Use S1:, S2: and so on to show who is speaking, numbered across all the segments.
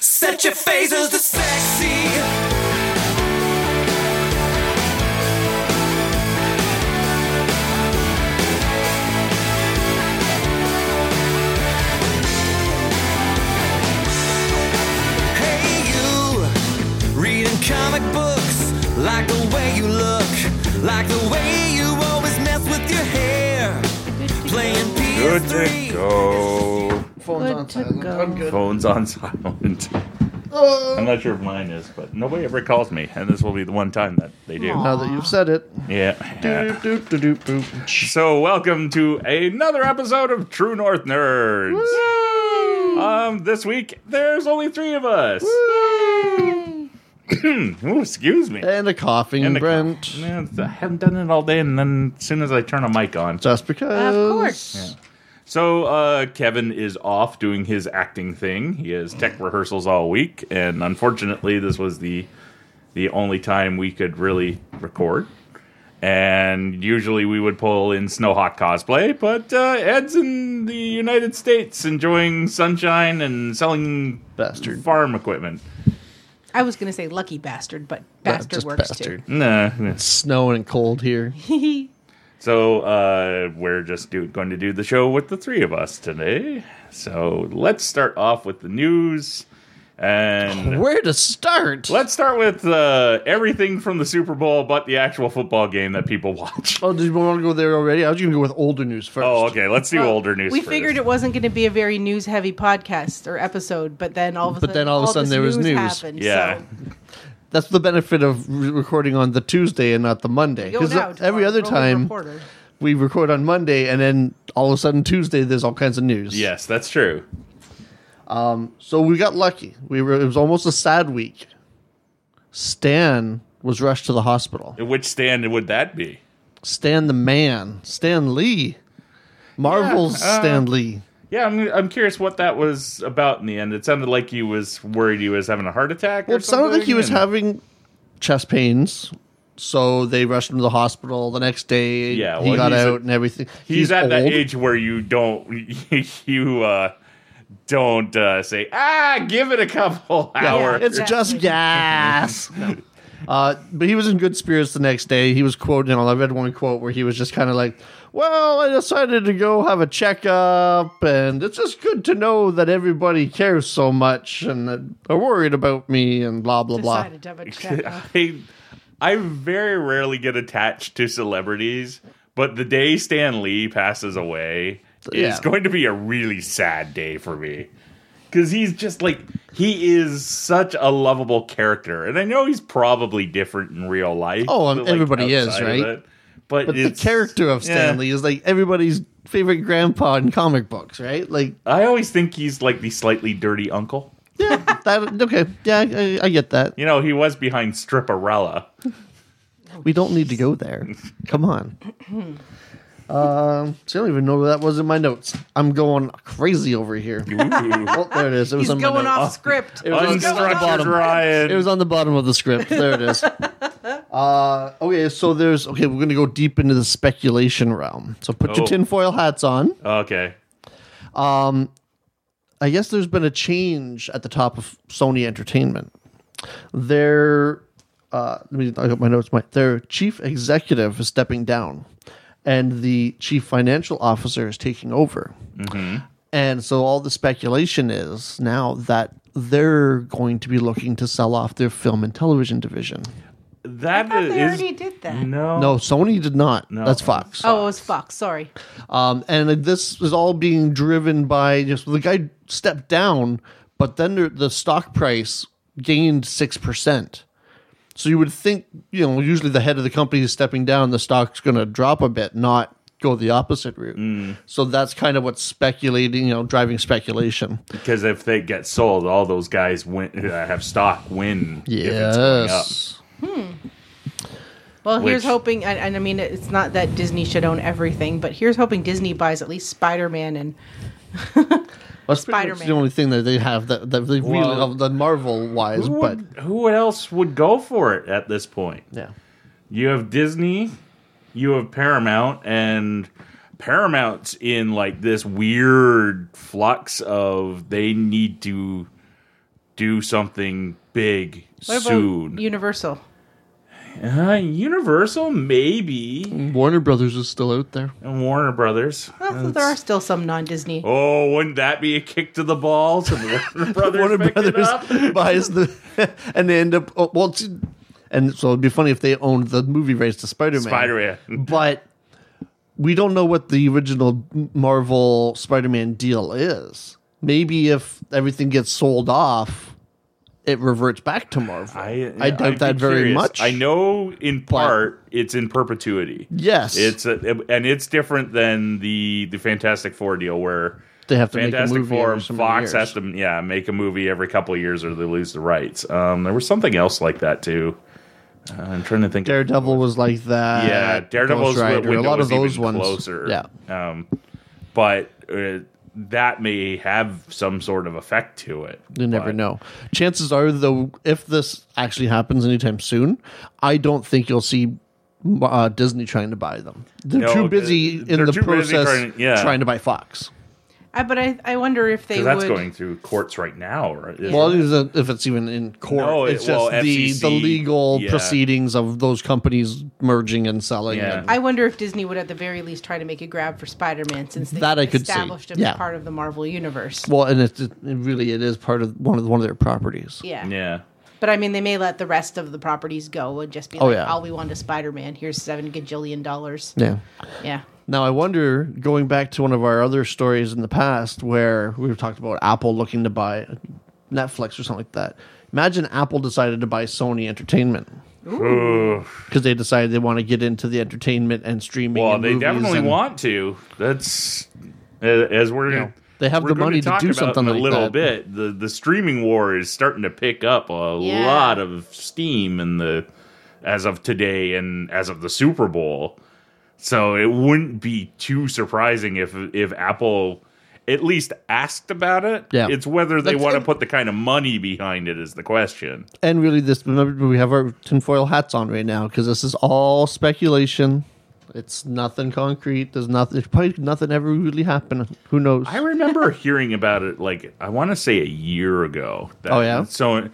S1: Set your phasers to sexy. Hey, you reading comic books. Like the way you look. Like the way you always mess with your hair. Playing
S2: Good
S1: PS3.
S2: to go.
S3: Phone's
S4: Good
S3: on
S4: to
S3: silent.
S4: go.
S3: I'm good.
S2: Phone's on silent. I'm not sure if mine is, but nobody ever calls me, and this will be the one time that they do.
S3: Now that you've said it.
S2: Yeah. yeah.
S3: Doop, doop, doop, doop, boop.
S2: So, welcome to another episode of True North Nerds. Um, this week there's only three of us. Hmm. Ooh, excuse me.
S3: And a coughing,
S2: And the
S3: Brent.
S2: cough. Yeah, it's- I haven't done it all day, and then as soon as I turn a mic on,
S3: Just because.
S4: Of course.
S2: So uh, Kevin is off doing his acting thing. He has tech rehearsals all week, and unfortunately, this was the the only time we could really record. And usually we would pull in Snowhawk cosplay, but uh, Ed's in the United States enjoying sunshine and selling
S3: Bastard.
S2: farm equipment.
S4: I was going to say lucky bastard, but
S3: Yeah,
S4: bastard
S3: just
S4: works
S3: bastard.
S2: Nah.
S3: Snow and cold here.
S4: too.
S2: So uh, we're just do, going to do the show with the three of us today. So let's start off with the news. And
S3: Where to start?
S2: Let's start with uh, everything from the Super Bowl, but the actual football game that people watch.
S3: Oh, did you want to go there already? I was going to go with older news first.
S2: Oh, okay. Let's do older news.
S4: we
S2: first.
S4: figured it wasn't going to be a very news heavy podcast or episode, but then all of a
S3: But
S4: sudden,
S3: then all of a sudden
S4: this
S3: there was news.
S4: Happened,
S2: Yeah.
S4: so-
S3: That's the benefit of re- recording on the Tuesday and not the Monday.
S4: Go
S3: Because
S4: now to
S3: every
S4: our
S3: other
S4: rolling
S3: time
S4: reporter.
S3: we record on Monday, and then all of a sudden Tuesday there's all kinds of news.
S2: Yes, that's true.
S3: So we got lucky. We were. It was almost a sad week. Stan was rushed to the hospital.
S2: Which stand would that be?
S3: Stan the man. Stan Lee. Marvel's
S2: Yeah, uh,
S3: Stan Lee.
S2: Yeah, I'm, I'm curious what that was about in the end. It sounded like he was worried he was having a heart attack.
S3: Well,
S2: or
S3: it sounded like he
S2: something,
S3: was
S2: and-
S3: having chest pains. So they rushed him to the hospital the next day.
S2: Yeah,
S3: he
S2: well,
S3: got
S2: he's a-
S3: out and everything.
S2: He's, at that
S3: old.
S2: age where you don't you uh, don't uh, say ah, give it a couple hours.
S3: It's
S4: Exactly.
S3: just gas. Uh, but he was in good spirits the next day. He was quoting, I read one quote where he was just kind of like, Well, I decided to go have a checkup, and it's just good to know that everybody cares so much and that are worried about me, and blah, blah, blah.
S4: Decided to have a check. huh?
S2: I I very rarely get attached to celebrities, but the day Stan Lee passes away
S3: Yeah.
S2: is going to be a really sad day for me. Cause he's just like he is such a lovable character, and I know he's probably different in real life.
S3: Oh, and
S2: but, like,
S3: everybody is,
S2: outside of
S3: right?
S2: it. But,
S3: But
S2: it's-
S3: the character of
S2: yeah.
S3: Stanley is like everybody's favorite grandpa in comic books, right? Like,
S2: I always think he's like the slightly dirty uncle.
S3: yeah, that, okay, yeah, I, I get that.
S2: You know, he was behind Stripperella.
S3: We don't need to go there. Come on. Um, so I don't even know where that was in my notes. I'm going crazy over here. Oh, there it is. It was
S4: He's
S3: on my
S4: going
S3: notes.
S4: off script.
S3: It was on the
S2: Unstructured
S3: bottom.
S2: Ryan.
S3: It was on the bottom of the script. There it is. Uh, okay, so there's okay. We're gonna go deep into the speculation realm. So put
S2: Oh.
S3: your tinfoil hats on.
S2: okay.
S3: I guess there's been a change at the top of Sony Entertainment. Their uh, let me I got my notes. My their chief executive is stepping down, and the chief financial officer is taking over. And so all the speculation is now that they're going to be looking to sell off their film and television division.
S2: That
S4: I thought they
S2: is-
S4: already did that.
S2: No.
S3: No, Sony did not.
S2: No.
S3: That's Fox.
S4: Oh, it was Fox. Sorry.
S3: Um, and this is all being driven by just the guy stepped down, but then the- the stock price gained 6%. So you would think, you know, usually the head of the company is stepping down, the stock's going to drop a bit, not go the opposite route.
S2: Mm.
S3: So that's kind of what's speculating, you know, driving speculation.
S2: Because if they get sold, all those guys win, uh, have stock win. if it's going up.
S3: Yes.
S4: Well, here's
S2: Which-
S4: hoping, and, and I mean, it's not that Disney should own everything, but here's hoping Disney buys at least Spider Man and
S3: That's pretty much
S4: Spider-Man.
S3: the only thing that they have that, that they really
S2: Well-
S3: love, the Marvel wise,
S2: Who,
S3: but
S2: would- who else would go for it at this point?
S3: yeah.
S2: You have Disney, you have Paramount, and Paramount's in like this weird flux of they need to do something big
S4: What about
S2: soon.
S4: Universal?
S2: uh, Universal, maybe.
S3: Warner Brothers is still out there.
S2: And Warner Brothers.
S4: Well, so there are still some non-Disney.
S2: Oh, wouldn't that be a kick to the balls? And Warner Brothers
S3: Warner
S2: picked it up?
S3: Brothers buys the and they end up oh, well, it's- and so it'd be funny if they owned the movie rights to Spider Man.
S2: Spider-Man.
S3: but we don't know what the original Marvel Spider Man deal is. Maybe if everything gets sold off, it reverts back to Marvel.
S2: I,
S3: I doubt
S2: I'd be
S3: that very
S2: curious.
S3: much.
S2: I know in part it's in perpetuity.
S3: Yes,
S2: It's a, and it's different than the the Fantastic Four deal where
S3: they have to make a
S2: Fantastic
S3: movie.
S2: Four
S3: every
S2: and
S3: so many
S2: Fox
S3: years.
S2: has to yeah make a movie every couple of years or they lose the rights. Um, there was something else like that too. Uh, I'm trying to think.
S3: Daredevil was like that.
S2: yeah, Daredevil's
S3: Uh, Ghost Rider,
S2: window
S3: a lot
S2: was
S3: of those
S2: even
S3: ones.
S2: closer.
S3: Yeah,
S2: Yeah, um, but uh, that may have some sort of effect to it.
S3: you never
S2: But-
S3: know. Chances are, though, if this actually happens anytime soon, I don't think you'll see uh, Disney trying to buy them. They're
S2: No,
S3: too busy
S2: they're
S3: in the
S2: too busy
S3: process
S2: trying- yeah.
S3: trying to buy Fox.
S4: I, but I, I wonder if they
S2: 'Cause that's
S4: would.
S2: going through courts right now. Right?
S3: Well, it is a- if it's even in court,
S2: No, it-
S3: it's
S2: well,
S3: just the, the
S2: FCC,
S3: legal
S2: yeah.
S3: proceedings of those companies merging and selling.
S2: Yeah.
S3: and-
S4: I wonder if Disney would, at the very least, try to make a grab for Spider-Man since they
S3: That I could see.
S4: established him
S3: Yeah.
S4: as part of the Marvel universe.
S3: well, and it's it really it is part of one of one of their properties.
S4: yeah.
S2: yeah.
S4: but I mean, they may let the rest of the properties go and just be
S3: Oh,
S4: like,
S3: yeah.
S4: "All we want is Spider-Man. Here's seven gajillion dollars."
S3: Yeah.
S4: Yeah,
S3: Now I wonder, going back to one of our other stories in the past where we've talked about Apple looking to buy Netflix or something like that. Imagine Apple decided to buy Sony Entertainment
S2: Ooh.
S3: because they decided they want to get into the entertainment and streaming.
S2: Well,
S3: and
S2: they
S3: movies
S2: definitely
S3: and-
S2: want to. That's as we're
S3: know, they have
S2: we're
S3: the
S2: gonna
S3: money to
S2: talk
S3: do
S2: about
S3: something
S2: in a
S3: like
S2: little
S3: that.
S2: bit. The the streaming war is starting to pick up a
S4: Yeah.
S2: lot of steam in the as of today and as of the Super Bowl. So it wouldn't be too surprising if if Apple at least asked about it.
S3: Yeah.
S2: It's whether they
S3: That's-
S2: want to
S3: it-
S2: put the kind of money behind it is the question.
S3: and really this remember we have our tinfoil hats on right now because this is all speculation it's nothing concrete there's nothing there's probably nothing ever really happened who knows
S2: I remember hearing about it like I want to say a year ago. That
S3: Oh, yeah?
S2: so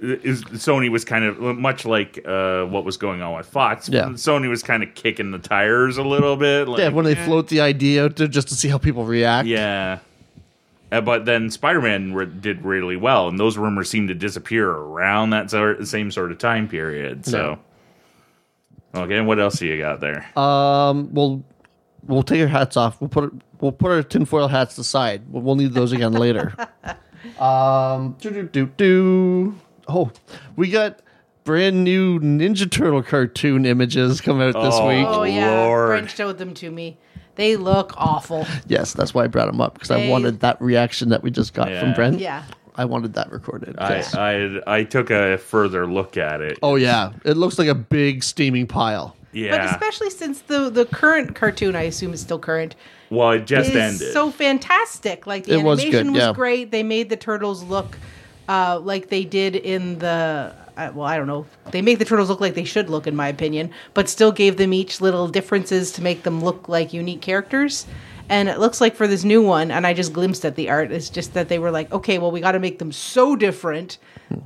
S2: is Sony was kind of much like uh, what was going on with Fox.
S3: Yeah.
S2: Sony was kind of kicking the tires a little bit. Like,
S3: yeah when they float the idea out there just to see how people react
S2: yeah. Uh, but then Spider-Man re- did really well, and those rumors seemed to disappear around that sort, same sort of time period. So, okay, and what else do you got there?
S3: um we'll we'll take our hats off we'll put we'll put our tinfoil hats aside we'll, we'll need those again later um do do do do oh we got brand new ninja turtle cartoon images come out this
S2: Oh.
S3: week
S4: Oh yeah,
S2: Lord.
S4: Brent showed them to me. They look awful.
S3: Yes, that's why I brought him up because I
S4: Hey.
S3: wanted that reaction that we just got
S2: Yeah.
S3: from Brent.
S4: Yeah.
S3: I wanted that recorded.
S2: I, uh,
S3: 'cause-
S2: I I took a further look at it.
S3: oh yeah, it looks like a big steaming pile.
S2: yeah.
S4: But especially since the the current cartoon, I assume is still current,
S2: well, it just
S4: is
S2: ended.
S4: so fantastic. Like the
S3: It was
S4: animation
S3: good,
S4: was
S3: yeah.
S4: great. They made the turtles look uh, like they did in the. Uh, well, I don't know. They make the turtles look like they should look, in my opinion, but still gave them each little differences to make them look like unique characters. And it looks like for this new one, and I just glimpsed at the art, it's just that they were like, okay, well, we got to make them so different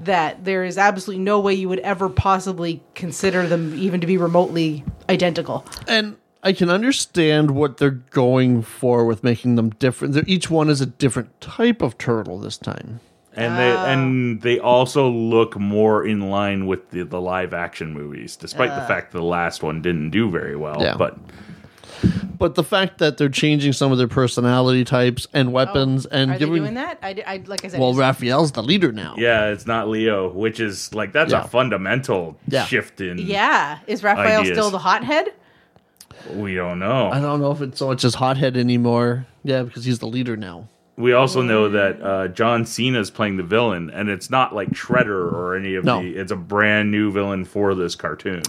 S4: that there is absolutely no way you would ever possibly consider them even to be remotely identical.
S3: And I can understand what they're going for with making them different. They're, each one is a different type of turtle this time.
S2: and they and they also look more in line with the, the live action movies, despite the fact the last one didn't do very well.
S3: Yeah.
S2: But
S3: But the fact that they're changing some of their personality types and weapons and
S4: Oh, Are they
S3: giving
S4: doing that? I, I like I said,
S3: well,
S4: just-
S3: Raphael's the leader now.
S2: yeah, it's not Leo, which is like that's
S3: Yeah.
S2: a fundamental
S3: Yeah.
S2: shift in.
S4: Yeah. Is Raphael
S2: Ideas.
S4: still the hothead?
S2: we don't
S3: I
S2: know.
S3: don't know if it's so much as hothead anymore. Yeah, because he's the leader now.
S2: We also know that uh, John Cena is playing the villain, and it's not like Shredder or any of
S3: No.
S2: the. It's a brand new villain for this cartoon.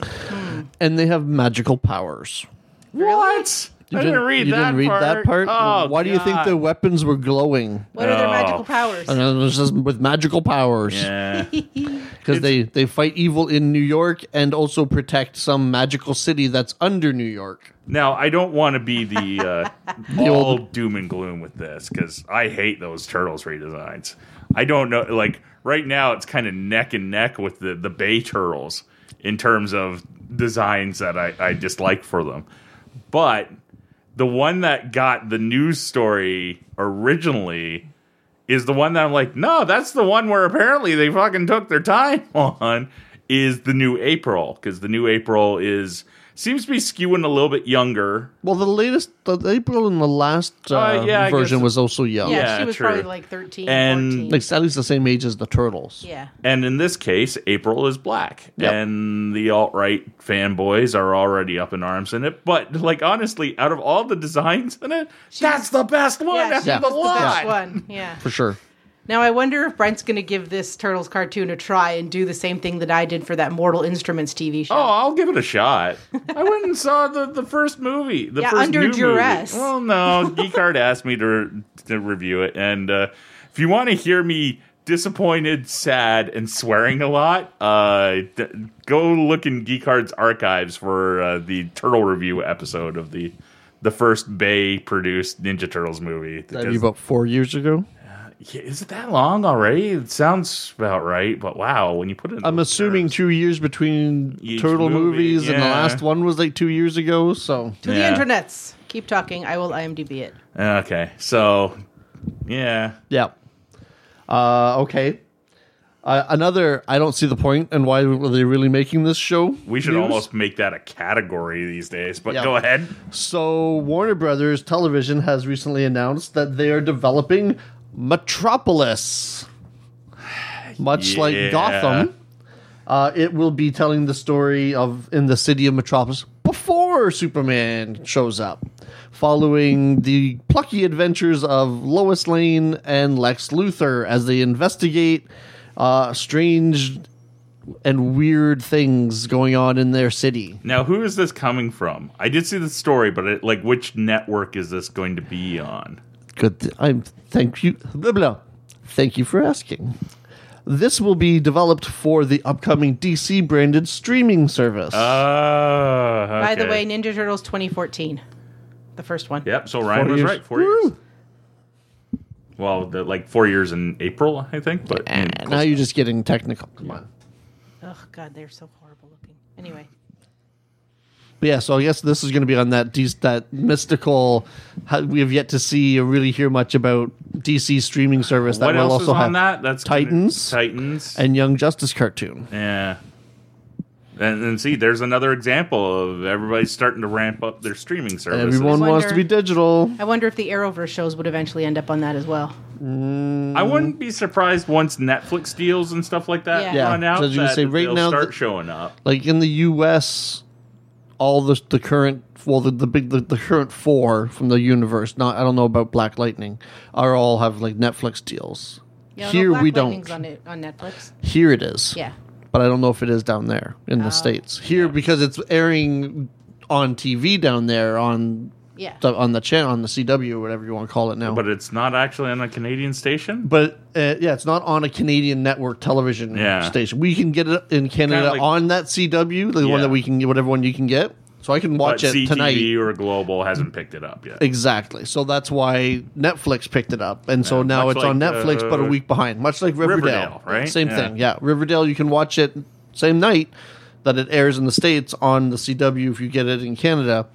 S3: And they have magical powers.
S2: What? I didn't, read
S3: you
S2: that.
S3: didn't read
S2: part.
S3: that part.
S2: Oh,
S3: Why do you think
S2: God.
S3: the weapons were glowing?
S4: What are their
S2: Oh.
S4: magical powers?
S3: And it was just with magical powers
S2: Yeah.
S3: because they, they fight evil in New York and also protect some magical city that's under New York.
S2: Now, I don't want to be the, uh, all doom and gloom with this because I hate those turtles redesigns. I don't know. Like right now, it's kind of neck and neck with the the Bay Turtles in terms of designs that I, I dislike for them. But the one that got the news story originally is the one that I'm like, no, that's the one where apparently they fucking took their time on is the new April because the new April is seems to be skewing a little bit younger.
S3: Well, the latest, the April in the last uh,
S2: Uh, yeah, I
S3: version
S2: guess-
S3: was also young.
S4: Yeah,
S2: Yeah,
S4: she was
S2: true.
S4: probably like 13,
S2: And-
S4: 14.
S3: Like, at least the same age as the Turtles.
S4: yeah.
S2: And in this case, April is black,
S3: Yep.
S2: and the alt right fanboys are already up in arms in it. But like honestly, out of all the designs in it, that's the best one.
S4: Yeah,
S2: that's
S4: she
S3: Yeah.
S2: the,
S4: was the
S2: lot.
S4: best one. Yeah.
S3: For sure.
S4: Now I wonder if Brent's going to give this Turtles cartoon a try and do the same thing that I did for that Mortal Instruments TV show.
S2: Oh, I'll give it a shot. I went and saw the, the first movie. The
S4: Yeah,
S2: first
S4: under
S2: new
S4: duress.
S2: Movie. Well, no, Geekard asked me to to review it, and uh, if you want to hear me disappointed, sad, and swearing a lot, uh, d- go look in Geekard's archives for uh, the turtle review episode of the the first Bay produced Ninja Turtles movie.
S3: That'd
S2: because-
S3: be about four years ago.
S2: Yeah, is it that long already? It sounds about right, but wow, when you put it, in
S3: I'm
S2: those
S3: assuming
S2: terms.
S3: two years between
S2: Each
S3: Turtle
S2: movie,
S3: movies, and the
S2: yeah.
S3: last one was like two years ago. So
S4: to
S2: yeah.
S4: the internets. Keep talking. I will IMDb it.
S2: Okay, so yeah.
S3: yeah. Uh, okay. Uh, another. I don't see the point and why were they really making this show?
S2: We should
S3: news.
S2: almost make that a category these days, but
S3: Yeah.
S2: go ahead.
S3: So Warner Brothers Television has recently announced that they are developing Metropolis, much
S2: Yeah.
S3: like Gotham. Uh, it will be telling the story of in the city of Metropolis before Superman shows up, following the plucky adventures of Lois Lane and Lex Luthor as they investigate uh, strange and weird things going on in their city.
S2: Now, who is this coming from? I did see the story, but it, like, which network is this going to be on?
S3: Good. th- I'm thank you. Blah, blah. Thank you for asking. This will be developed for the upcoming DC branded streaming service.
S2: Ah, Uh,
S4: By the way, Ninja Turtles 2014, the first one.
S2: yep. So Ryan
S3: Four
S2: was
S3: years.
S2: right. Four years. Well, the, like four years in April, I think. But
S3: Ah, now you're just getting technical. Come on.
S4: Oh God, they're so horrible looking. Anyway,
S3: But yeah, so I guess this is going to be on that DC, that mystical. How, we have yet to see or really hear much about DC streaming service that
S2: what
S3: will
S2: else
S3: also
S2: is on
S3: have
S2: that? That's gonna-
S3: Titans.
S2: Titans.
S3: and Young Justice cartoon.
S2: yeah. And, and see, there's another example of everybody starting to ramp up their streaming services.
S3: Everyone wants
S4: Wonder-
S3: to be digital.
S4: I wonder if the Arrowverse shows would eventually end up on that as well.
S2: I
S3: Mm-hmm.
S2: wouldn't be surprised once Netflix deals and stuff like that
S4: Yeah.
S2: run
S3: Yeah,
S2: out
S3: so I was gonna
S2: that
S3: say, right
S2: they'll
S3: now
S2: start
S3: th-
S2: showing up.
S3: like in the U.S., all the the current well the the big the, the current four from the universe. Not I don't know about Black Lightning. Are all have like Netflix deals.
S4: Yeah,
S3: Here
S4: Black
S3: we
S4: Lightning's
S3: don't.
S4: On, it, on Netflix.
S3: Here it is.
S4: Yeah. Oh,
S3: But I don't know if it is down there in the states. Here because it's airing on TV down there on
S4: Yeah.
S3: the, on the channel on the CW or whatever you want to call it now.
S2: But it's not actually on a Canadian station.
S3: But, uh, yeah, it's not on a Canadian network television
S2: Yeah.
S3: station. We can get it in Canada
S2: like-
S3: on that CW, the one
S2: Yeah.
S3: that we can, whatever one you can get. So I can
S2: But
S3: watch it
S2: CTV
S3: tonight.
S2: or Global hasn't picked it up yet.
S3: Exactly. So that's why Netflix picked it up, and so
S2: Yeah,
S3: now
S2: much
S3: it's on
S2: like,
S3: Netflix, but a
S2: uh,
S3: week behind, much like
S2: Riverdale,
S3: Riverdale.
S2: right?
S3: Same
S2: Yeah.
S3: thing. Yeah, Riverdale. You can watch it same night that it airs in the states on the CW if you get it in Canada,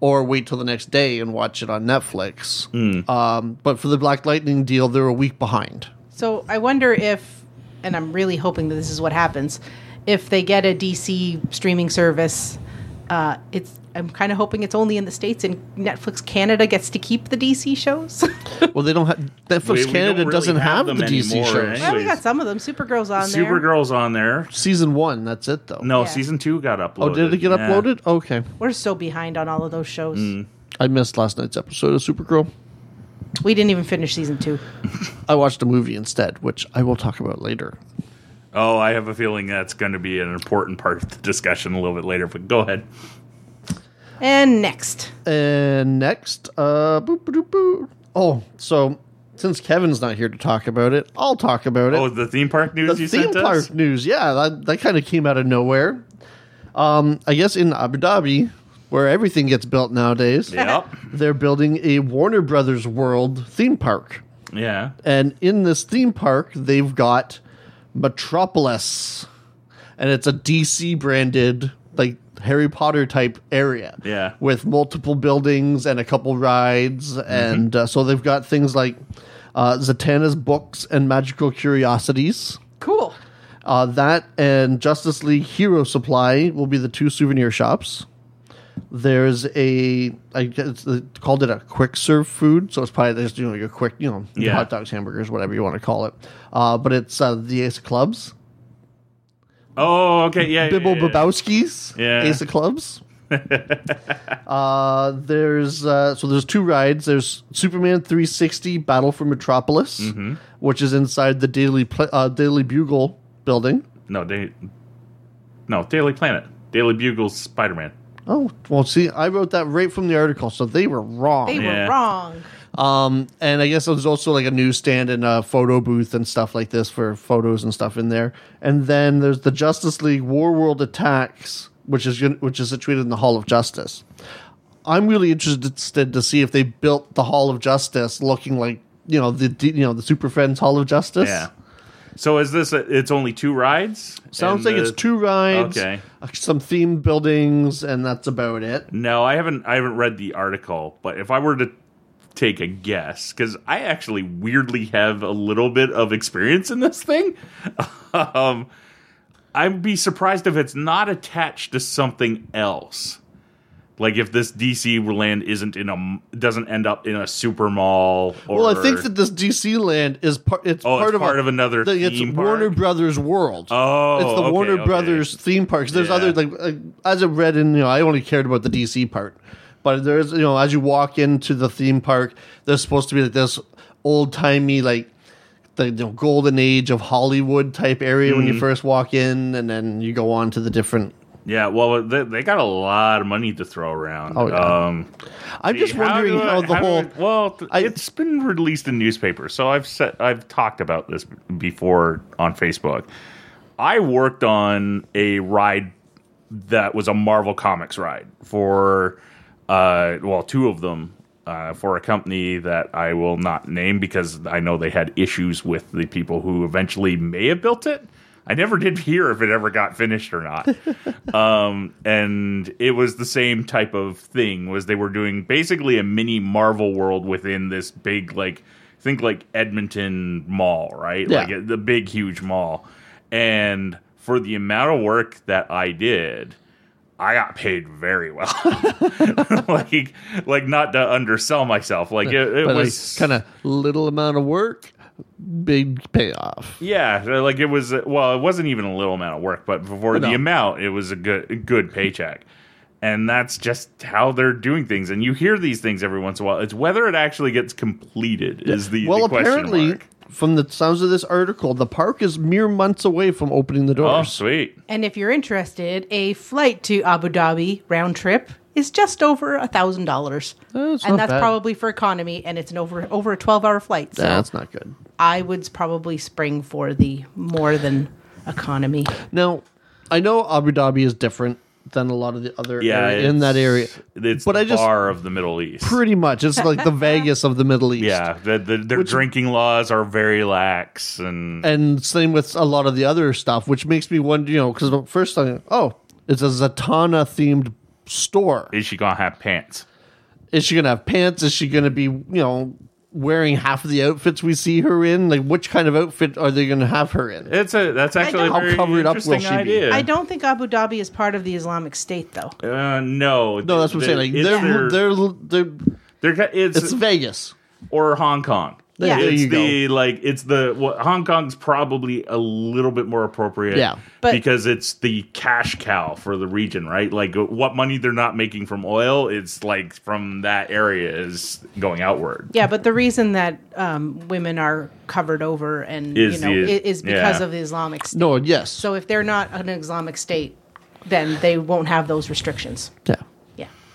S3: or wait till the next day and watch it on Netflix.
S2: Hmm.
S3: Um, but for the Black Lightning deal, they're a week behind.
S4: So I wonder if, and I'm really hoping that this is what happens, if they get a DC streaming service, uh, it's. I'm kind of hoping it's only in the states, and Netflix Canada gets to keep the DC shows.
S3: Well, they don't have Netflix
S2: We- we
S3: Canada
S2: don't really
S3: doesn't
S2: have
S3: have,
S2: them
S3: the DC
S2: anymore,
S3: shows.
S2: eh?
S4: well, we
S2: Anyways.
S4: got some of them. Supergirl's on there.
S2: Supergirl's on there.
S3: Season one. That's it though.
S2: No,
S4: Yeah.
S2: season two got uploaded.
S3: Oh, did it get
S2: Yeah.
S3: uploaded? Okay,
S4: We're so behind on all of those shows.
S2: Mm.
S3: I missed last night's episode of Supergirl.
S4: We didn't even finish season two.
S3: I watched a movie instead, which I will talk about later.
S2: Oh, I have a feeling that's going to be an important part of the discussion a little bit later. But go ahead.
S4: And next,
S3: And next, uh, boop, boop, boop. oh, so since Kevin's not here to talk about it, I'll talk about it.
S2: Oh, the theme park news
S3: the
S2: you
S3: theme
S2: sent
S3: park
S2: us.
S3: news, yeah, that, that kind of came out of nowhere. Um, I guess in Abu Dhabi, where everything gets built nowadays,
S2: Yep.
S3: they're building a Warner Brothers World theme park.
S2: Yeah.
S3: And in this theme park, they've got Metropolis, and it's a DC branded like Harry Potter type area.
S2: Yeah.
S3: with multiple buildings and a couple rides, and uh, so they've got things like uh, Zatanna's books and magical curiosities.
S4: Cool.
S3: Uh, that and Justice League Hero Supply will be the two souvenir shops. There's a I guess they called it a quick serve food, so it's probably just you know your quick you know
S2: Yeah.
S3: hot dogs, hamburgers, whatever you want to call it. Uh, but it's uh, the Ace of Clubs,
S2: Oh, okay. Yeah. yeah,
S3: Bibble
S2: yeah, yeah.
S3: Babowski's
S2: Yeah.
S3: Ace of Clubs. uh, there's uh, so there's two rides. There's Superman 360 Battle for Metropolis,
S2: Mm-hmm.
S3: which is inside the Daily Pl- uh, Daily Bugle building.
S2: No, da- no, Daily Planet, Daily Bugle's Spider Man.
S3: Oh, well, see, I wrote that right from the article, so they were wrong.
S4: They
S2: Yeah.
S4: were wrong.
S3: um, and I guess there's also like a newsstand and a photo booth and stuff like this for photos and stuff in there. And then there's the Justice League War World Attacks, which is gonna- which is situated in the Hall of Justice. I'm really interested to see if they built the Hall of Justice looking like you know the you know the Super Friends Hall of Justice.
S2: Yeah. So is this? A, it's only two rides. And
S3: Sounds like
S2: the-
S3: it's two rides,
S2: Okay.
S3: uh, some themed buildings, and that's about it.
S2: No, I haven't. I haven't read the article, but if I were to take a guess, because I actually weirdly have a little bit of experience in this thing, um, I'd be surprised if it's not attached to something else. Like if this DC land isn't in a m- doesn't end up in a super mall. Or,
S3: Well, I think that this DC land is part. It's
S2: Oh, it's
S3: part of
S2: part
S3: a-
S2: of another
S3: the- It's
S2: theme
S3: Warner
S2: park?
S3: Brothers World.
S2: Oh,
S3: it's the
S2: okay,
S3: Warner
S2: okay.
S3: Brothers theme parks. There's
S2: Yeah.
S3: other like, like as I read in you know I only cared about the DC part, but there's you know as you walk into the theme park, there's supposed to be like this old timey like the you know, golden age of Hollywood type area when
S2: Mm.
S3: you first walk in, and then you go on to the different.
S2: Yeah, well, they, they got a lot of money to throw around.
S3: Oh, yeah.
S2: Um,
S3: I'm just
S2: How
S3: wondering
S2: do I-
S3: how, the
S2: how do
S3: whole.
S2: I- well, th-
S3: I-
S2: it's been released in newspapers, so I've said I've talked about this before on Facebook. I worked on a ride that was a Marvel Comics ride for, uh, well, two of them uh, for a company that I will not name because I know they had issues with the people who eventually may have built it. I never did hear if it ever got finished or not. um, and it was the same type of thing was they were doing basically a mini Marvel world within this big like think like Edmonton Mall, right?
S3: Yeah.
S2: Like uh, the big huge mall. And for the amount of work that I did, I got paid very well. like like not to undersell myself. Like it, it
S3: but
S2: was
S3: kind of little amount of work, big payoff.
S2: yeah, uh, like it was. Well, it wasn't even a little amount of work, but for
S3: No.
S2: the amount, it was a good a good paycheck, and that's just how they're doing things. And you hear these things every once in a while. It's whether it actually gets completed is the
S3: well
S2: the question
S3: apparently
S2: mark.
S3: from the sounds of this article the park is mere months away from opening the
S2: Oh,
S3: doors
S2: sweet.
S4: And if you're interested, a flight to Abu Dhabi round trip is just over a thousand dollars, and
S3: not
S4: that's
S3: bad.
S4: probably for economy, and it's an over over a twelve hour flight. So
S2: Oh.
S3: that's not good
S4: I would probably spring for the more than economy.
S3: now i know abu dhabi is different than a lot of the other
S2: Yeah,
S3: area, in that area
S2: it's- It's
S3: But
S2: the
S3: I just-
S2: bar of the Middle East.
S3: pretty much it's like the vegas of the middle east
S2: yeah, the, the, their drinking laws are very lax, and
S3: and same with a lot of the other stuff which makes me wonder you know because the first thing oh it's a zatanna themed store
S2: is she gonna have pants?
S3: is she gonna have pants is she gonna be you know wearing half of the outfits we see her in like which kind of outfit are they gonna have her in
S2: It's a that's actually a
S4: don't- How
S2: very
S3: covered up will
S2: interesting
S3: she be?
S2: idea.
S4: I don't think Abu Dhabi is part of the Islamic State, though.
S2: Uh, no,
S3: no that's what i'm saying like
S2: it's
S3: they're,
S2: their-
S3: they're they're
S2: they're- it's,
S3: it's vegas
S2: or Hong Kong.
S4: Yeah. There
S2: it's
S3: you
S2: the like it's the what Hong Kong's probably a little bit more appropriate.
S3: Yeah.
S4: But-
S2: because it's the cash cow for the region, right? Like uh, what money they're not making from oil, it's like from that area is going outward.
S4: Yeah, but the reason that um, women are covered over and
S2: Is
S4: you know
S2: the-
S4: i- is because
S2: yeah.
S4: of the Islamic State.
S3: No, yes.
S4: So if they're not an Islamic State, then they won't have those restrictions.
S3: yeah.
S4: Yeah.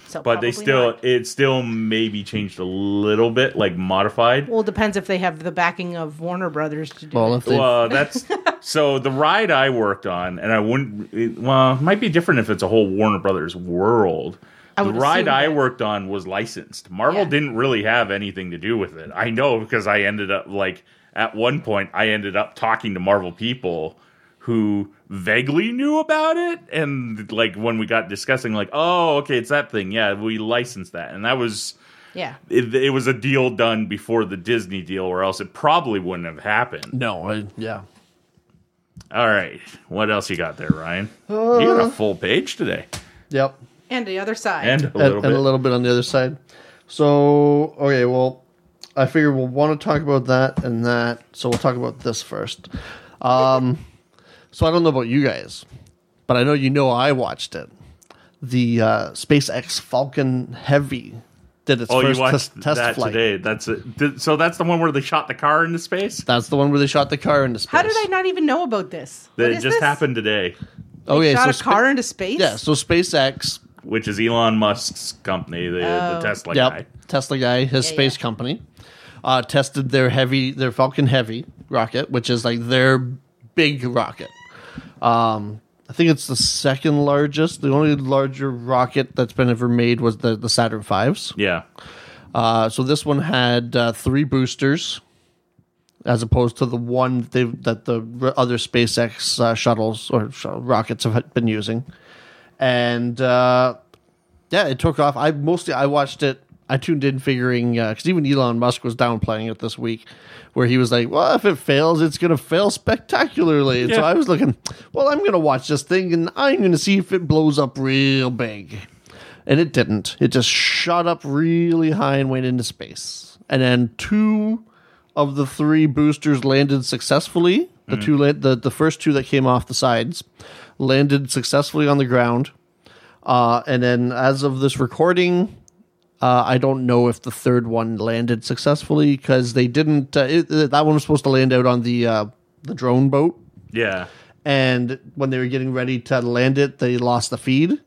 S4: So
S2: But they
S4: probably
S2: still,
S4: not.
S2: it still maybe changed a little bit, like modified.
S4: well it depends if they have the backing of Warner Brothers to do.
S3: Well,
S4: it.
S3: if they,
S2: Well, that's so the ride I worked on, and I wouldn't. It, well, it might be different if it's a whole Warner Brothers world.
S4: I
S2: the
S4: would
S2: ride
S4: assume
S2: I
S4: that.
S2: worked on was licensed. Marvel
S4: Yeah.
S2: didn't really have anything to do with it. I know because I ended up like at one point I ended up talking to Marvel people who vaguely knew about it and like when we got discussing like oh okay it's that thing yeah we licensed that and that was
S4: Yeah.
S2: it, it was a deal done before the Disney deal or else it probably wouldn't have happened.
S3: No, I, yeah.
S2: All right. What else you got there, Ryan? you got
S3: Uh,
S2: a full page today.
S3: Yep.
S4: And the other side.
S2: And a
S3: And,
S2: little
S3: and
S2: bit.
S3: a little bit on the other side. So, okay, well, I figure we'll want to talk about that and that. So we'll talk about this first. Um, so I don't know about you guys, but I know you know I watched it. The uh, SpaceX Falcon Heavy did its
S2: Oh,
S3: first
S2: you watched
S3: test, test
S2: that
S3: flight.
S2: today. That's it. Did- so. That's the one where they shot the car into space.
S3: That's the one where they shot the car into space.
S4: How did I not even know about this?
S2: That
S4: What
S2: it
S4: is
S2: just
S4: this?
S2: happened today,
S4: They
S3: Okay,
S4: shot
S3: so
S4: a
S3: spa-
S4: car into space.
S3: Yeah, so SpaceX
S2: which is Elon Musk's company, the, the
S4: Oh.
S2: Tesla
S3: yep,
S2: guy.
S3: Tesla guy, his
S4: Yeah,
S3: space
S4: yeah.
S3: company, uh, tested their heavy, their Falcon Heavy rocket, which is like their big rocket. Um, I think it's the second largest. The only larger rocket that's been ever made was the, the Saturn V's.
S2: Yeah,
S3: Uh, so this one had uh, three boosters, as opposed to the one that, they, that the r- other SpaceX uh, shuttles or shuttle rockets have been using, and uh, yeah, it took off. I mostly I watched it. I tuned in figuring because even Elon Musk was downplaying it this week, where he was like, "Well, if it fails, it's going to fail spectacularly." And so
S2: Yeah.
S3: I was looking, "Well, I'm going to watch this thing and I'm going to see if it blows up real big." And it didn't. It just shot up really high and went into space. And then two of the three boosters landed successfully. The two la- the, the first two that came off the sides landed successfully on the ground. Uh, and then as of this recording, uh, I don't know if the third one landed successfully because they didn't. Uh, it, uh, that one was supposed to land out on the uh, the drone boat,
S2: yeah.
S3: and when they were getting ready to land it, they lost the feed,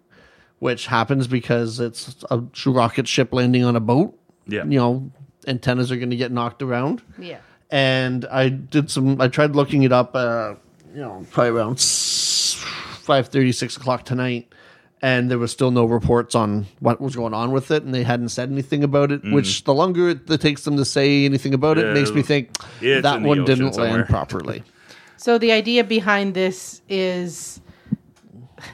S3: which happens because it's a rocket ship landing on a boat.
S2: Yeah.
S3: you know, antennas are going to get knocked around
S4: Yeah.
S3: and I did some. I tried looking it up. Uh, you know, probably around five thirty, six o'clock tonight, and there was still no reports on what was going on with it, and they hadn't said anything about it. Which the longer it, it takes them to say anything about it,
S2: Mm. Yeah,
S3: makes me think
S2: it's
S3: that
S2: in the
S3: one
S2: ocean
S3: didn't
S2: somewhere.
S3: land properly.
S4: So the idea behind this is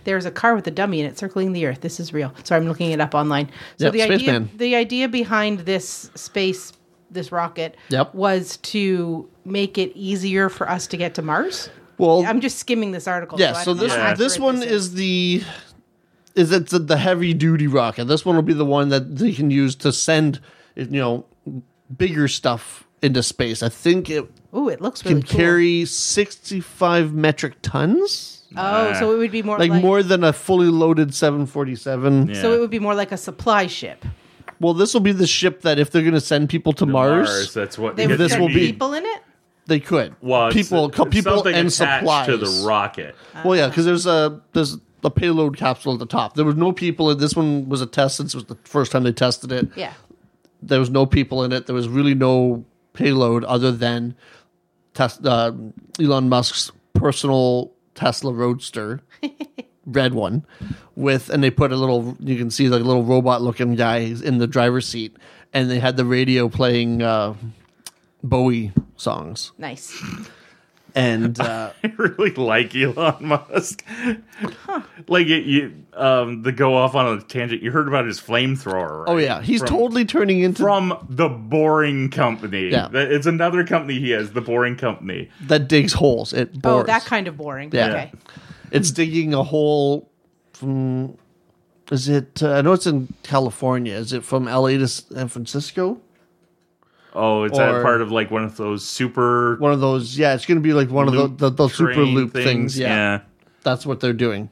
S4: there's a car with a dummy in it circling the Earth. This is real. Sorry, I'm looking it up online. So
S3: Yep,
S4: the
S3: Spaceman.
S4: idea the idea behind this space this rocket
S3: Yep.
S4: was to make it easier for us to get to Mars.
S3: Well,
S4: I'm just skimming this article.
S3: yeah.
S4: I
S3: So
S4: don't know
S3: this
S4: how accurate
S3: this one
S4: is.
S3: is the. Is it's the heavy duty rocket? This one will be the one that they can use to send, you know, bigger stuff into space. I think it
S4: Ooh, it looks
S3: can
S4: really cool.
S3: carry 65 metric tons
S4: Oh, so it would be more
S3: like,
S4: like,
S3: more than a fully loaded 747
S2: Yeah.
S4: So it would be more like a supply ship.
S3: well this will be the ship that if they're going to send people to mars,
S2: That's what
S4: They would
S3: this
S4: put
S3: will be-
S4: people in it.
S3: they could
S2: Well, it's-
S3: people co-
S2: it's
S3: people
S2: something
S3: and
S2: attached
S3: supplies
S2: to the rocket.
S3: well yeah because there's a there's the payload capsule at the top there was no people in this one was a test since it was the first time they tested it
S4: Yeah.
S3: there was no people in it. There was really no payload other than Tes- uh, Elon Musk's personal Tesla Roadster, red one, with and they put a little. You can see the little robot-looking guy in the driver's seat, and they had the radio playing uh, Bowie songs.
S4: Nice.
S3: And uh,
S2: I really like Elon Musk. Like it, you, um, the go off on a tangent. You heard about his flamethrower. Right?
S3: oh yeah, he's
S2: From-
S3: totally turning into
S2: from the Boring Company.
S3: Yeah.
S2: That- It's another company he has, the Boring Company.
S3: that digs holes. It bores.
S4: Oh, that kind of boring.
S3: Yeah.
S4: Okay.
S3: It's digging a hole from. Is it? Uh, I know it's in California. Is it from LA to San Francisco?
S2: Oh, it's
S3: Or-
S2: that part of like one of those super
S3: One of those. Yeah, it's going to be like one of
S2: loop
S3: the, the, the super
S2: train
S3: loop things. Yeah,
S2: yeah.
S3: that's what they're doing.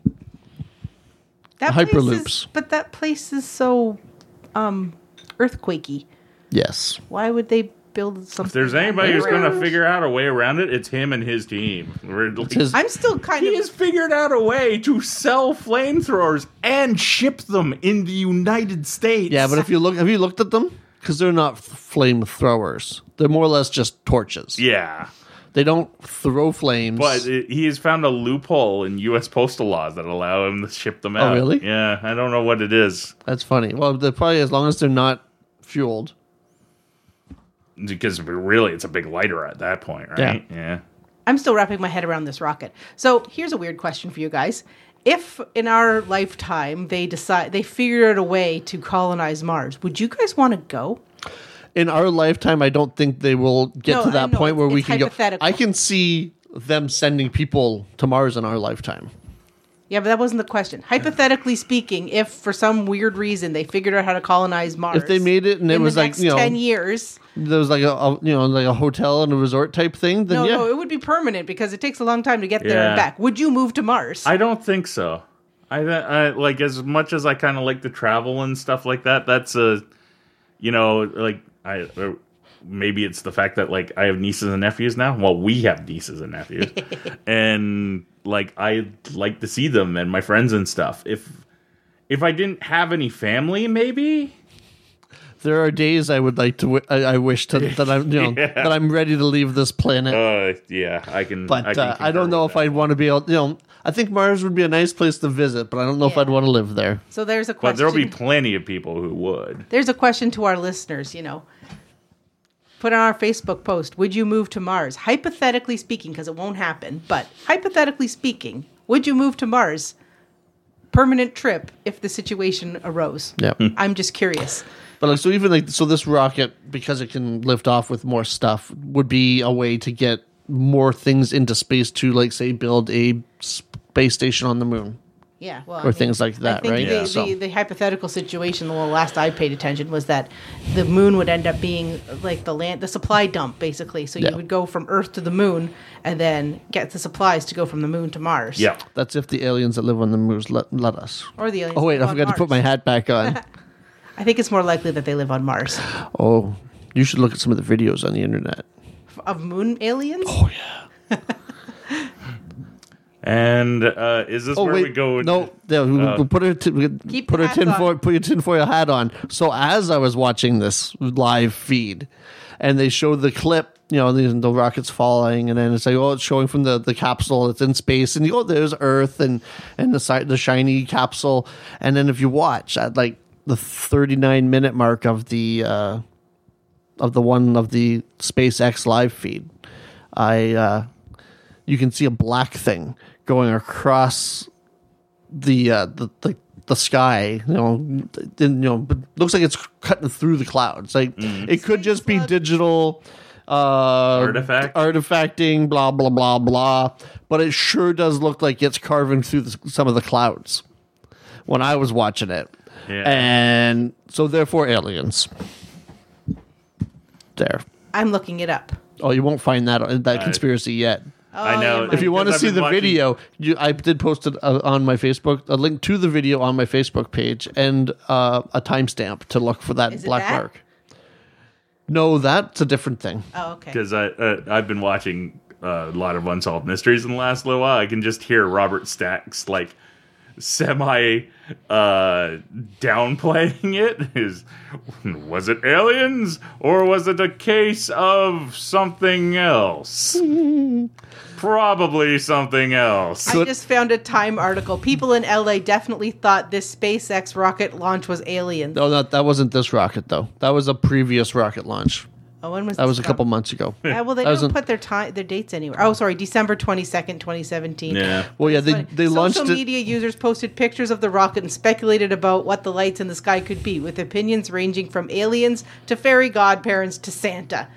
S4: That Place
S3: Hyperloops.
S4: is, but that place is so um earthquakey.
S3: Yes.
S4: Why would they build something?
S2: If there's anybody who's going to
S4: underground?
S2: figure out a way around it, it's him and his team. We're like-
S3: his-
S4: I'm still kind
S2: he has
S4: of
S2: figured out a way to sell flamethrowers and ship them in the United States.
S3: Yeah, but if you look, have you looked at them? Because they're not flamethrowers. They're more or less just torches.
S2: yeah,
S3: They don't throw flames.
S2: But it, he has found a loophole in U.S. postal laws that allow him to ship them out.
S3: Oh, really?
S2: Yeah, I don't know what it is
S3: That's funny. Well, they're probably as long as they're not fueled.
S2: because really, it's a big lighter at that point, right? Yeah.
S4: I'm still wrapping my head around this rocket. So here's a weird question for you guys. If in our lifetime they decide they figure out a way to colonize Mars, would you guys want to go?
S3: In our lifetime, I don't think they will get
S4: No,
S3: to
S4: I
S3: that
S4: know.
S3: point where we
S4: It's
S3: can go.
S4: hypothetical.
S3: I can see them sending people to Mars in our lifetime.
S4: Yeah, but that wasn't the question. Hypothetically speaking, if for some weird reason they figured out how to colonize Mars,
S3: If they made it and it
S4: in
S3: was
S4: the
S3: like,
S4: next
S3: you know-
S4: ten years,
S3: There was like a, a- you know like a hotel and a resort type thing. Then
S4: no,
S3: yeah,
S4: no, it would be permanent because it takes a long time to get there
S2: Yeah.
S4: and back. Would you move to Mars?
S2: I don't think so. I, I like as much as I kind of like to travel and stuff like that. That's a, you know, like I uh, maybe it's the fact that like I have nieces and nephews now. Well, we have nieces and nephews, and like I like to see them and my friends and stuff. If if I didn't have any family, maybe
S3: there are days I would like to. Wi- I, I wish to, that I'm you know that I'm ready to leave this planet.
S2: Uh, yeah, I can.
S3: but I,
S2: I, can
S3: uh, I don't
S2: concur
S3: know
S2: with
S3: if
S2: that.
S3: I'd want to be able. You know, I think Mars would be a nice place to visit, but I don't know if
S4: Yeah.
S3: I'd want to live there.
S4: so there's a question.
S2: But there'll be plenty of people who would.
S4: there's a question to our listeners, you know. Put on our Facebook post, would you move to Mars? Hypothetically speaking, because it won't happen, but hypothetically speaking, would you move to Mars? Permanent trip if the situation arose.
S3: Yeah.
S2: Hmm.
S4: I'm just curious.
S3: But like, so even like, so this rocket, because it can lift off with more stuff, would be a way to get more things into space to, like, say, build a space station on the moon.
S4: Yeah, well,
S3: Or things like that,
S4: I think
S3: right?
S4: The,
S3: Yeah.
S4: the,
S3: So-
S4: the hypothetical situation, the last I paid attention was that the moon would end up being like the land, the supply dump, basically. So
S3: Yeah.
S4: you would go from Earth to the moon, and then get the supplies to go from the moon to Mars.
S2: Yeah.
S3: That's if the aliens that live on the moon let, let us.
S4: Or the aliens
S3: Oh wait, I
S4: live on
S3: forgot to put my
S4: Mars.
S3: hat back on.
S4: I think it's more likely that they live on Mars.
S3: oh, you should look at some of the videos on the internet.
S4: Of moon aliens?
S2: And uh, is this
S3: Oh
S2: where
S3: wait,
S2: we go? uh,
S3: no, yeah, we, we put her t- we
S4: Keep
S3: put
S4: your
S3: her
S4: hats
S3: tin
S4: on.
S3: foil, put your tinfoil hat on. So as I was watching this live feed, and they showed the clip, you know, the, the rockets falling, and then it's like, oh, it's showing from the, the capsule that's in space, and you go, there's Earth and and the si- the shiny capsule, and then if you watch at like the 39 minute mark of the uh, of the one of the SpaceX live feed, I. Uh, you can see a black thing going across the uh, the, the the sky. You know, then, you know, but looks like it's cutting through the clouds. Like
S2: Mm.
S3: it could just be digital uh,
S2: Artifact?
S3: artifacting, blah blah blah blah. But it sure does look like it's carving through the, some of the clouds when I was watching it,
S2: Yeah.
S3: and so therefore aliens. There.
S4: I'm looking it up.
S3: Oh, you won't find that that conspiracy yet.
S2: I know.
S4: yeah,
S3: If
S2: because
S3: you want to
S2: I've
S3: see
S2: been
S3: the
S2: watching-
S3: video, you, I did post it uh, on my Facebook, a link to the video on my Facebook page, and uh, a timestamp to look for that
S4: Is it
S3: black
S4: that?
S3: mark. No, that's a different thing.
S4: Oh, okay.
S2: because I uh, I've been watching uh, a lot of unsolved mysteries in the last little while. I can just hear Robert Stack's like semi uh, downplaying it is was it aliens or was it a case of something else? Probably something else.
S4: I just found a Time article. People in LA definitely thought this SpaceX rocket launch was aliens.
S3: No, that, that wasn't this rocket though. That was a previous rocket launch.
S4: Oh, when was
S3: That
S4: this
S3: was a
S4: from?
S3: couple months ago.
S4: Yeah, Uh, well, they
S3: That was
S4: don't
S3: in-
S4: put their time, their dates anywhere. Oh, sorry, December twenty second, twenty seventeen.
S2: yeah.
S3: Well, yeah, they they launched
S4: Social
S3: it.
S4: media users posted pictures of the rocket and speculated about what the lights in the sky could be, with opinions ranging from aliens to fairy godparents to Santa.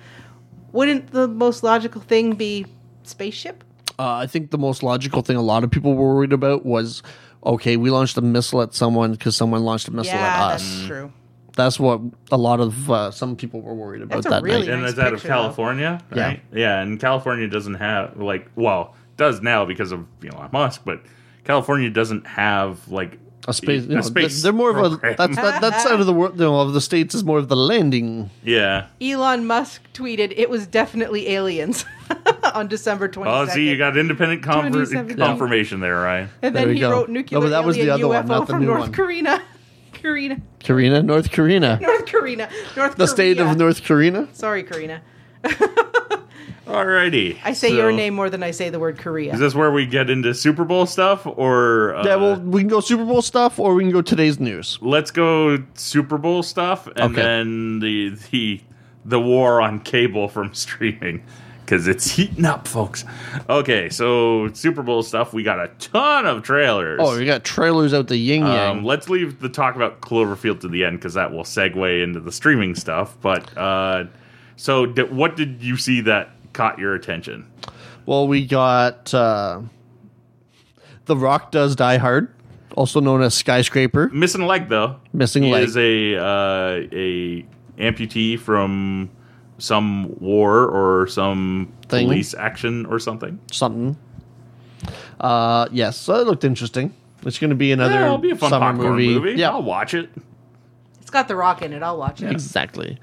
S4: Wouldn't the most logical thing be spaceship?
S3: Uh, I think the most logical thing a lot of people were worried about was, okay, we launched a missile at someone because someone launched a Mm. missile
S4: yeah,
S3: at
S4: that's
S3: us.
S4: true.
S3: That's what a lot of uh, some people were worried about
S4: That's a
S3: that
S4: really
S3: night.
S2: and
S4: nice
S2: that's out of
S4: picture, though.
S2: California,
S3: Yeah.
S2: right? Yeah. and California doesn't have like well does now because of Elon Musk, but California doesn't have like
S3: a space.
S2: a
S3: You know,
S2: space
S3: they're more
S2: program.
S3: of a that's that, that side of the world. You know, of the states is more of the landing.
S2: yeah.
S4: Elon Musk tweeted, "It was definitely aliens." on December twenty
S2: Oh,
S4: second.
S2: see, you got independent confer-
S4: 2017.
S2: confirmation there, right?
S4: and
S3: There
S4: then
S3: you
S4: he
S3: go.
S4: wrote nuclear
S3: No, but that
S4: alien
S3: was the other
S4: UFO
S3: one, not the
S4: from
S3: new
S4: North
S3: one.
S4: Korea. Karina,
S3: Karina, North Karina,
S4: North Karina, North
S3: the state of North Karina.
S4: Sorry, Karina.
S2: Alrighty.
S4: I say your
S2: so-
S4: name more than I say the word Korea.
S2: Is this where we get into Super Bowl stuff, or uh,
S3: yeah, well, we can go Super Bowl stuff, or we can go today's news.
S2: let's go Super Bowl stuff, and
S3: Okay.
S2: then the the the war on cable from streaming because it's heating up, folks. Okay, so Super Bowl stuff. We got a ton of trailers.
S3: Oh, we got trailers out the yin yang.
S2: Um, let's leave the talk about Cloverfield to the end because that will segue into the streaming stuff. But uh, so, d- what did you see that caught your attention?
S3: well, we got uh, The Rock Does Die Hard, also known as Skyscraper.
S2: Missing a leg though.
S3: Missing
S2: he
S3: leg.
S2: is a uh, a amputee from some war or some
S3: Thing.
S2: police action or something.
S3: something. Uh, yes, so that looked interesting. It's going to be another
S2: Yeah, it'll be a fun
S3: summer
S2: popcorn movie.
S3: Yeah,
S2: I'll watch it.
S4: It's got The Rock in it. I'll watch it.
S3: exactly.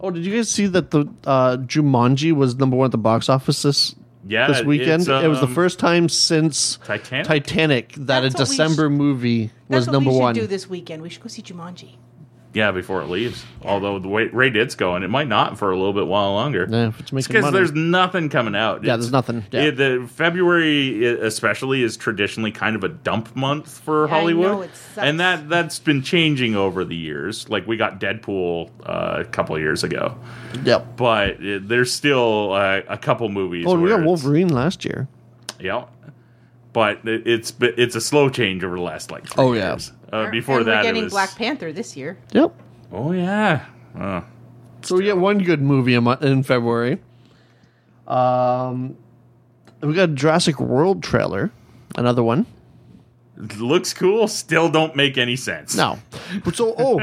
S3: Oh, did you guys see that the uh, Jumanji was number one at the box office this
S2: Yeah,
S3: this weekend?
S2: it's, um,
S3: it was the first time since
S2: Titanic?
S3: Titanic that
S4: That's
S3: a
S4: what we
S3: December
S4: sh-
S3: movie was
S4: That's
S3: number
S4: what we
S3: one.
S4: should do this weekend. We should go see Jumanji.
S2: Yeah, before it leaves. Although the way Ray it's going, it might not for a little bit while longer.
S3: Yeah, if it's making
S2: because
S3: money.
S2: there's nothing coming out.
S3: Yeah, there's nothing. Yeah.
S2: it- the February i- especially is traditionally kind of a dump month for
S4: I
S2: Hollywood,
S4: know, it sucks.
S2: and that that's been changing over the years. Like we got Deadpool uh, a couple of years ago,
S3: yep.
S2: but it, there's still uh, a couple movies.
S3: Oh, we
S2: where
S3: got
S2: it's-
S3: Wolverine last year.
S2: Yeah. But it- it's be- it's a slow change over the last like three
S3: Oh, yeah.
S2: years. Uh, before
S4: and
S2: that,
S4: we're
S2: it
S4: getting
S2: was-
S4: Black Panther this year.
S3: Yep.
S2: Oh yeah. Uh,
S3: So we get one good movie a month in February. Um, we got a Jurassic World trailer, another one.
S2: looks cool. Still don't make any sense.
S3: No. So oh.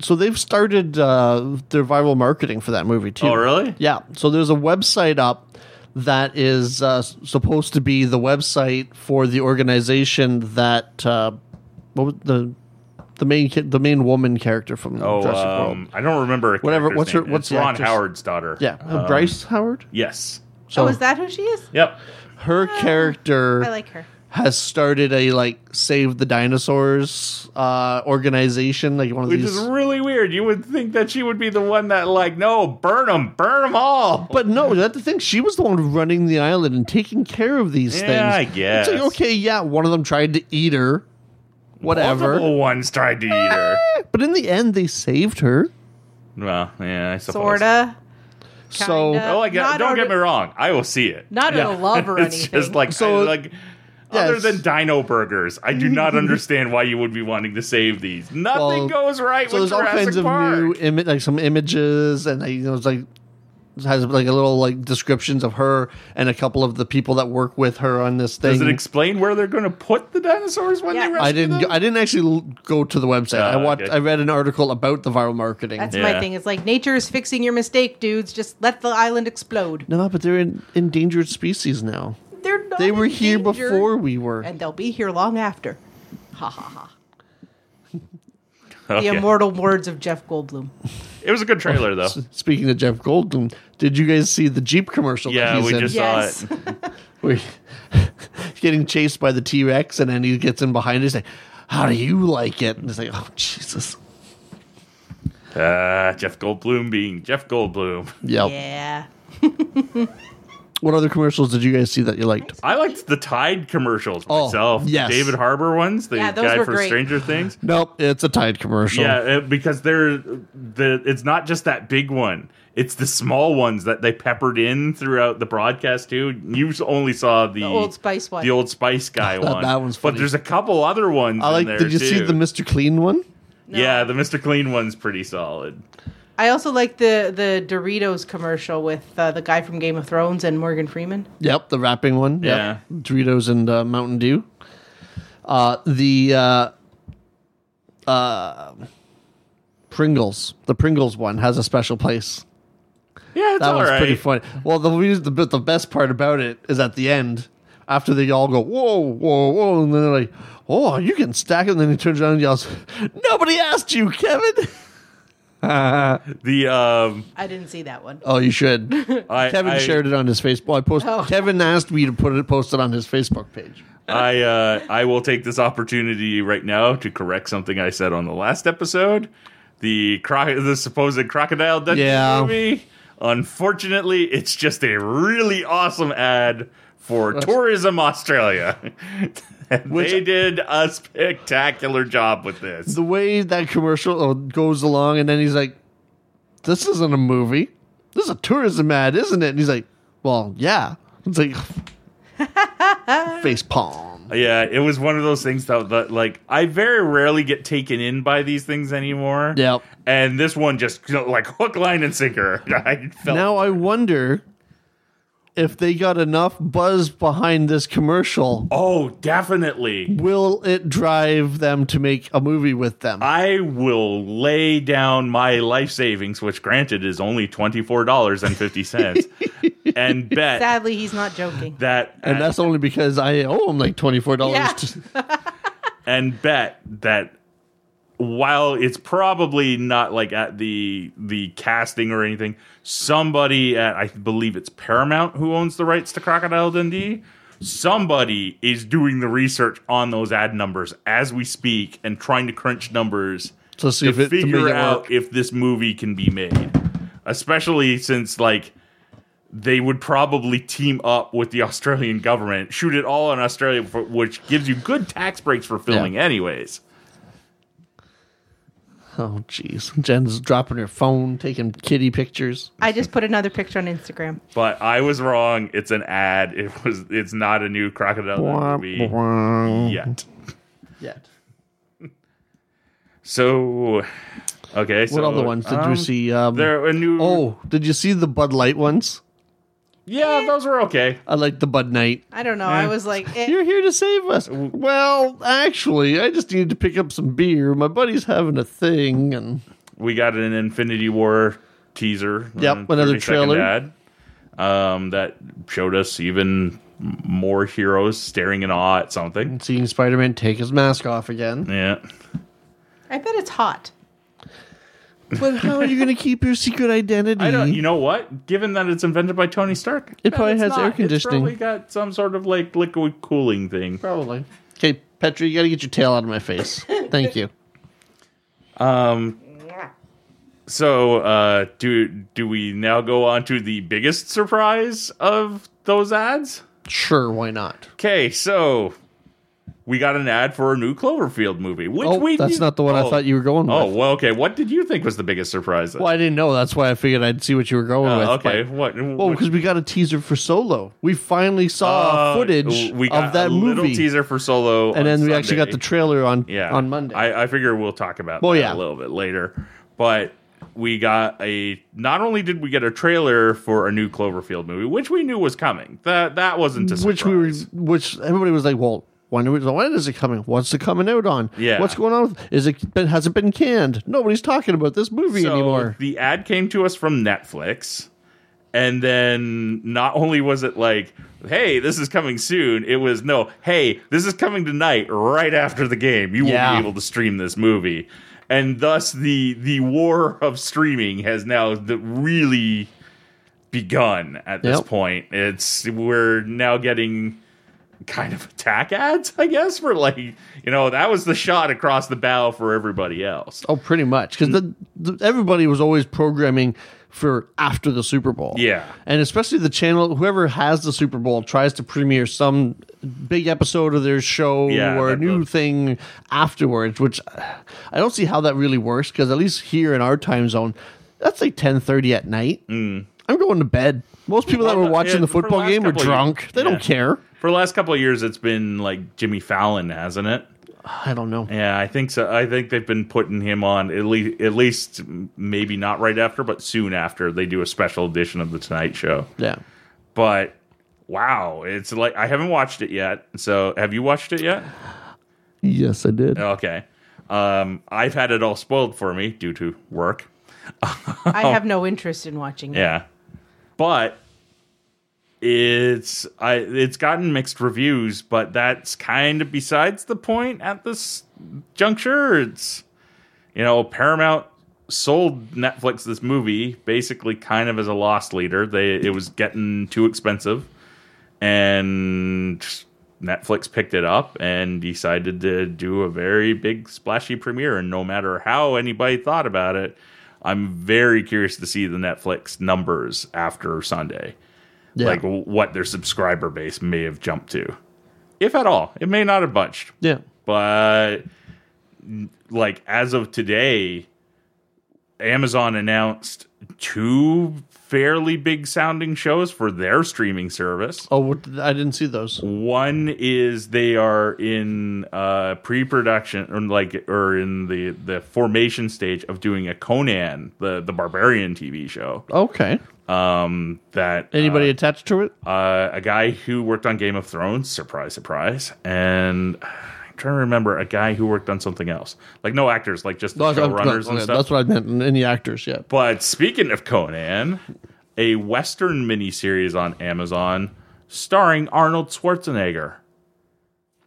S3: So they've started uh, their viral marketing for that movie too.
S2: Oh really?
S3: Yeah. So there's a website up that is uh, s- supposed to be the website for the organization that uh, what was the the main ki- the main woman character from
S2: Oh,
S3: Jurassic
S2: um,
S3: World.
S2: I don't remember. her
S3: Whatever-
S2: character's
S3: what's her-
S2: name.
S3: what's
S2: It's
S3: the
S2: Ron
S3: actress?
S2: Howard's daughter? Um,
S3: Yeah, uh, Bryce Howard.
S2: Yes.
S3: So
S4: oh, is that who she is?
S2: Yep.
S3: her character
S4: I like her.
S3: has started a like save the dinosaurs uh, organization, like one of
S2: Which
S3: these.
S2: is really weird. You would think that she would be the one that like, no, burn them, burn them all.
S3: Oh, But no, that's the thing. She was the one running the island and taking care of these
S2: Yeah,
S3: things.
S2: I
S3: It's like,
S2: guess.
S3: okay, yeah, one of them tried to eat her, whatever.
S2: Multiple ones tried to eat her.
S3: But in the end, they saved her.
S2: well, yeah, I suppose.
S4: Sorta.
S3: So,
S4: Kinda.
S2: Oh, I get,
S4: Not
S2: don't
S4: order-
S2: get me wrong. I will see it.
S4: Not in a love or
S2: it's
S4: anything.
S2: just like
S3: So-
S2: I, like other
S3: Yes.
S2: than Dino Burgers, I do not understand why you would be wanting to save these. Nothing
S3: Well,
S2: goes right
S3: so
S2: with
S3: there's all
S2: Jurassic
S3: kinds of
S2: Park.
S3: new image, like some images, and like, you know, it's like has like a little like descriptions of her and a couple of the people that work with her on this thing.
S2: Does it explain where they're going to put the dinosaurs when
S4: Yeah.
S2: they
S4: I
S2: rescue
S3: I didn't.
S2: them?
S3: Go, I didn't actually l- go to the website. I
S2: Ah,
S3: watched.
S2: okay.
S3: I read an article about the viral marketing.
S4: That's
S2: Yeah.
S4: my thing. It's like nature is fixing your mistake, dudes. Just let the island explode.
S3: no, but they're an endangered species now.
S4: They're not
S3: They were
S4: in
S3: here
S4: danger,
S3: before we were.
S4: and they'll be here long after. Ha ha ha. The
S2: Okay.
S4: immortal words of Jeff Goldblum.
S2: It was a good trailer though.
S3: Speaking of Jeff Goldblum, did you guys see the Jeep commercial? that
S2: Yeah,
S3: he's
S2: we
S3: in?
S2: just
S4: Yes.
S2: saw it.
S3: Where he- he's getting chased by the T Rex, and then he gets in behind. it, He's like, "How do you like it?" And it's like, "Oh Jesus,
S2: Uh, Jeff Goldblum being Jeff Goldblum.
S3: yep.
S4: Yeah.
S3: What other commercials did you guys see that you liked?
S2: I liked the Tide commercials
S3: Oh,
S2: myself. The
S3: yes.
S2: David Harbor ones, the
S4: Yeah, those
S2: guy
S4: were
S2: from
S4: great.
S2: Stranger Things.
S3: Nope, it's a Tide commercial.
S2: Yeah, uh, because they're the. It's not just that big one; it's the small ones that they peppered in throughout the broadcast too. You s- only saw the,
S4: Old Spice one.
S2: the Old Spice guy
S3: That-
S2: one.
S3: that one's
S2: But
S3: funny.
S2: there's a couple other ones.
S3: I
S2: in
S3: like.
S2: there,
S3: Did you see
S2: too.
S3: the Mister Clean one?
S2: Yeah, the Mr. Clean one's pretty solid.
S4: I also like the the Doritos commercial with uh, the guy from Game of Thrones and Morgan Freeman.
S3: Yep, the wrapping one. Yep.
S2: Yeah.
S3: Doritos and uh, Mountain Dew. Uh, the uh, uh, Pringles, the Pringles one has a special place.
S2: Yeah, it's
S3: That
S2: all
S3: one's
S2: right.
S3: pretty funny. Well, the reason- the but the best part about it is at the end, after they all go whoa, whoa, whoa, and then they're like, "Oh, you can stack it," and then he turns around and yells, "Nobody asked you, Kevin."
S2: The um,
S4: I didn't see that one.
S3: Oh, you should.
S2: I,
S3: Kevin
S2: I,
S3: shared it on his Facebook. I posted.
S4: Oh.
S3: Kevin asked me to put it posted on his Facebook page.
S2: I uh, I will take this opportunity right now to correct something I said on the last episode. The croc- the supposed crocodile Dundee
S3: Yeah.
S2: movie Unfortunately, it's just a really awesome ad for Tourism Australia. And
S3: Which-
S2: they did a spectacular job with this.
S3: the way that commercial uh, goes along, and then he's like, "This isn't a movie. This is a tourism ad, isn't it?" And he's like, "Well, yeah." It's like face palm.
S2: Yeah, it was one of those things that, that like I very rarely get taken in by these things anymore.
S3: Yep.
S2: And this one just you know, like hook, line, and sinker. I felt
S3: Now I wonder if they got enough buzz behind this commercial.
S2: oh, definitely.
S3: Will it drive them to make a movie with them?
S2: I will lay down my life savings, which granted is only twenty four dollars and fifty cents, and bet
S4: Sadly, he's not joking.
S2: that
S3: and that's only because I owe him like twenty four dollars.
S4: Yeah.
S2: and bet that while it's probably not like at the the casting or anything, somebody at I believe it's Paramount who owns the rights to Crocodile Dundee. Somebody is doing the research on those ad numbers as we speak and trying to crunch numbers
S3: To see if it- to make
S2: figure
S3: it
S2: out
S3: work.
S2: if this movie can be made. Especially since like they would probably team up with the Australian government, shoot it all in Australia, for, which gives you good tax breaks for filming, anyways.
S3: Oh, jeez. Jen's dropping her phone, taking kitty pictures.
S4: I just put another picture on Instagram.
S2: But I was wrong. It's an ad. It was. It's not a new crocodile movie yet.
S3: Yet.
S2: So, okay.
S3: What other ones did you see? Um,
S2: There a new.
S3: Oh, did you see the Bud Light ones?
S2: yeah, those were okay.
S3: I like the Bud Night.
S4: I don't know. I was like, eh.
S3: You're here to save us. Well, actually, I just needed to pick up some beer. My buddy's having a thing, and
S2: We got an Infinity War teaser.
S3: Yep,
S2: uh,
S3: another
S2: 30 second
S3: trailer.
S2: Ad, um, that showed us even m- more heroes staring in awe at something.
S3: seeing Spider Man take his mask off again.
S2: Yeah.
S4: I bet it's hot.
S3: But how are you going to keep your secret identity?
S2: I don't. You know what? Given that it's invented by Tony Stark,
S3: Mm-hmm. It probably
S2: it's
S3: has air
S2: It's probably
S3: conditioning.
S2: got some sort of like liquid cooling thing.
S3: Probably. Okay, Petra, you got to get your tail out of my face. Thank you.
S2: So, uh, do do we now go on to the biggest surprise of those ads?
S3: Sure, why not?
S2: Okay, so we got an ad for a new Cloverfield movie, which
S3: Oh,
S2: we
S3: that's
S2: knew-
S3: not the one I
S2: Oh.
S3: thought you were going
S2: Oh
S3: with.
S2: well, okay. What did you think was the biggest surprise? then?
S3: Well, I didn't know. That's why I figured I'd see what you were going
S2: Uh,
S3: with.
S2: okay,
S3: but-
S2: what?
S3: Well, because we got a teaser for Solo. We finally saw
S2: uh,
S3: footage
S2: we got
S3: of that
S2: a little
S3: movie.
S2: teaser for Solo, on
S3: and then we actually got
S2: Sunday.
S3: the trailer on
S2: yeah
S3: on Monday.
S2: I, I figure we'll talk about
S3: Well,
S2: that a
S3: yeah.
S2: little bit later, but we got a. Not only did we get a trailer for a new Cloverfield movie, which we knew was coming. That that wasn't a surprise.
S3: which we were, which everybody was like, well, when, are we- when is it coming? What's it coming out on?
S2: Yeah.
S3: What's going on? With, is it been, has it been canned? Nobody's talking about this movie
S2: so
S3: anymore.
S2: The ad came to us from Netflix, and then not only was it like, "Hey, this is coming soon," it was no, "Hey, this is coming tonight, right after the game. You will
S3: Yeah.
S2: be able to stream this movie." And thus, the the war of streaming has now the really begun. At this
S3: Yep.
S2: point, it's we're now getting kind of attack ads, I guess, for like you know that was the shot across the bow for everybody else.
S3: Oh, pretty much because the, the, everybody was always programming for after the Super Bowl.
S2: Yeah.
S3: and especially the channel, whoever has the Super Bowl tries to premiere some big episode of their show
S2: Yeah,
S3: or a
S2: that-
S3: new
S2: that-
S3: thing afterwards. Which uh, I don't see how that really works because at least here in our time zone, that's like ten thirty at night. I'm going to bed. Most people that
S2: Mm. Well,
S3: were watching
S2: yeah,
S3: the
S2: for the
S3: football
S2: last
S3: game were
S2: couple of years-
S3: drunk. They
S2: yeah.
S3: don't care.
S2: For the last couple of years, it's been like Jimmy Fallon, hasn't it?
S3: I don't know.
S2: Yeah, I think so. I think they've been putting him on at least, at least m- maybe not right after, but soon after they do a special edition of the Tonight Show.
S3: Yeah,
S2: But wow, it's like I haven't watched it yet. So have you watched it yet?
S3: yes, I did.
S2: Okay, um, I've had it all spoiled for me due to work.
S4: I have no interest in watching it.
S2: Oh. Yeah, but it's I it's gotten mixed reviews, but that's kind of besides the point at this juncture. It's you know Paramount sold Netflix this movie basically kind of as a loss leader. They it was getting too expensive, and Netflix picked it up and decided to do a very big splashy premiere. And no matter how anybody thought about it, I'm very curious to see the Netflix numbers after Sunday,
S3: Yeah.
S2: like w- what their subscriber base may have jumped to, if at all. It may not have bunched,
S3: yeah.
S2: but n- like as of today, Amazon announced two fairly big sounding shows for their streaming service.
S3: Oh, what did- I didn't see those.
S2: One is they are in uh, pre-production or like or in the the formation stage of doing a Conan the the Barbarian TV show.
S3: Okay.
S2: Um, that
S3: Anybody attached to it?
S2: uh, uh, a guy who worked on Game of Thrones, surprise, surprise, and I'm trying to remember a guy who worked on something else. Like no actors, like just the
S3: No, no,
S2: showrunners
S3: no,
S2: and
S3: okay,
S2: stuff.
S3: That's what I meant. Any actors yet?
S2: But speaking of Conan, a Western miniseries on Amazon starring Arnold Schwarzenegger.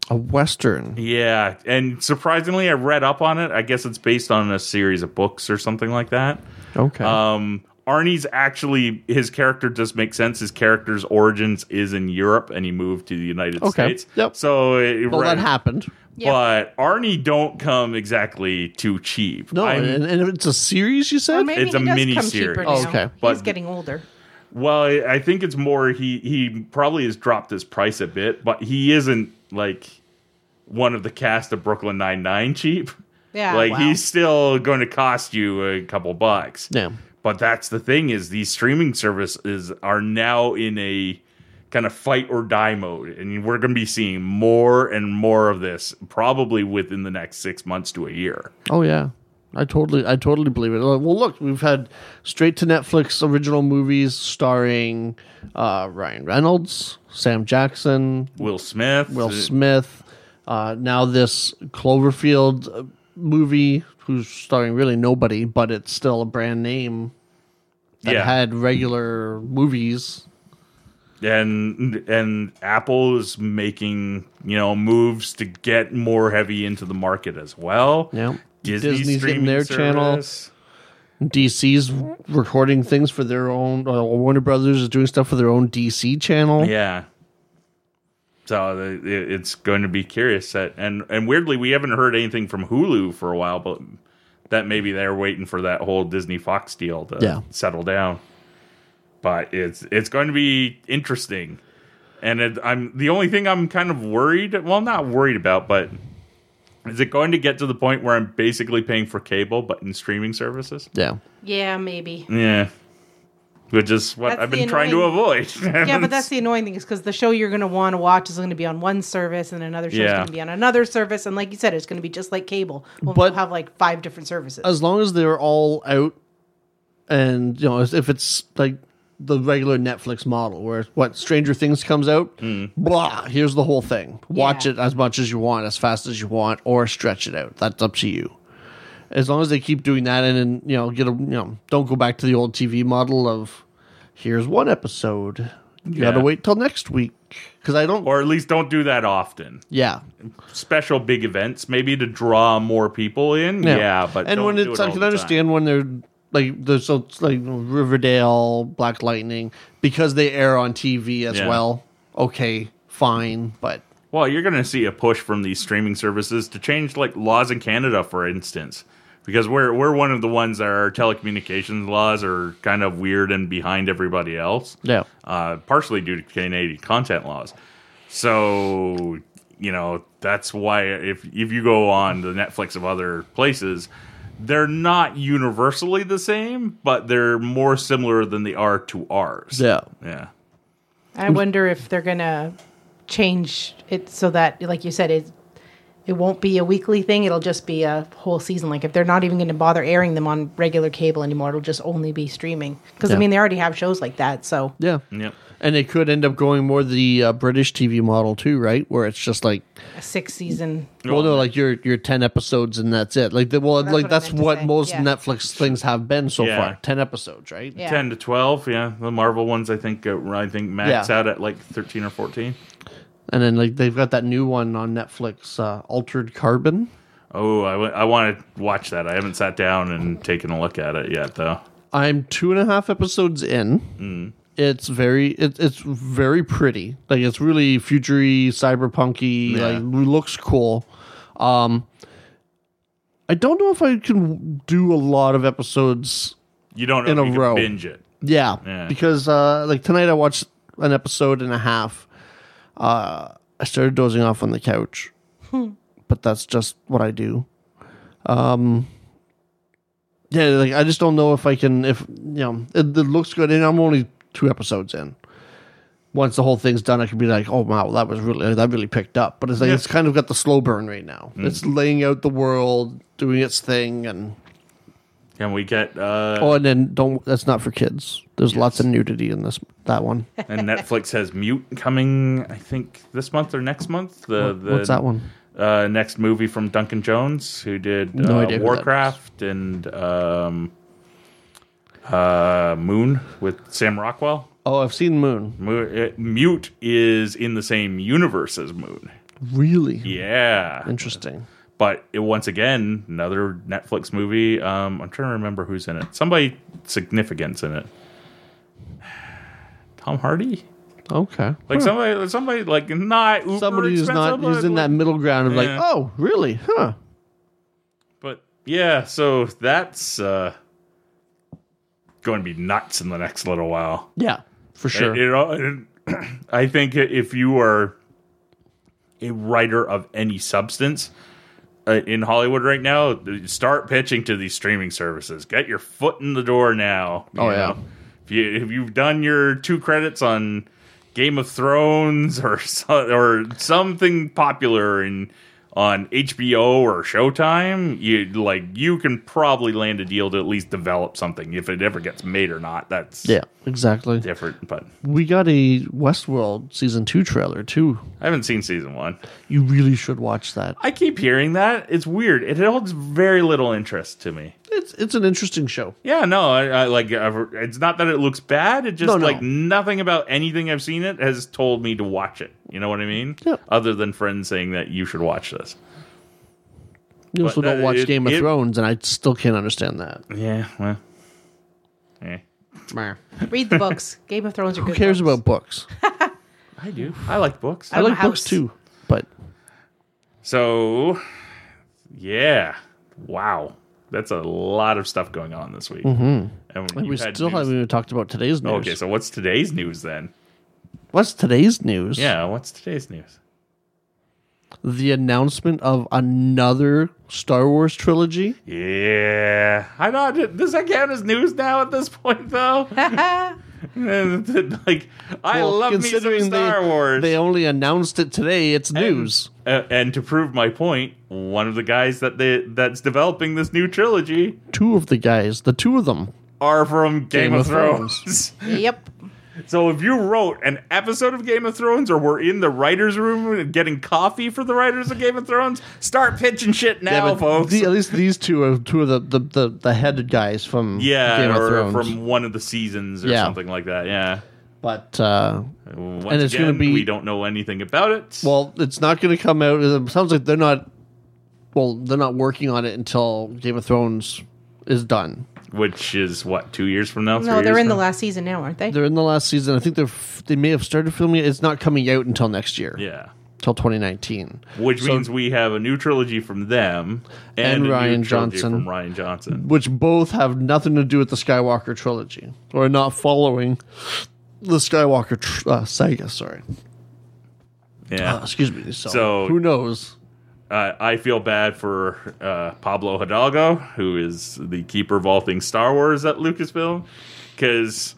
S3: A western.
S2: Yeah, and surprisingly, I read up on it. I guess it's based on a series of books or something like that.
S3: Okay.
S2: Um, Arnie's actually his character does make sense. His character's origins is in Europe, and he moved to the United
S3: Okay,
S2: States.
S3: yep.
S2: So it,
S3: well,
S2: right.
S3: that happened.
S2: But Arnie don't come exactly too cheap.
S3: No,
S2: I'm-
S3: and, and it's a series. You said.
S4: Or maybe
S2: It's
S4: he
S2: a
S4: does
S2: mini
S4: come
S2: series.
S4: cheaper now.
S3: Oh, okay.
S2: But-
S4: He's getting older.
S2: Well, I I think it's more he he probably has dropped his price a bit, but he isn't like one of the cast of Brooklyn Nine Nine cheap.
S4: Yeah,
S2: like
S4: wow.
S2: he's still going to cost you a couple bucks.
S3: Damn.
S2: But that's the thing is these streaming services are now in a kind of fight or die mode, and we're going to be seeing more and more of this probably within the next six months to a year.
S3: Oh yeah, I totally, I totally believe it. Uh, Well, look, we've had straight to Netflix original movies starring uh, Ryan Reynolds, Sam Jackson,
S2: Will Smith,
S3: Will Smith. Uh, now this Cloverfield uh, movie, who's starring really nobody, but it's still a brand name that
S2: Yeah.
S3: had regular movies.
S2: and and Apple is making you know moves to get more heavy into the market as well.
S3: Yeah.
S2: Disney
S3: Disney's getting
S2: streaming
S3: their channel.
S2: service.
S3: DC's recording things for their own. Uh, Warner Brothers is doing stuff for their own DC channel.
S2: Yeah. So the- it- it's going to be curious that and and weirdly we haven't heard anything from Hulu for a while, but that maybe they're waiting for that whole Disney Fox deal to
S3: Yeah.
S2: settle down. But it's it's going to be interesting, and it, I'm the only thing I'm kind of worried. Well, not worried about, but is it going to get to the point where I'm basically paying for cable, but in streaming services?
S3: yeah.
S4: Yeah, maybe.
S2: Yeah, which is what
S4: That's
S2: I've
S4: the
S2: been trying to
S4: annoying-
S2: avoid.
S4: Yeah, but that's the annoying thing is because the show you're going to want to watch is going to be on one service and another show's
S2: Yeah.
S4: going to be on another service. And like you said, it's going to be just like cable. We'll
S3: But-
S4: have like five different services.
S3: as long as they're all out and you know if if it's like the regular netflix model where what stranger things comes out
S2: Mm.
S3: blah here's the whole thing watch
S4: Yeah.
S3: it as much as you want as fast as you want or stretch it out that's up to you as long as they keep doing that and, and you know get a you know don't go back to the old tv model of here's one episode you gotta
S2: Yeah.
S3: wait till next week because i don't
S2: or at least don't do that often.
S3: yeah
S2: Special big events, maybe to draw more people in. Yeah, but
S3: and
S2: don't
S3: when
S2: do
S3: it's
S2: it
S3: I
S2: all
S3: can
S2: the time.
S3: understand when they're like there's so it's like Riverdale, Black Lightning because they air on TV as
S2: Yeah.
S3: well. Okay, fine, but
S2: Well, you're going to see a push from these streaming services to change like laws in Canada, for instance, because we're we're one of the ones that our telecommunications laws are kind of weird and behind everybody else.
S3: yeah,
S2: uh, partially due to Canadian content laws. So you know that's why if if you go on the Netflix of other places, they're not universally the same, but they're more similar than they are to ours.
S3: yeah.
S2: yeah,
S4: I wonder if they're going to change it so that, like you said, it it won't be a weekly thing. It'll just be a whole season. Like if they're not even going to bother airing them on regular cable anymore, it'll just only be streaming. Because
S3: Yeah.
S4: I mean, they already have shows like that. So
S3: Yeah,
S2: yep.
S3: and they could end up going more the uh, British TV model too, right? Where it's just like,
S4: a six season.
S3: well, no, like your your ten episodes and that's it. Like, the, well,
S4: That's
S3: like
S4: what I
S3: that's
S4: meant to
S3: what
S4: say,
S3: most
S4: yeah.
S3: Netflix things have been so
S2: Yeah.
S3: far, ten episodes, right?
S4: Yeah.
S2: Ten to twelve, yeah. The Marvel ones, I think, uh, I think max
S3: Yeah.
S2: out at like thirteen or fourteen.
S3: And then like they've got that new one on Netflix, uh, Altered Carbon.
S2: Oh, I want to watch that. I haven't sat down and taken a look at it yet, though.
S3: I'm two and a half episodes in. It's very it, it's very pretty. Like it's really futury, cyberpunky.
S2: Yeah.
S3: Like looks cool. Um, I don't know if I can do a lot of episodes.
S2: You don't know
S3: In
S2: if
S3: a
S2: you
S3: row.
S2: Can binge it.
S3: Yeah,
S2: Yeah.
S3: because uh, like tonight I watched an episode and a half. Uh, I started dozing off on the couch, but that's just what I do. Um, yeah, like I just don't know if I can. If you know, it, it looks good, and I'm only two episodes in. Once the whole thing's done, I could be like, "Oh wow, that was really that really picked up." But it's like
S2: Yeah. Mm.
S3: it's kind of got the slow burn right now. It's laying out the world, doing its thing, and
S2: Can we get uh,
S3: Oh, and then don't. That's not for kids. There's lots of nudity in this that one.
S2: and Netflix has Mute coming, I think this month or next month. The, the
S3: What's that one?
S2: Uh, next movie from Duncan Jones, who did
S3: No
S2: uh,
S3: idea who that
S2: Warcraft and um, uh, Moon with Sam Rockwell.
S3: Oh, I've seen Moon.
S2: Mo- uh, Mute is in the same universe as Moon.
S3: Really
S2: Yeah,
S3: interesting.
S2: but it, once again, another Netflix movie. Um, I'm trying to remember who's in it. Somebody significant's in it. Tom Hardy.
S3: Okay,
S2: Like somebody, somebody like not uber
S3: somebody who's not
S2: expensive,
S3: who's in
S2: but,
S3: that middle ground of
S2: Yeah.
S3: like, oh, really? Huh?
S2: But yeah, so that's uh, going to be nuts in the next little while.
S3: Yeah, for sure.
S2: It, it all- it- I think if you are a writer of any substance uh, in Hollywood right now, start pitching to these streaming services. Get your foot in the door now. you
S3: Oh, yeah.
S2: If you if you've done your two credits on Game of Thrones or so, or something popular in on HBO or Showtime, you like you can probably land a deal to at least develop something if it ever gets made or not. That's
S3: yeah, exactly.
S2: different, but
S3: We got a Westworld season two trailer too.
S2: I haven't seen season one.
S3: You really should watch that.
S2: I keep hearing that. It's weird. It holds very little interest to me.
S3: It's it's an interesting show.
S2: Yeah, no, I, I like. I've, it's not that it looks bad. It just
S3: No, no.
S2: like nothing about anything I've seen it has told me to watch it. You know what I mean?
S3: Yeah.
S2: Other than friends saying that you should watch this.
S3: You also
S2: But,
S3: don't
S2: uh,
S3: watch
S2: it-
S3: Game of
S2: it-
S3: Thrones, and I still can't understand that.
S2: Yeah. Well. eh.
S4: Read the books. Game of Thrones. Are
S3: Who cares about books?
S2: I do. I like books.
S3: I
S4: I'm a
S3: like books
S4: house.
S3: too, but
S2: So, yeah. Wow. That's a lot of stuff going on this week. And
S3: Mm-hmm. we
S2: you've had
S3: still
S2: news-
S3: haven't even talked about today's news.
S2: Okay, so what's today's news then?
S3: What's today's news?
S2: Yeah, what's today's news?
S3: the announcement of another Star Wars trilogy.
S2: Yeah, I know. Does that count as news now at this point, though? like, I
S3: Well,
S2: love me some
S3: considering
S2: Star
S3: they,
S2: Wars.
S3: They only announced it today. It's news.
S2: Uh, and to prove my point, one of the guys that they that's developing this new trilogy
S3: Two of the guys, the two of them.
S2: are from Game,
S3: Game
S2: of,
S3: of
S2: Thrones.
S4: Yep.
S2: so if you wrote an episode of Game of Thrones or were in the writers' room getting coffee for the writers of Game of Thrones, start pitching shit now,
S3: Yeah, but
S2: folks.
S3: the- at least these two are two of the the, the, the headed guys from
S2: yeah,
S3: Game
S2: or
S3: of Thrones.
S2: from one of the seasons or
S3: Yeah.
S2: something like that. Yeah.
S3: but uh,
S2: Once
S3: And it's
S2: again,
S3: gonna be-
S2: we don't know anything about it.
S3: well, it's not going to come out. It sounds like they're not. Well, they're not working on it until Game of Thrones is done.
S2: which is what two years from now.
S4: No, they're in the last season now, aren't they?
S3: They're in the last season. I think they're f- they may have started filming it. It's not coming out until next year,
S2: Yeah,
S3: till 2019.
S2: which
S3: So-
S2: means we have a new trilogy from them a
S3: And
S2: new trilogy
S3: Rian Johnson.
S2: from Ryan Johnson.
S3: which both have nothing to do with the Skywalker trilogy or not following the Skywalker tr- uh, saga. Sorry,
S2: Yeah,
S3: Uh, excuse me. So,
S2: So-
S3: who knows?
S2: uh, I feel bad for uh, Pablo Hidalgo, who is the keeper of all things Star Wars at Lucasfilm, because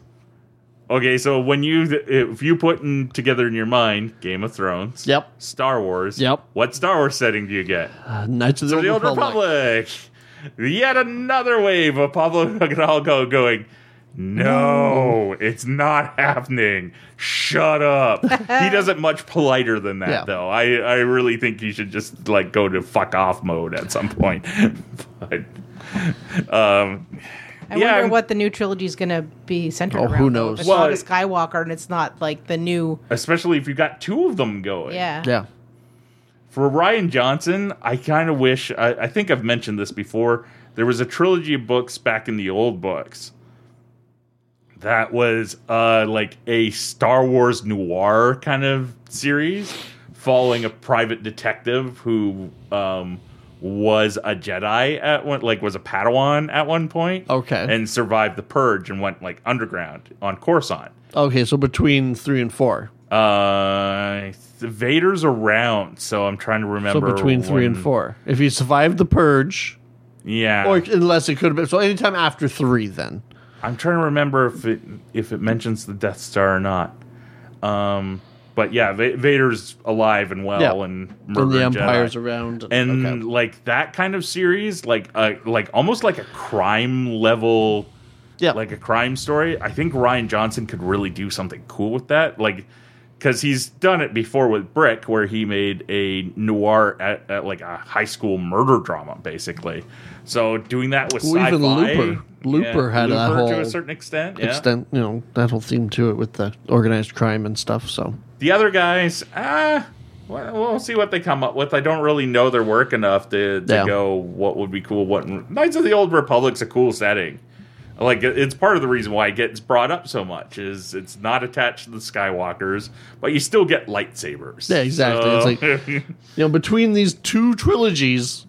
S2: okay, so when you if you put in, together in your mind Game of Thrones,
S3: Yep.
S2: Star Wars,
S3: Yep.
S2: what Star Wars setting do you get?
S3: Uh, Knights of the,
S2: the
S3: Old
S2: Old
S3: Republic.
S2: Republic. Yet another wave of Pablo Hidalgo going, no, it's not happening. Shut up. he does it much politer than that,
S3: Yeah.
S2: though. I, I really think he should just like go to fuck off mode at some point. but, um, yeah,
S4: I wonder
S2: I'm-
S4: what the new trilogy is going to be centered
S3: Oh,
S4: around.
S3: who
S4: though.
S3: knows?
S4: If It's
S2: Well,
S4: not a Skywalker, and it's not like the new.
S2: especially if you got two of them going.
S4: Yeah.
S3: Yeah,
S2: for Ryan Johnson, I kind of wish I, I think I've mentioned this before. There was a trilogy of books back in the old books that was uh, like a Star Wars noir kind of series, following a private detective who um, was a Jedi at one, like was a Padawan at one point.
S3: Okay.
S2: and survived the purge and went like underground on Coruscant.
S3: Okay, so between three and four.
S2: Uh, Vader's around, so I'm trying to
S3: So
S2: remember.
S3: between three and
S2: when-
S3: four. If he survived the purge,
S2: yeah.
S3: or unless it could have been. So anytime after three, then.
S2: I'm trying to remember if it if it mentions the Death Star or not. Um, but yeah, Va- Vader's alive and well,
S3: Yeah.
S2: and
S3: When
S2: murdering
S3: the empire's
S2: Jedi.
S3: around.
S2: and
S3: okay.
S2: like that kind of series, like a like almost like a crime level,
S3: yeah.
S2: like a crime story. I think Ryan Johnson could really do something cool with that, like because he's done it before with Brick, where he made a noir at, at like a high school murder drama, basically. So doing that with
S3: Well,
S2: sci-fi,
S3: even Looper. Looper had that
S2: Looper to
S3: whole
S2: a certain extent. Yeah.
S3: extent, you know, that whole theme to it with the organized crime and stuff. So
S2: The other guys, ah, well, we'll see what they come up with. I don't really know their work enough to, to
S3: Yeah.
S2: go what would be cool. What Knights of the Old Republic's a cool setting. Like it- it's part of the reason why it gets brought up so much is it's not attached to the Skywalkers, but you still get lightsabers.
S3: Yeah, exactly. It's
S2: like
S3: you know, between these two trilogies,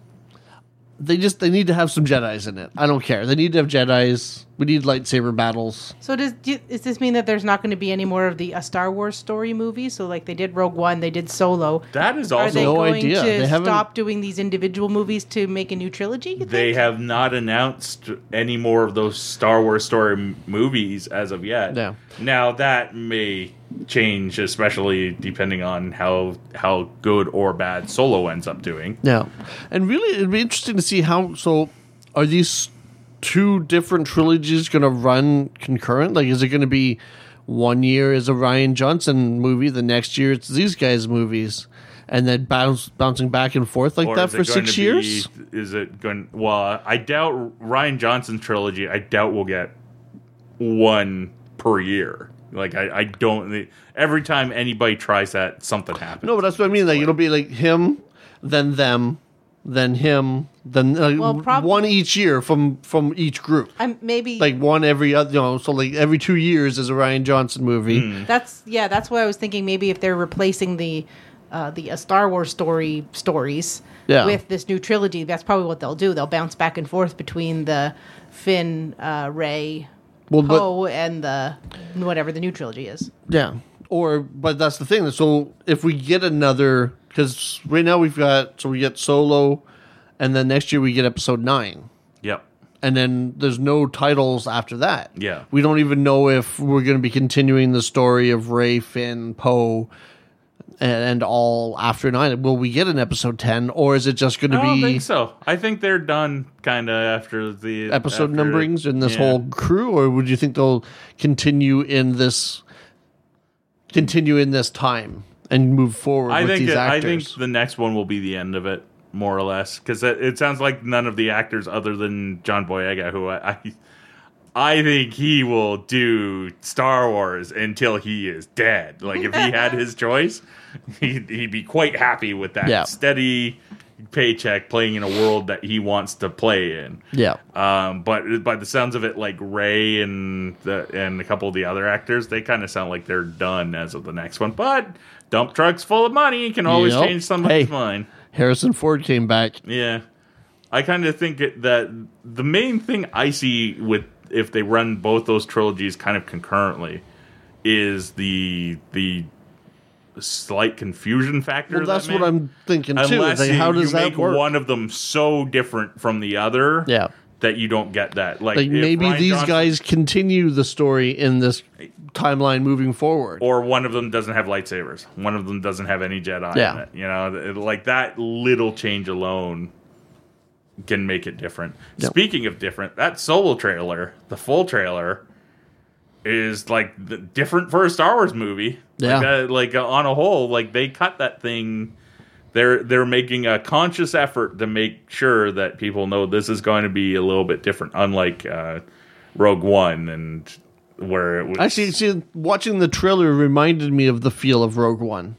S3: they just they need to have some Jedi's in it. I don't care. They need to have Jedi's. We need lightsaber battles.
S4: So does do- does this mean that there's not going to be any more of the a Star Wars story movie? So like they did Rogue One, they did Solo.
S2: that is
S4: Are
S2: also
S4: they
S3: No
S4: going
S3: idea.
S4: to
S3: They haven't-
S4: stop doing these individual movies to make a new trilogy? You
S2: They
S4: think?
S2: have not announced any more of those Star Wars story m- movies as of yet.
S3: Yeah.
S2: Now that may change, especially depending on how how good or bad Solo ends up doing.
S3: Yeah, and really, it'd be interesting to see how. So, are these two different trilogies going to run concurrent? Like, is it going to be one year is a Ryan Johnson movie, the next year it's these guys' movies, and then bounce bouncing back and forth like that
S2: is it
S3: for
S2: going
S3: six
S2: to be-
S3: years?
S2: Is it going? Well, I doubt Ryan Johnson's trilogy. I doubt we'll get one per year. Like I, I don't. Every time anybody tries that, something happens.
S3: No, but that's what I mean. Like, it'll be like him, then them, then him, then like,
S4: Well, prob-
S3: one each year from from each group.
S4: I'm, maybe
S3: Like one every other, you know, so like every two years is a Ryan Johnson movie.
S4: that's yeah. That's what I was thinking. Maybe if they're replacing the uh, the a Star Wars story stories
S3: Yeah.
S4: with this new trilogy, that's probably what they'll do. They'll bounce back and forth between the Finn, uh, Ray,
S3: Well, but
S4: Poe, and the whatever the new trilogy is.
S3: Yeah. Or, but that's the thing. So if we get another, because right now we've got, so we get solo, and then next year we get episode nine.
S2: Yep.
S3: And then there's no titles after that.
S2: Yeah.
S3: We don't even know if we're going to be continuing the story of Ray, Finn, Poe, and, and all after nine. Will we get an episode 10, or is it just going to
S2: I don't
S3: be
S2: think so. I think they're done kind of after the
S3: episode
S2: after-
S3: numberings in this
S2: yeah.
S3: whole crew, or would you think they'll continue in this continue in this time and move forward
S2: I
S3: with
S2: think
S3: these
S2: it- I
S3: actors?
S2: think the next one will be the end of it, more or less, because it, it sounds like none of the actors other than John Boyega, who I, I I think he will do Star Wars until he is dead. Like if he had his choice, he'd, he'd be quite happy with that
S3: Yeah.
S2: steady paycheck playing in a world that he wants to play in.
S3: yeah,
S2: Um, but by the sounds of it, like Ray and the and a couple of the other actors, they kind of sound like they're done as of the next one. But dump trucks full of money can always
S3: Yep.
S2: change somebody's
S3: Hey.
S2: mind.
S3: Harrison Ford came back.
S2: Yeah, I kind of think it- that the main thing I see with if they run both those trilogies kind of concurrently is the the slight confusion factor.
S3: Well,
S2: that
S3: that's what
S2: may-
S3: I'm thinking too.
S2: Unless
S3: It's Like,
S2: you,
S3: how does
S2: you
S3: that
S2: make
S3: work?
S2: one of them so different from the other,
S3: Yeah.
S2: that you don't get that. Like,
S3: like
S2: if
S3: maybe
S2: Ryan
S3: these
S2: Johnson-
S3: guys continue the story in this timeline moving forward.
S2: or one of them doesn't have lightsabers, one of them doesn't have any Jedi.
S3: Yeah.
S2: in it. you know, it- like that little change alone can make it different.
S3: Yep.
S2: Speaking of different, that solo trailer, the full trailer. Is like the, different for a Star Wars movie.
S3: Yeah.
S2: like, uh, like uh, on a whole, like they cut that thing they're they're making a conscious effort to make sure that people know this is going to be a little bit different, unlike uh, Rogue One and where it was
S3: Actually, see, watching the trailer reminded me of the feel of Rogue One,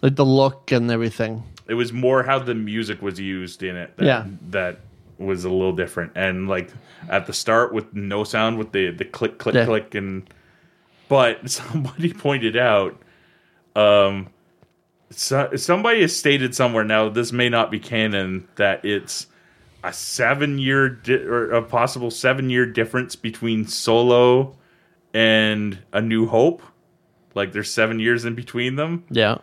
S3: like the look and everything.
S2: it was more how the music was used in it. That,
S3: Yeah.
S2: that was a little different. And like at the start with no sound with the the click click
S3: Yeah.
S2: click and but somebody pointed out um so, somebody has stated somewhere now this may not be canon that it's a seven year di- or a possible seven year difference between solo and a new hope like there's seven years in between them
S3: Yeah.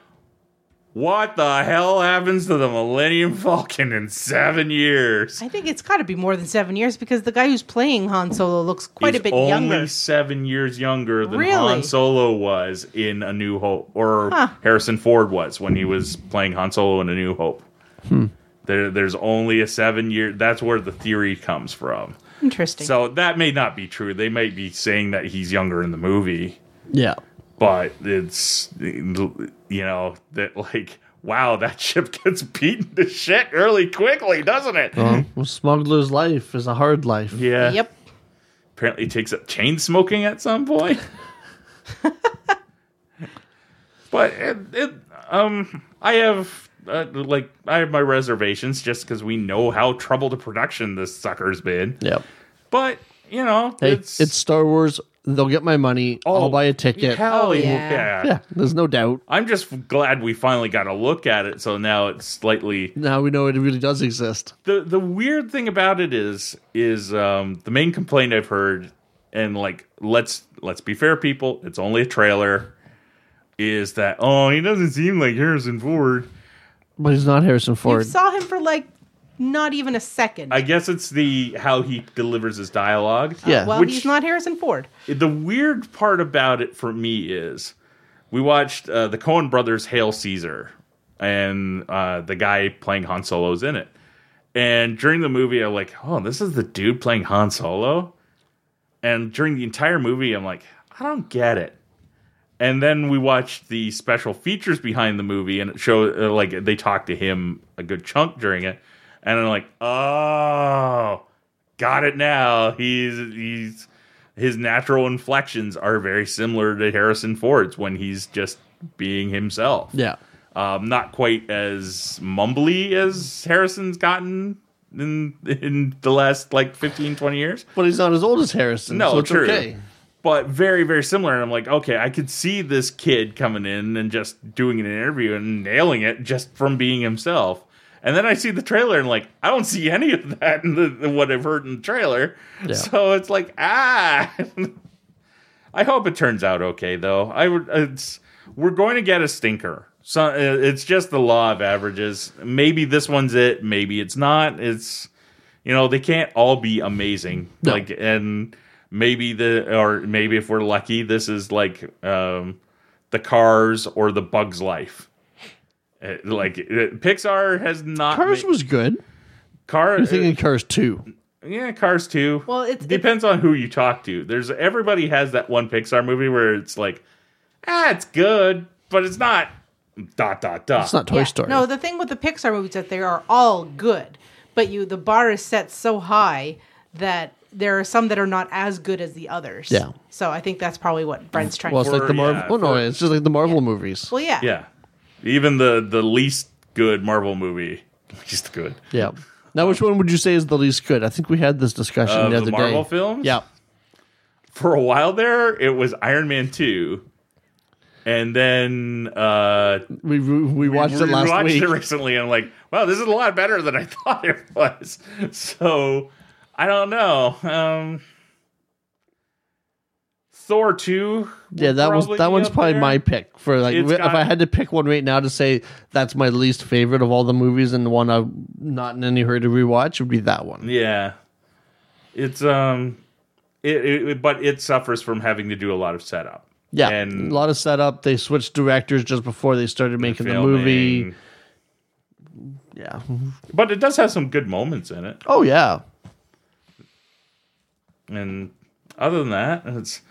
S2: what the hell happens to the millennium falcon in seven years
S4: I think it's got to be more than seven years because the guy who's playing Han Solo looks quite
S2: He's
S4: a bit
S2: only
S4: younger.
S2: seven years younger than
S4: Really?
S2: Han Solo was in A New Hope, or Harrison Ford was when he was playing Han Solo in A New Hope. There, there's only a seven year. That's where the theory comes from.
S4: Interesting.
S2: So that may not be true. They might be saying that he's younger in the movie,
S3: Yeah.
S2: but it's you know that like wow that ship gets beaten to shit really quickly, doesn't it?
S3: Well, smuggler's life is a hard life.
S2: Yeah.
S4: yep.
S2: apparently takes up chain smoking at some point. but it, it, um, I have uh, like I have my reservations just because we know how troubled a production this sucker's been.
S3: Yep.
S2: But you know,
S3: Hey, it's, Star Wars. They'll get my money. I'll buy a ticket.
S2: Hell
S4: Oh,
S2: yeah.
S4: yeah.
S3: yeah, there's no doubt.
S2: I'm just glad we finally got a look at it. So now it's slightly
S3: Now we know it really does exist.
S2: the the weird thing about it is is um, the main complaint I've heard, and like let's let's be fair, people, it's only a trailer. Is that oh he doesn't seem like Harrison Ford?
S3: But he's not Harrison
S4: You
S3: Ford.
S4: saw him for like not even a second.
S2: I guess it's the how he delivers his dialogue.
S3: yeah.
S4: Uh, well,
S2: which-
S4: he's not Harrison Ford.
S2: The weird part about it for me is we watched uh, the Coen Brothers Hail Caesar, and uh, the guy playing Han Solo's in it. And during the movie, I'm like, oh, this is the dude playing Han Solo. And during the entire movie, I'm like, I don't get it. And then we watched the special features behind the movie, and it showed uh, like they talked to him a good chunk during it. And I'm like, oh, got it now. He's he's his natural inflections are very similar to Harrison Ford's when he's just being himself
S3: yeah.
S2: um, not quite as mumbly as Harrison's gotten in in the last like 15 20 years
S3: But he's not as old as Harrison.
S2: no
S3: so it's
S2: true
S3: okay.
S2: but very very similar and i'm like okay i could see this kid coming in and just doing an interview and nailing it just from being himself and then i see the trailer and like i don't see any of that in the, the- what i've heard in the trailer
S3: Yeah.
S2: so it's like ah i hope it turns out okay though i would it's we're going to get a stinker so uh, it's just the law of averages maybe this one's it maybe it's not it's you know they can't all be amazing
S3: No.
S2: like and maybe the or maybe if we're lucky this is like um the cars or the bugs life Uh, like uh, pixar has not
S3: Cars
S2: ma-
S3: was good.
S2: car
S3: I'm thinking Cars 2.
S2: uh, yeah cars too
S4: Well, it's-
S2: depends on who you talk to there's everybody has that one pixar movie where it's like ah it's good but it's not dot dot dot
S3: It's not Toy
S4: Yeah.
S3: Story.
S4: No, the thing with the Pixar movies is that they are all good, but you the bar is set so high that there are some that are not as good as the others.
S3: Yeah.
S4: So I think that's probably what Brent's trying
S3: well,
S4: to
S3: it's
S4: say.
S3: like the Marvel.
S2: yeah,
S3: oh, no.
S2: for-
S3: It's just like the Marvel movies.
S4: Well, yeah.
S2: yeah even the the least good marvel movie least good
S3: Yeah. Now, which one would you say is the least good? I think we had this discussion
S2: Of
S3: the
S2: the
S3: other day.
S2: Marvel films?
S3: Yeah.
S2: for a while there, it was Iron Man 2. And then uh,
S3: We, we, we watched it last
S2: watched
S3: week.
S2: it recently, and I'm like, wow, this is a lot better than I thought it was. So I don't know. Um, Thor two, would
S3: Yeah, that was
S2: probably
S3: that
S2: be
S3: one's
S2: up
S3: probably
S2: there.
S3: my pick for like
S2: It's
S3: if
S2: got-
S3: I had to pick one right now to say that's my least favorite of all the movies and the one I'm not in any hurry to rewatch would be that one.
S2: Yeah, it's um, it, it but it suffers from having to do a lot of setup.
S3: Yeah,
S2: and
S3: a lot of setup. They switched directors just before they started making the movie.
S2: filming.
S3: Yeah.
S2: But it does have some good moments in it.
S3: Oh yeah.
S2: and other than that, it's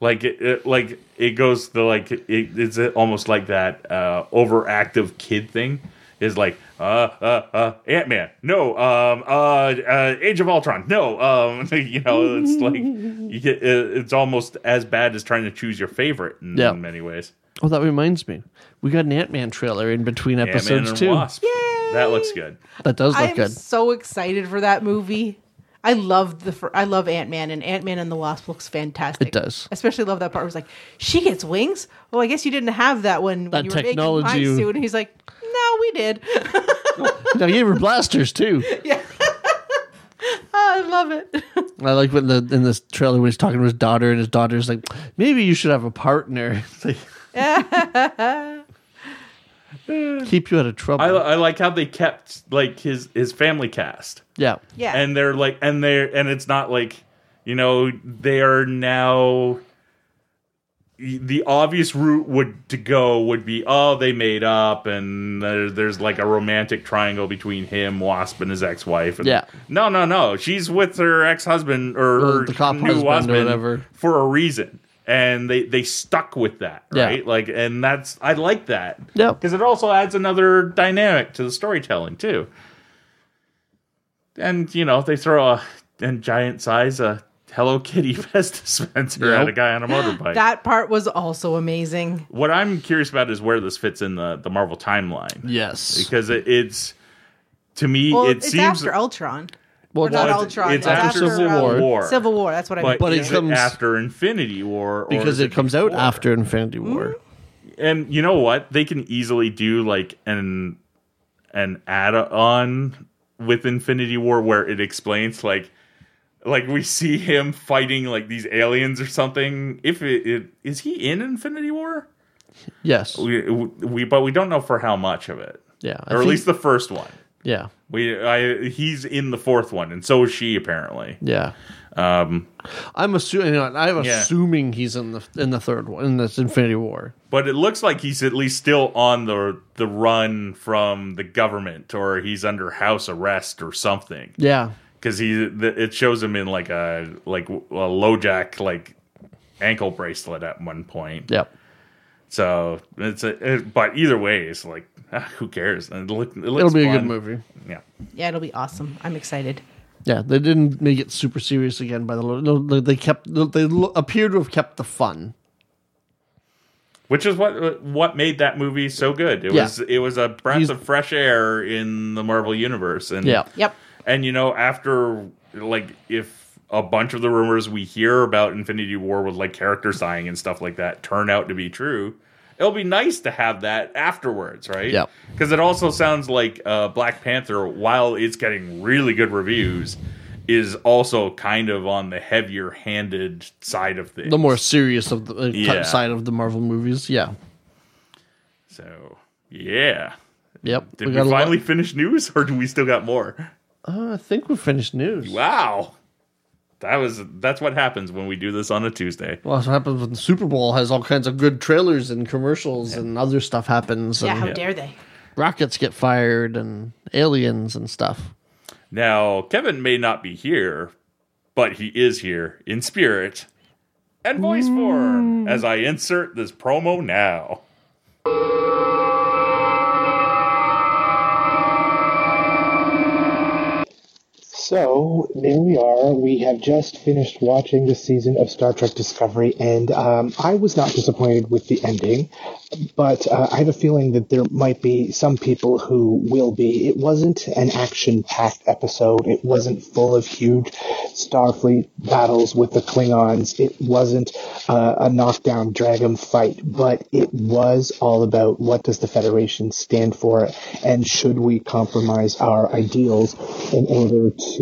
S2: like it, it like it goes to like it, it's almost like that uh, overactive kid thing is like uh uh uh Ant Man no um uh, uh Age of Ultron no um you know it's like you get, it, it's almost as bad as trying to choose your favorite in,
S3: Yeah.
S2: many ways.
S3: Oh, that reminds me. We got an Ant Man trailer in between
S2: Ant Man
S3: episodes
S2: and
S3: too.
S2: Wasp
S4: Yay!
S2: that looks good.
S3: That does look
S4: I'm
S3: good.
S4: so excited for that movie. I love the fir- I love Ant Man and Ant Man and the Wasp looks fantastic.
S3: It does.
S4: Especially love that part. Where it's like she gets wings. Well, I guess you didn't have that when,
S3: That
S4: when you were
S3: technology-
S4: making my suit. And he's like, no, we did.
S3: Now you gave her blasters too.
S4: I love it.
S3: I like when the in this trailer when he's talking to his daughter and his daughter's like, maybe you should have a partner. It's like- keep you out of trouble.
S2: I, I like how they kept like his his family cast,
S3: yeah.
S4: Yeah.
S2: and they're like, and they're and it's not like, you know, they are now. The obvious route would to go would be oh they made up and there, there's like a romantic triangle between him Wasp and his ex wife and
S3: Yeah.
S2: no no no she's with her ex husband or
S3: Or
S2: her
S3: the cop
S2: new
S3: husband or
S2: husband
S3: whatever.
S2: for a reason and they they stuck with that
S3: Yeah.
S2: right like and that's I like that
S3: Yeah.
S2: because it also adds another dynamic to the storytelling too. And you know, they throw a in giant size a Hello Kitty vest dispenser
S3: Yep.
S2: at a guy on a motorbike.
S4: that part was also amazing.
S2: what I'm curious about is where this fits in the the Marvel timeline
S3: Yes.
S2: because it, it's to me
S4: Well,
S2: it
S4: it's
S2: seems
S4: after Ultron.
S3: Well,
S4: Or not
S2: it's-
S4: Ultron.
S2: it's
S3: after Civil
S4: um,
S3: War.
S4: Civil War. That's what I
S2: but,
S4: meant.
S3: But it
S2: is
S3: comes-
S2: it after Infinity War or
S3: because
S2: is
S3: it comes out
S2: before?
S3: after Infinity War.
S2: and you know what they can easily do like an an add-on with infinity war where it explains like like we see him fighting like these aliens or something if it, it is he in infinity war
S3: Yes.
S2: we, we but we don't know for how much of it
S3: Yeah. I
S2: or at
S3: think-
S2: least the first one
S3: Yeah.
S2: we i he's in the fourth one and so is she apparently
S3: Yeah. Um, I'm assuming. I'm
S2: Yeah.
S3: assuming he's in the in the third one in this Infinity War.
S2: But it looks like he's at least still on the the run from the government, or he's under house arrest or something.
S3: Yeah.
S2: Because he, th- it shows him in like a like a LoJack like ankle bracelet at one point.
S3: Yep.
S2: So it's a, it- but either way, it's like ah, who cares? And it look, it looks
S3: It'll be a
S2: fun.
S3: good movie.
S2: Yeah,
S4: yeah, it'll be awesome. I'm excited.
S3: Yeah, they didn't make it super serious again. By the lo- they kept they lo- appear to have kept the fun.
S2: which is what what made that movie so good. It
S3: Yeah.
S2: was it was a breath
S3: He's-
S2: of fresh air in the Marvel universe. And
S3: Yeah.
S4: Yep.
S2: And you know, after like if a bunch of the rumors we hear about Infinity War with like characters dying and stuff like that turn out to be true, it'll be nice to have that afterwards, right?
S3: Yep.
S2: Because it also sounds like uh, Black Panther, while it's getting really good reviews, is also kind of on the heavier-handed side of things.
S3: The more serious of the uh,
S2: Yeah.
S3: side of the Marvel movies. Yeah.
S2: so, yeah.
S3: Yep.
S2: Did we,
S3: got a lot-
S2: finally finish news, or do we still got more?
S3: Uh, I think we finished news.
S2: Wow, that was that's what happens when we do this on a Tuesday.
S3: Well, that's what happens when the Super Bowl has all kinds of good trailers and commercials and other stuff happens.
S4: Yeah,
S3: and
S4: how dare they?
S3: rockets get fired and aliens and stuff.
S2: Now, Kevin may not be here, but he is here in spirit and voice form as I insert this promo now.
S5: So there we are. We have just finished watching the season of Star Trek Discovery, and um, I was not disappointed with the ending, but uh, I have a feeling that there might be some people who will be. It wasn't an action-packed episode. It wasn't full of huge Starfleet battles with the Klingons. It wasn't uh, a knockdown dragon fight, but it was all about what does the Federation stand for, and should we compromise our ideals in order to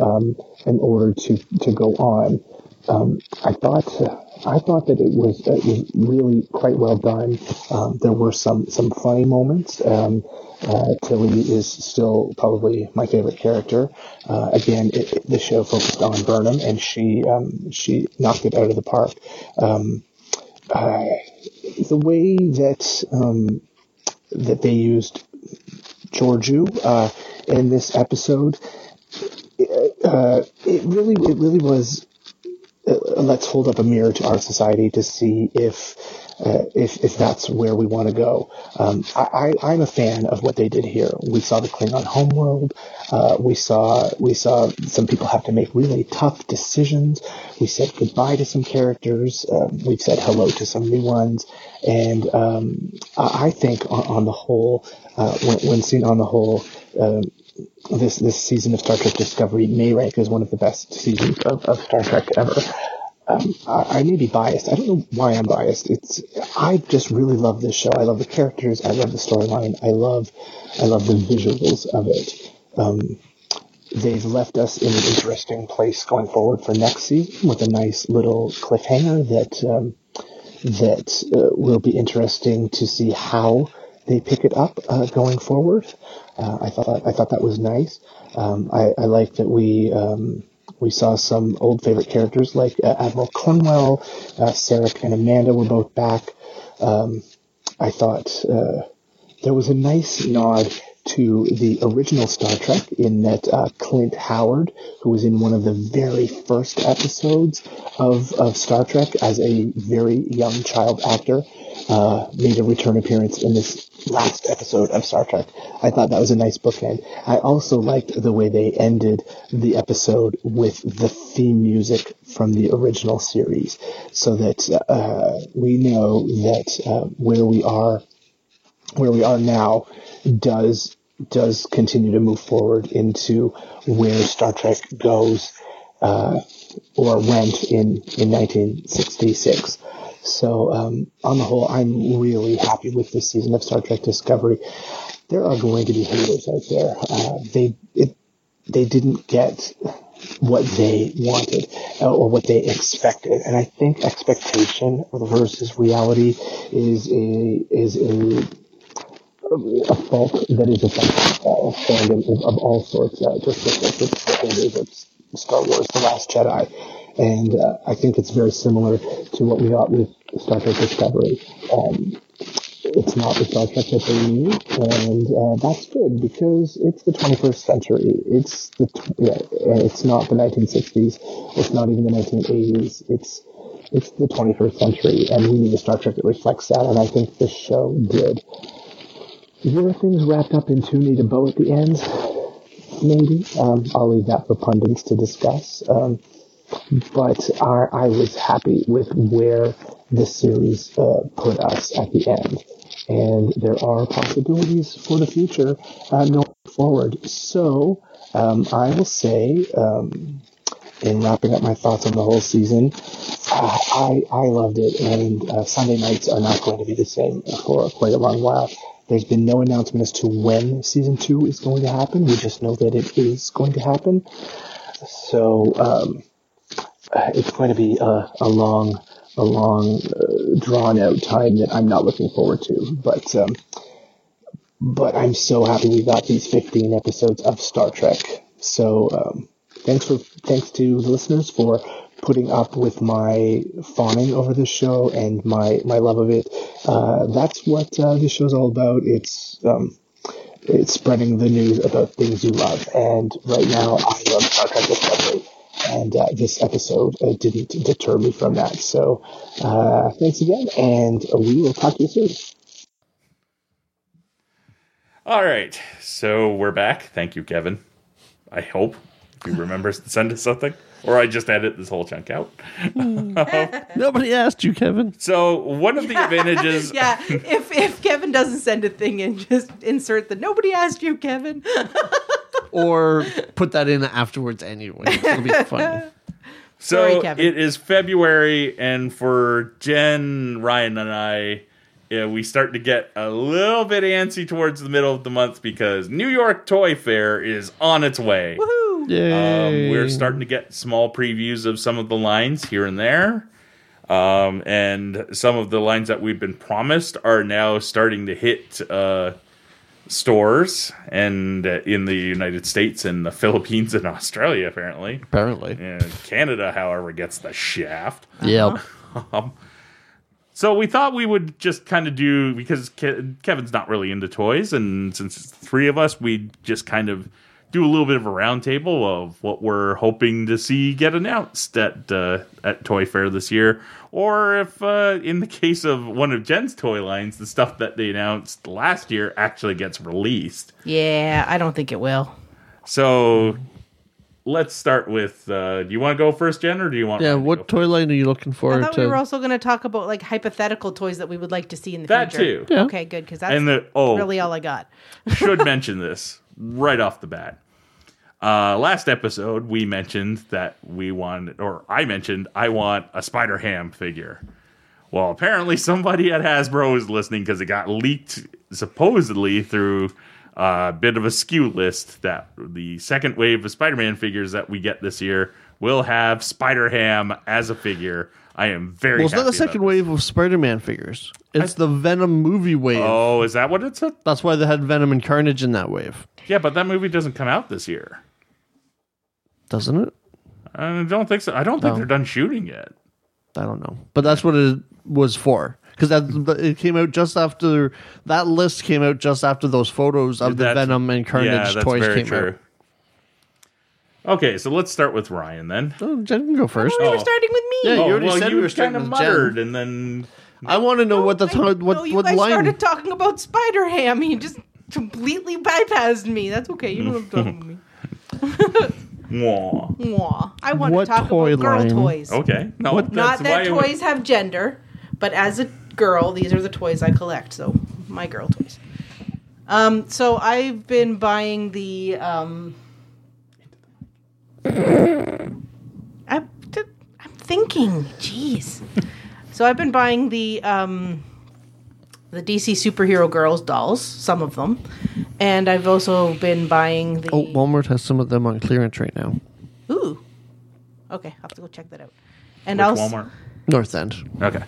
S5: um, in order to to go on. Um, I thought I thought that it was, it was really quite well done. Um, there were some some funny moments. Um, uh, Tilly is still probably my favorite character. Uh, again, it, it- the show focused on Burnham, and she um, she knocked it out of the park. Um, uh, the way that um, that they used Georgiou uh, in this episode, uh, it really it really was uh, let's hold up a mirror to our society to see if uh, if, if that's where we want to go. Um, I, I, I'm a fan of what they did here. We saw the Klingon homeworld. Uh, we saw we saw some people have to make really tough decisions. We said goodbye to some characters. Um, we've said hello to some new ones, and um, I, I think on, on the whole, uh, when, when seen on the whole. Um, this this season of Star Trek Discovery may rank as one of the best seasons of, of Star Trek ever. Um, I, I may be biased. I don't know why I'm biased. It's I just really love this show. I love the characters. I love the storyline. I love I love the visuals of it. Um, they've left us in an interesting place going forward for next season with a nice little cliffhanger that um, that uh, will be interesting to see how they pick it up uh, going forward. Uh, I thought I thought that was nice. Um, I, I like that we um, we saw some old favorite characters like uh, Admiral Cornwell, uh, Sarek, and Amanda were both back. Um, I thought uh, there was a nice nod to the original Star Trek in that uh, Clint Howard, who was in one of the very first episodes of, of Star Trek as a very young child actor, uh, made a return appearance in this last episode of Star Trek. I thought that was a nice bookend. I also liked the way they ended the episode with the theme music from the original series, so that uh, we know that uh, where we are where we are now does does continue to move forward into where Star Trek goes uh, or went in in 1966. So um, on the whole, I'm really happy with this season of Star Trek Discovery. There are going to be haters out there. Uh, they it, they didn't get what they wanted uh, or what they expected. And I think expectation versus reality is a is a a fault that is a uh, fandom of, of all sorts, uh, just like this, it's the fandom of Star Wars: The Last Jedi, and uh, I think it's very similar to what we got with Star Trek Discovery. Um, it's not the Star Trek that they need, and uh, that's good because it's the 21st century. It's the tw- yeah, uh, it's not the 1960s. It's not even the 1980s. It's it's the 21st century, and we need a Star Trek that reflects that. And I think this show did. Were things wrapped up in too neat a bow at the end? Maybe. Um, I'll leave that for pundits to discuss. Um, but I I was happy with where the series uh, put us at the end. And there are possibilities for the future uh, going forward. So um, I will say, um, in wrapping up my thoughts on the whole season, uh, I, I loved it. And uh, Sunday nights are not going to be the same for quite a long while. There's been no announcement as to when season two is going to happen. We just know that it is going to happen. So um, uh, it's going to be a, a long, a long, uh, drawn out time that I'm not looking forward to. But um, but I'm so happy we got these 15 episodes of Star Trek. So um, thanks for thanks to the listeners for putting up with my fawning over this show and my my love of it. Uh, that's what uh, this show's all about. It's um, it's spreading the news about things you love, and right now I love Star Trek Discovery. And uh, this episode uh, didn't deter me from that. So uh, thanks again, and we will talk to you soon.
S2: All right, so we're back. Thank you, Kevin. I hope you remember to send us something, or I just edit this whole chunk out.
S4: Uh.
S3: Nobody asked you, Kevin.
S2: So one of the advantages,
S4: Yeah, if if Kevin doesn't send a thing in, just insert the nobody asked you, Kevin.
S3: Or put that in afterwards anyway. It'll be funny.
S2: So
S4: Sorry, Kevin.
S2: it is February, and for Jen, Ryan, and I, yeah, we start to get a little bit antsy towards the middle of the month because New York Toy Fair is on its way.
S4: Woo!
S2: Um,
S3: Yay.
S2: we're starting to get small previews of some of the lines here and there. Um, and some of the lines that we've been promised are now starting to hit uh, stores and uh, in the United States and the Philippines and Australia, apparently.
S3: Apparently.
S2: And Canada, however, gets the shaft.
S3: Yep.
S4: Uh-huh.
S2: So we thought we would just kind of do because Ke- Kevin's not really into toys, and since it's three of us, we just kind of do a little bit of a roundtable of what we're hoping to see get announced at uh, at Toy Fair this year, or if uh, in the case of one of Jen's toy lines, the stuff that they announced last year actually gets released.
S4: Yeah, I don't think it will.
S2: So let's start with. Uh, do you want to go first, Jen, or do you want?
S3: Yeah,
S2: Ryan to
S3: what
S2: go
S3: toy line are you looking
S4: I
S3: forward
S4: thought
S3: to?
S4: we were also going to talk about like hypothetical toys that we would like to see in the
S2: That
S4: future.
S2: too.
S3: Yeah.
S4: Okay, good because that's
S2: And the- oh.
S4: really all I got.
S2: should mention this right off the bat. Uh, last episode, we mentioned that we wanted, or I mentioned, I want a Spider Ham figure. Well, apparently somebody at Hasbro is listening because it got leaked supposedly through a bit of a skew list that the second wave of Spider Man figures that we get this year will have Spider Ham as a figure. I am very.
S3: well, it's not
S2: happy
S3: the second
S2: about this.
S3: wave of Spider-Man figures. It's the Venom movie wave.
S2: Oh, is that what it's? A?
S3: That's why they had Venom and Carnage in that wave,
S2: Yeah, but that movie doesn't come out this year.
S3: doesn't it?
S2: I don't think so. I don't think
S3: No.
S2: they're done shooting yet.
S3: I don't know, but that's what it was for. Because that it came out just after that list came out just after those photos of the
S2: That's-
S3: Venom and Carnage toys came out.
S2: Okay, so let's start with Ryan then.
S3: Oh, Jen can go first.
S4: We
S2: Oh.
S4: were starting with me.
S3: Yeah, you already
S2: well,
S3: said
S2: you
S3: we were starting
S2: kinda
S3: with Jen.
S2: muttered, and then
S3: I want to know what the
S4: I-
S3: time what
S4: no, you
S3: what
S4: guys
S3: line.
S4: started talking about Spider Ham. You just completely bypassed me. That's okay. You know what I'm talking about. me.
S2: Mwah.
S4: Mwah. I want
S3: What
S4: to talk
S3: toy
S4: about girl
S3: line?
S4: toys.
S2: okay, no,
S4: Not
S2: that's
S4: that
S2: why I-
S4: toys have gender, but as a girl, these are the toys I collect. So my girl toys. Um, so I've been buying the. Um, I'm, I'm thinking. Jeez. So I've been buying the um, the DC superhero girls dolls, some of them, and I've also been buying the.
S3: Oh, Walmart has some of them on clearance right now.
S4: Ooh. Okay, I'll have to go check that out. And
S2: Which
S4: I'll s-
S2: Walmart.
S3: North End.
S2: Okay,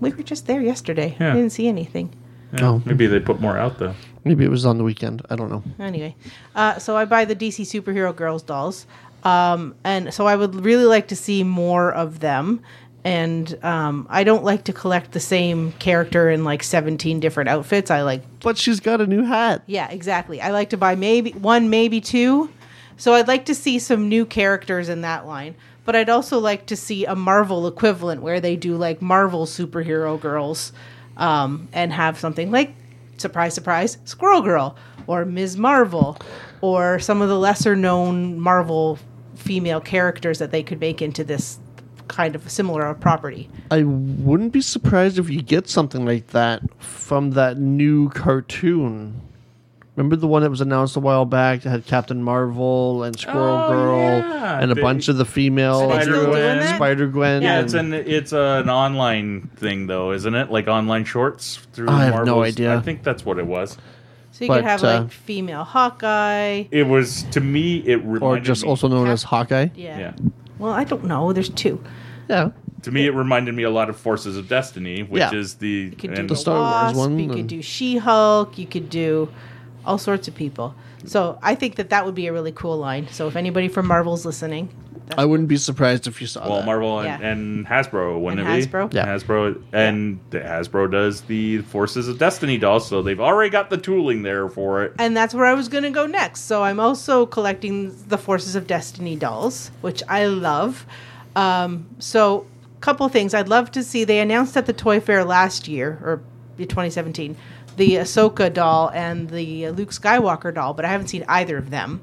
S4: We were just there yesterday.
S2: Yeah.
S4: I didn't see anything.
S3: Oh,
S2: maybe they put more out though.
S3: maybe it was on the weekend. I don't know.
S4: Anyway, uh, so I buy the DC superhero girls dolls, um, and so I would really like to see more of them. And um, I don't like to collect the same character in like seventeen different outfits. I like
S3: But she's got a new hat.
S4: Yeah, exactly. I like to buy maybe one, maybe two. So I'd like to see some new characters in that line. But I'd also like to see a Marvel equivalent where they do like Marvel superhero girls um, and have something like, surprise, surprise, Squirrel Girl or Ms. Marvel or some of the lesser known Marvel female characters that they could make into this kind of similar property.
S3: I wouldn't be surprised if you get something like that from that new cartoon. Remember the one that was announced a while back that had Captain Marvel and Squirrel
S2: Oh,
S3: Girl
S2: yeah.
S3: and a
S2: They-
S3: bunch of the female
S4: Are they still doing
S3: Spider-Gwen.
S4: that?
S3: Spider-Gwen
S2: Yeah, it's
S3: and-
S2: an it's an online thing though, isn't it? Like online shorts through.
S3: I have no
S2: Marvel's.
S3: idea.
S2: I think that's what it was.
S4: So you
S3: But,
S4: could have
S3: uh,
S4: like female Hawkeye.
S2: It was to me. It reminded
S3: or just
S2: me,
S3: also known as Hawkeye.
S4: Yeah.
S2: yeah.
S4: Well, I don't know. There's two.
S3: Yeah.
S2: To me, it reminded me a lot of Forces of Destiny, which
S3: Yeah.
S2: is the
S4: You could do
S2: and-
S4: the
S3: Star Wars
S4: Wasp,
S3: one
S4: You could
S3: and-
S4: do She Hulk. You could do all sorts of people. So I think that that would be a really cool line. So if anybody from Marvel's listening,
S3: I wouldn't be surprised if you saw
S2: Well,
S3: that.
S2: Marvel and,
S4: Yeah.
S2: and Hasbro, wouldn't
S4: And
S2: it be?
S4: Hasbro?
S3: Yeah.
S2: Hasbro, and the Hasbro does the Forces of Destiny dolls, so they've already got the tooling there for it.
S4: and that's where I was going to go next. So I'm also collecting the Forces of Destiny dolls, which I love. Um, so couple things I'd love to see. They announced at the toy fair last year or 2017 the Ahsoka doll and the Luke Skywalker doll, but I haven't seen either of them.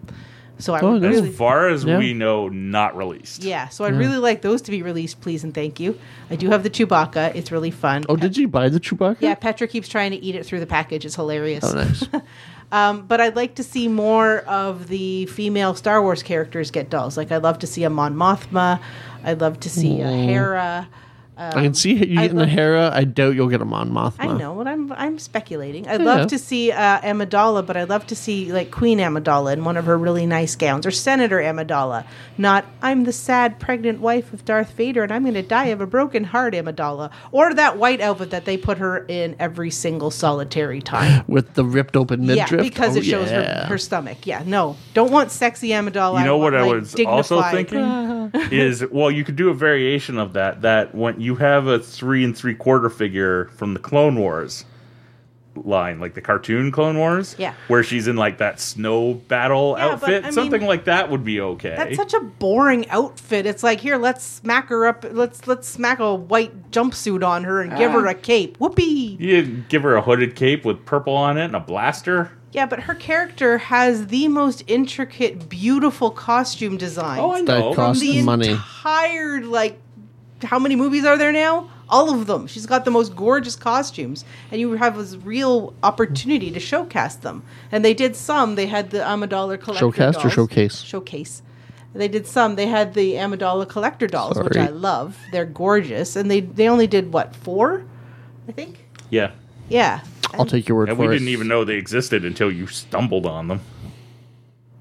S4: So I
S3: Oh,
S4: would
S3: that's
S4: really
S2: As far as
S3: Yeah.
S2: we know, not released.
S4: Yeah, so I'd really like those to be released, please and thank you. I do have the Chewbacca. It's really fun.
S3: Oh, did you buy the Chewbacca?
S4: Yeah, Petra keeps trying to eat it through the package. It's hilarious.
S3: Oh, nice.
S4: Um, but I'd like to see more of the female Star Wars characters get dolls. Like I'd love to see a Mon Mothma. I'd love to see a Hera.
S3: I can see you getting a
S4: love-
S3: Hera. I doubt you'll get a Mon Mothma.
S4: I know what I'm. I'm speculating. I'd
S3: Yeah.
S4: love to see uh, Amidala, but I'd love to see like Queen Amidala in one of her really nice gowns, or Senator Amidala. Not I'm the sad pregnant wife of Darth Vader, and I'm going to die of a broken heart, Amidala, or that white outfit that they put her in every single solitary time.
S3: With the ripped open midriff.
S4: Yeah, because
S3: Oh,
S4: it shows
S3: yeah.
S4: her, her stomach. Yeah, no, don't want sexy Amidala.
S2: You know
S4: want,
S2: what I
S4: like,
S2: was also
S4: dignified-
S2: thinking is well, you could do a variation of that. That when you have a three and three quarter figure from the Clone Wars, line, like the cartoon Clone Wars,
S4: Yeah.
S2: where she's in like that snow battle
S4: Yeah, but,
S2: outfit.
S4: I
S2: Something
S4: mean,
S2: like that would be okay.
S4: That's such a boring outfit. It's like here, let's smack her up. Let's let's smack a white jumpsuit on her and give her
S2: Uh-huh.
S4: a cape. Whoopee!
S2: you give her a hooded cape with purple on it and a blaster.
S4: Yeah, but her character has the most intricate, beautiful costume design.
S2: Oh, I
S4: It's
S3: That
S2: know.
S3: cost
S4: the
S3: money.
S4: entire like, how many movies are there now? All of them. She's got the most gorgeous costumes, and you have this real opportunity to showcast them. And they did some. They had the Amidala collector
S3: Showcast or
S4: dolls.
S3: showcase?
S4: Showcase. They did some. They had the Amidala collector dolls, which
S3: Sorry.
S4: I love. They're gorgeous, and they they only did what four, I think.
S2: Yeah.
S4: Yeah.
S3: I'll take your word
S2: And
S3: for
S2: we
S3: it.
S2: didn't even know they existed until you stumbled on them.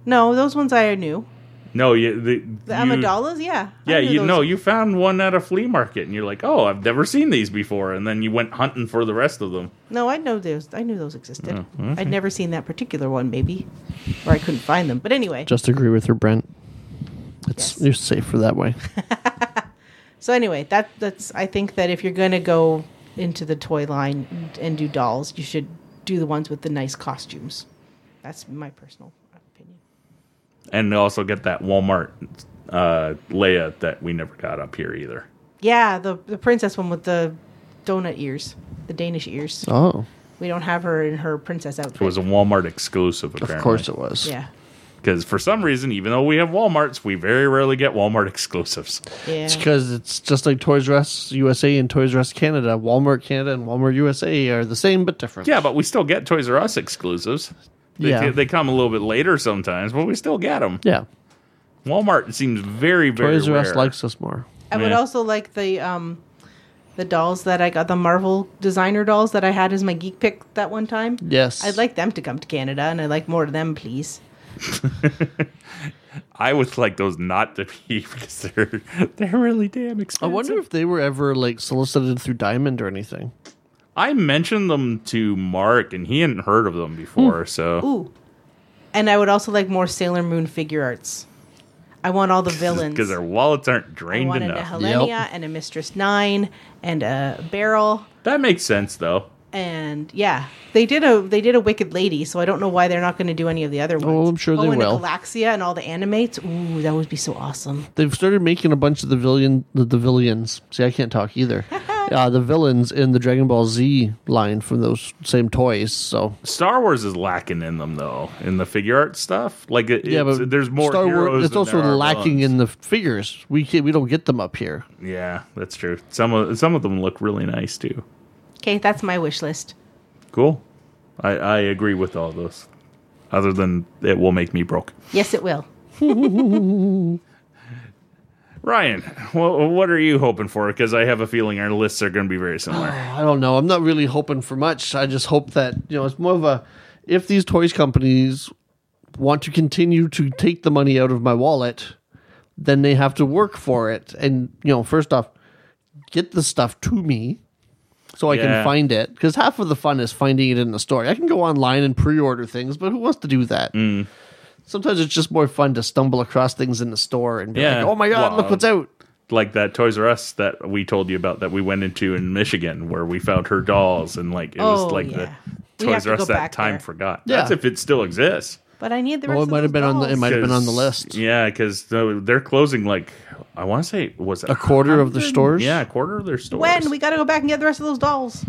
S4: No, those ones I knew.
S2: No, you, the,
S4: The
S2: you-
S4: Amidalas, yeah. I
S2: Yeah,
S4: knew
S2: you
S4: those.
S2: know, you found one at a flea market, and you're like, "Oh, I've never seen these before," and then you went hunting for the rest of them.
S4: No, I know those. I knew those existed.
S2: Mm-hmm.
S4: I'd never seen that particular one, maybe, or I couldn't find them. But anyway,
S3: Just agree with her, Brent. It's
S4: Yes.
S3: you're safer that way.
S4: so anyway, that that's. I think that if you're gonna go into the toy line and, and do dolls, you should do the ones with the nice costumes. That's my personal opinion.
S2: And also get that Walmart uh, Leia that we never got up here either.
S4: Yeah, the the princess one with the donut ears, the Danish ears.
S3: Oh,
S4: We don't have her in her princess outfit.
S2: It was a Walmart exclusive,
S3: of
S2: apparently.
S3: course it was.
S4: yeah,
S2: Because for some reason, even though we have Walmarts, we very rarely get Walmart exclusives.
S4: yeah.
S3: It's because it's just like Toys R Us USA and Toys R Us Canada. Walmart Canada and Walmart USA are the same but different.
S2: Yeah, but we still get Toys R Us exclusives. They,
S3: Yeah.
S2: they come a little bit later sometimes, but we still get them.
S3: yeah.
S2: Walmart seems very, very
S3: Toys R Us
S2: rare.
S3: likes us more.
S4: I would
S2: Yeah.
S4: also like the um, the dolls that I got, the Marvel designer dolls that I had as my geek pick that one time.
S3: Yes.
S4: I'd like them to come to Canada, and I'd like more of them, please.
S2: I would like those not to be because they're they're really damn
S3: I
S2: expensive.
S3: wonder if they were ever like solicited through Diamond or anything.
S2: I mentioned them to Mark, and he hadn't heard of them before. So
S4: Ooh, and I would also like more Sailor Moon figure arts. I want all the villains.
S2: because their wallets aren't
S4: I
S2: drained
S4: wanted a
S2: enough,
S4: Helenia
S3: Yep.
S4: and a Mistress Nine and a Barrel.
S2: that makes sense though.
S4: And yeah, they did a they did a Wicked Lady, so I don't know why they're not going to do any of the other ones.
S3: Oh,
S4: Oh,
S3: I'm sure they
S4: and a
S3: will.
S4: Galaxia and all the animates. Ooh, that would be so awesome.
S3: They've started making a bunch of the villain, the, the villains. See, I can't talk either. uh, the villains in the Dragon Ball Z line from those same toys. So
S2: Star Wars is lacking in them though, in the figure art stuff. Like it,
S3: yeah,
S2: it's-
S3: but
S2: there's more
S3: Star Wars-
S2: heroes.
S3: It's
S2: than
S3: also
S2: there are
S3: lacking
S2: villains.
S3: in the figures. We can't, we don't get them up here.
S2: Yeah, that's true. Some of some of them look really nice too.
S4: Okay, that's my wish list.
S2: Cool. I, I agree with all those. Other than it will make me broke.
S4: Yes, it will.
S2: Ryan, wha what are you hoping for? Because I have a feeling our lists are going to be very similar.
S3: I don't know. I'm not really hoping for much. I just hope that you know it's more of a if these toys companies want to continue to take the money out of my wallet, then they have to work for it. And you know, first off, get the stuff to me so I
S2: Yeah.
S3: can find it because half of the fun is finding it in the store. I can go online and pre-order things, but who wants to do that?
S2: Mm.
S3: Sometimes it's just more fun to stumble across things in the store and be
S2: Yeah.
S3: like, "Oh my god,
S2: Well,
S3: look what's out!"
S2: like that Toys R Us that we told you about that we went into in Michigan, where we found her dolls, and like it
S4: Oh,
S2: was like
S4: yeah.
S2: the
S4: We have
S2: Toys
S4: to
S2: R Us
S4: go
S2: that
S4: back
S2: time
S4: there.
S2: forgot.
S3: Yeah.
S2: That's if it still exists.
S4: But I need the rest
S3: Well, it
S4: of
S3: might have
S4: those
S3: been on the it
S4: dolls.
S3: might have been on the
S2: 'Cause-
S3: list.
S2: Yeah, because they're closing like I want to say was it
S3: A quarter of the stores.
S2: Yeah, a quarter of their stores.
S4: When we got to go back and get the rest of those dolls.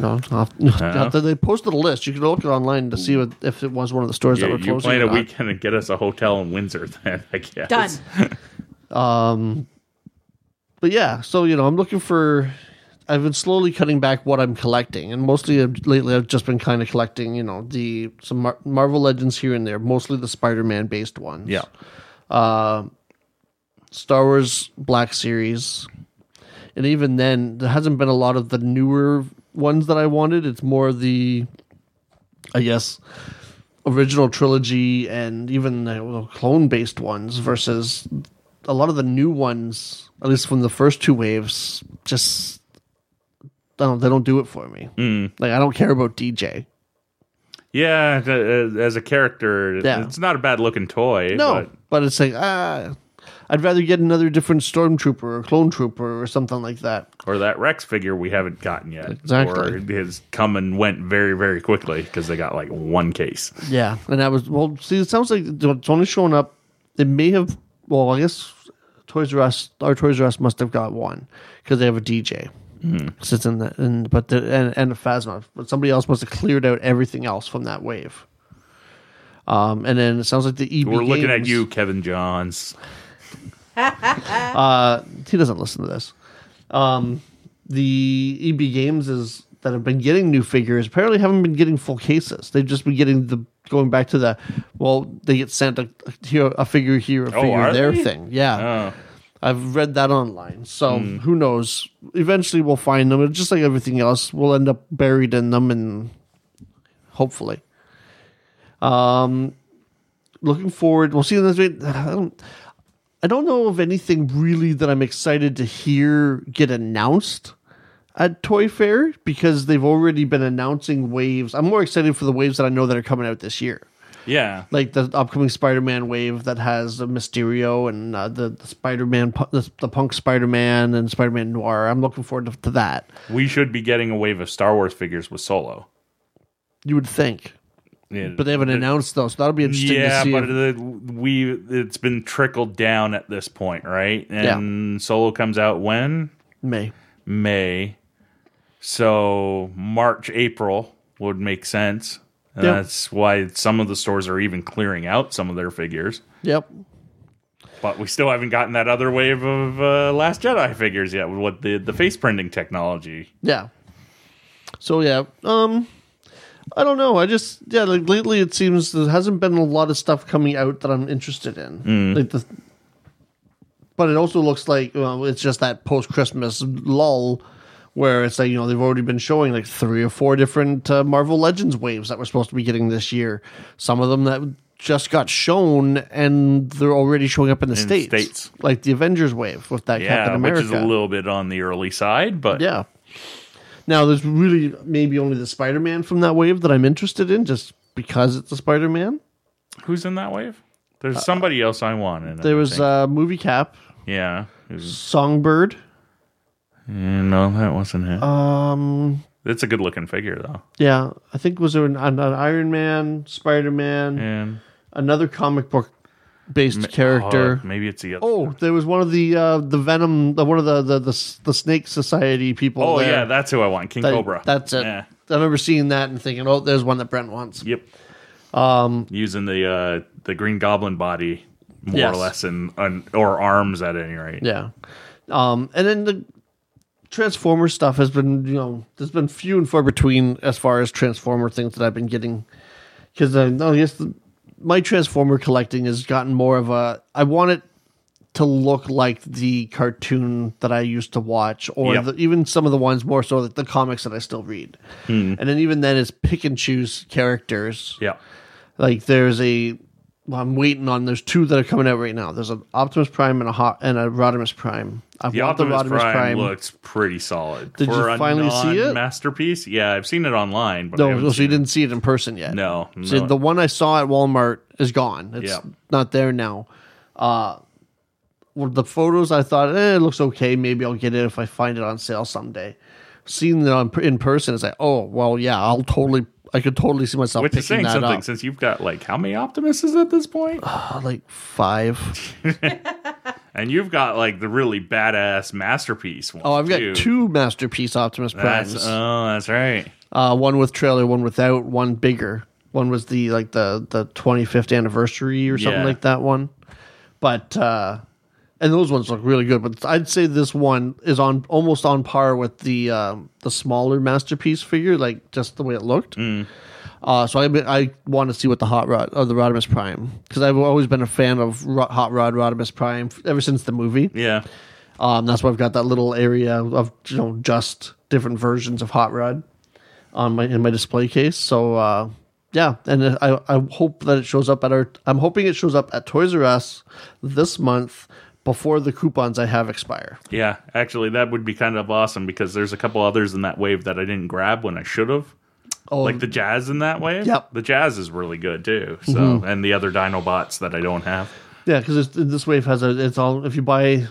S3: No, not, after they posted a list. You could look it online to see what, if it was one of the stores that
S2: you,
S3: were
S2: you
S3: closing.
S2: plan
S3: or
S2: a
S3: not.
S2: weekend and get us a hotel in Windsor, then I guess.
S4: Done.
S3: But yeah, so you know, I'm looking for. I've been slowly cutting back what I'm collecting, and mostly I've- lately I've just been kind of collecting, you know, the some Mar- Marvel Legends here and there, mostly the Spider-Man based ones.
S2: Yeah.
S3: Star Wars Black Series, and even then, there hasn't been a lot of the newer ones that I wanted. It's more the, I guess, original trilogy and even the clone based ones versus a lot of the new ones, at least from the first two waves. Just I don't, they don't do it for me. Like I don't care about DJ.
S2: Yeah, th- as a character,
S3: Yeah.
S2: it's not a bad looking toy.
S3: No,
S2: but
S3: but, it's like ah, I'd rather get another different stormtrooper or clone trooper or something like that.
S2: or that Rex figure we haven't gotten yet,
S3: Exactly.
S2: or has come and went very very quickly because they got like one case.
S3: Yeah, and I was well. See, it sounds like it's only showing up. They may have. Well, I guess Toys R Us or Toys R Us must have got one because they have a DJ.
S2: Mm-hmm.
S3: Because it's in that, and but the and, and a Phasma, but somebody else must have cleared out everything else from that wave. Um, and then it sounds like the EB.
S2: We're looking at
S3: Games-
S2: you, Kevin Johns.
S3: he doesn't listen to this. Um, the EB Games is that have been getting new figures apparently haven't been getting full cases. They've just been getting the going back to the well, they get sent a a, here, a figure here, a figure
S2: Oh, are
S3: there
S2: they?
S3: thing. Yeah,
S2: Oh,
S3: I've read that online. So who knows? Eventually, we'll find them. It's Just like everything else, we'll end up buried in them, and hopefully Um, looking forward. We'll see you next week. I don't, I don't know of anything really that I'm excited to hear get announced at Toy Fair because they've already been announcing waves. I'm more excited for the waves that I know that are coming out this year,
S2: yeah.
S3: like the upcoming Spider-Man wave that has the Mysterio and uh, the, the Spider-Man, pu- the, the Punk Spider-Man and Spider-Man Noir. I'm looking forward to, to that.
S2: We should be getting a wave of Star Wars figures with Solo.
S3: You would think,
S2: Yeah.
S3: but they haven't announced those. That'll be interesting.
S2: Yeah,
S3: to see
S2: but
S3: if-
S2: the, we it's been trickled down at this point, right? And Solo comes out when
S3: May.
S2: May, so March April would make sense. And
S3: Yep.
S2: That's why some of the stores are even clearing out some of their figures.
S3: Yep.
S2: But we still haven't gotten that other wave of uh, Last Jedi figures yet with what the the face printing technology.
S3: Yeah. So yeah, um, I don't know. I just yeah, like lately it seems there hasn't been a lot of stuff coming out that I'm interested in.
S2: Mm.
S3: Like the, but it also looks like well, it's just that post Christmas lull where it's like you know they've already been showing like three or four different uh, Marvel Legends waves that we're supposed to be getting this year. Some of them that just got shown and they're already showing up in the states,
S2: States.
S3: like the Avengers wave with that Captain
S2: Yeah, which
S3: America,
S2: is a little bit on the early side, but
S3: yeah. Now there's really maybe only the Spider-Man from that wave that I'm interested in, just because it's a Spider-Man.
S2: who's in that wave? There's somebody else I want in it.
S3: Uh, There
S2: I
S3: was
S2: think.
S3: uh, movie cap,
S2: yeah, Who's-
S3: Songbird.
S2: yeah, no, that wasn't him.
S3: Uh,
S2: Um, it's a good looking figure though,
S3: Yeah, I think was there an, an, an Iron Man, Spider-Man,
S2: and
S3: another comic book based character.
S2: Oh, maybe it's the other.
S3: Oh, there was one of the uh, the Venom, the, one of the, the the the Snake Society people.
S2: Oh,
S3: there
S2: yeah, that's who I want, King
S3: that-
S2: Cobra.
S3: That's it.
S2: Yeah.
S3: I remember seeing that and thinking, oh, there's one that Brent wants.
S2: Yep. Um, using the uh, the Green Goblin body more
S3: Yes.
S2: or less, and or arms at any rate.
S3: Yeah. Um, and then the Transformer stuff has been, you know, there's been few and far between as far as Transformer things that I've been getting. Because I, I guess the, my Transformer collecting has gotten more of a, I want it to look like the cartoon that I used to watch, or
S2: Yep.
S3: the, even some of the ones more so that the comics that I still read. And then even then, it's pick and choose characters.
S2: Yeah.
S3: Like there's a well, I'm waiting on. There's two that are coming out right now. There's an Optimus Prime and a hot and a Rodimus Prime. I
S2: The
S3: want
S2: Optimus,
S3: the Rodimus
S2: Prime,
S3: Prime.
S2: looks pretty solid.
S3: Did
S2: For
S3: you
S2: a
S3: finally see it?
S2: Masterpiece. Yeah, I've seen it online, but I
S3: no,
S2: haven't
S3: well, so you
S2: seen it.
S3: didn't see it in person yet.
S2: No,
S3: So
S2: no.
S3: the one I saw at Walmart is gone. It's
S2: Yeah.
S3: not there now. Uh, well, the photos I thought eh, it looks okay. Maybe I'll get it if I find it on sale someday. Seeing it on, in person is like, oh well, yeah, I'll totally. I could totally see myself
S2: Which
S3: picking
S2: is saying
S3: that
S2: something
S3: up.
S2: since you've got like how many Optimuses at this point?
S3: Uh, like five.
S2: and you've got like the really badass masterpiece one.
S3: Oh, I've got
S2: too.
S3: two masterpiece Optimus Primes.
S2: That's, oh, that's right.
S3: Uh, one with trailer, one without, one bigger. One was the like the the 25th anniversary or something
S2: Yeah.
S3: like that one. But uh and those ones look really good, but I'd say this one is on almost on par with the um, the smaller masterpiece figure, like just the way it looked. Uh, so I I want to see what the hot rod or the Rodimus Prime because I've always been a fan of Ro- Hot Rod Rodimus Prime f- ever since the movie.
S2: Yeah.
S3: Um, that's why I've got that little area of you know just different versions of Hot Rod on my in my display case. So uh, yeah, and I I hope that it shows up at our. I'm hoping it shows up at Toys R Us this month before the coupons I have expire.
S2: Yeah, actually, that would be kind of awesome because there's a couple others in that wave that I didn't grab when I should have.
S3: Oh,
S2: Like the jazz in that wave.
S3: Yep. Mm-hmm.
S2: The jazz is really good too. So, and the other Dinobots that I don't have.
S3: Yeah, because this wave has a. It's all if you buy.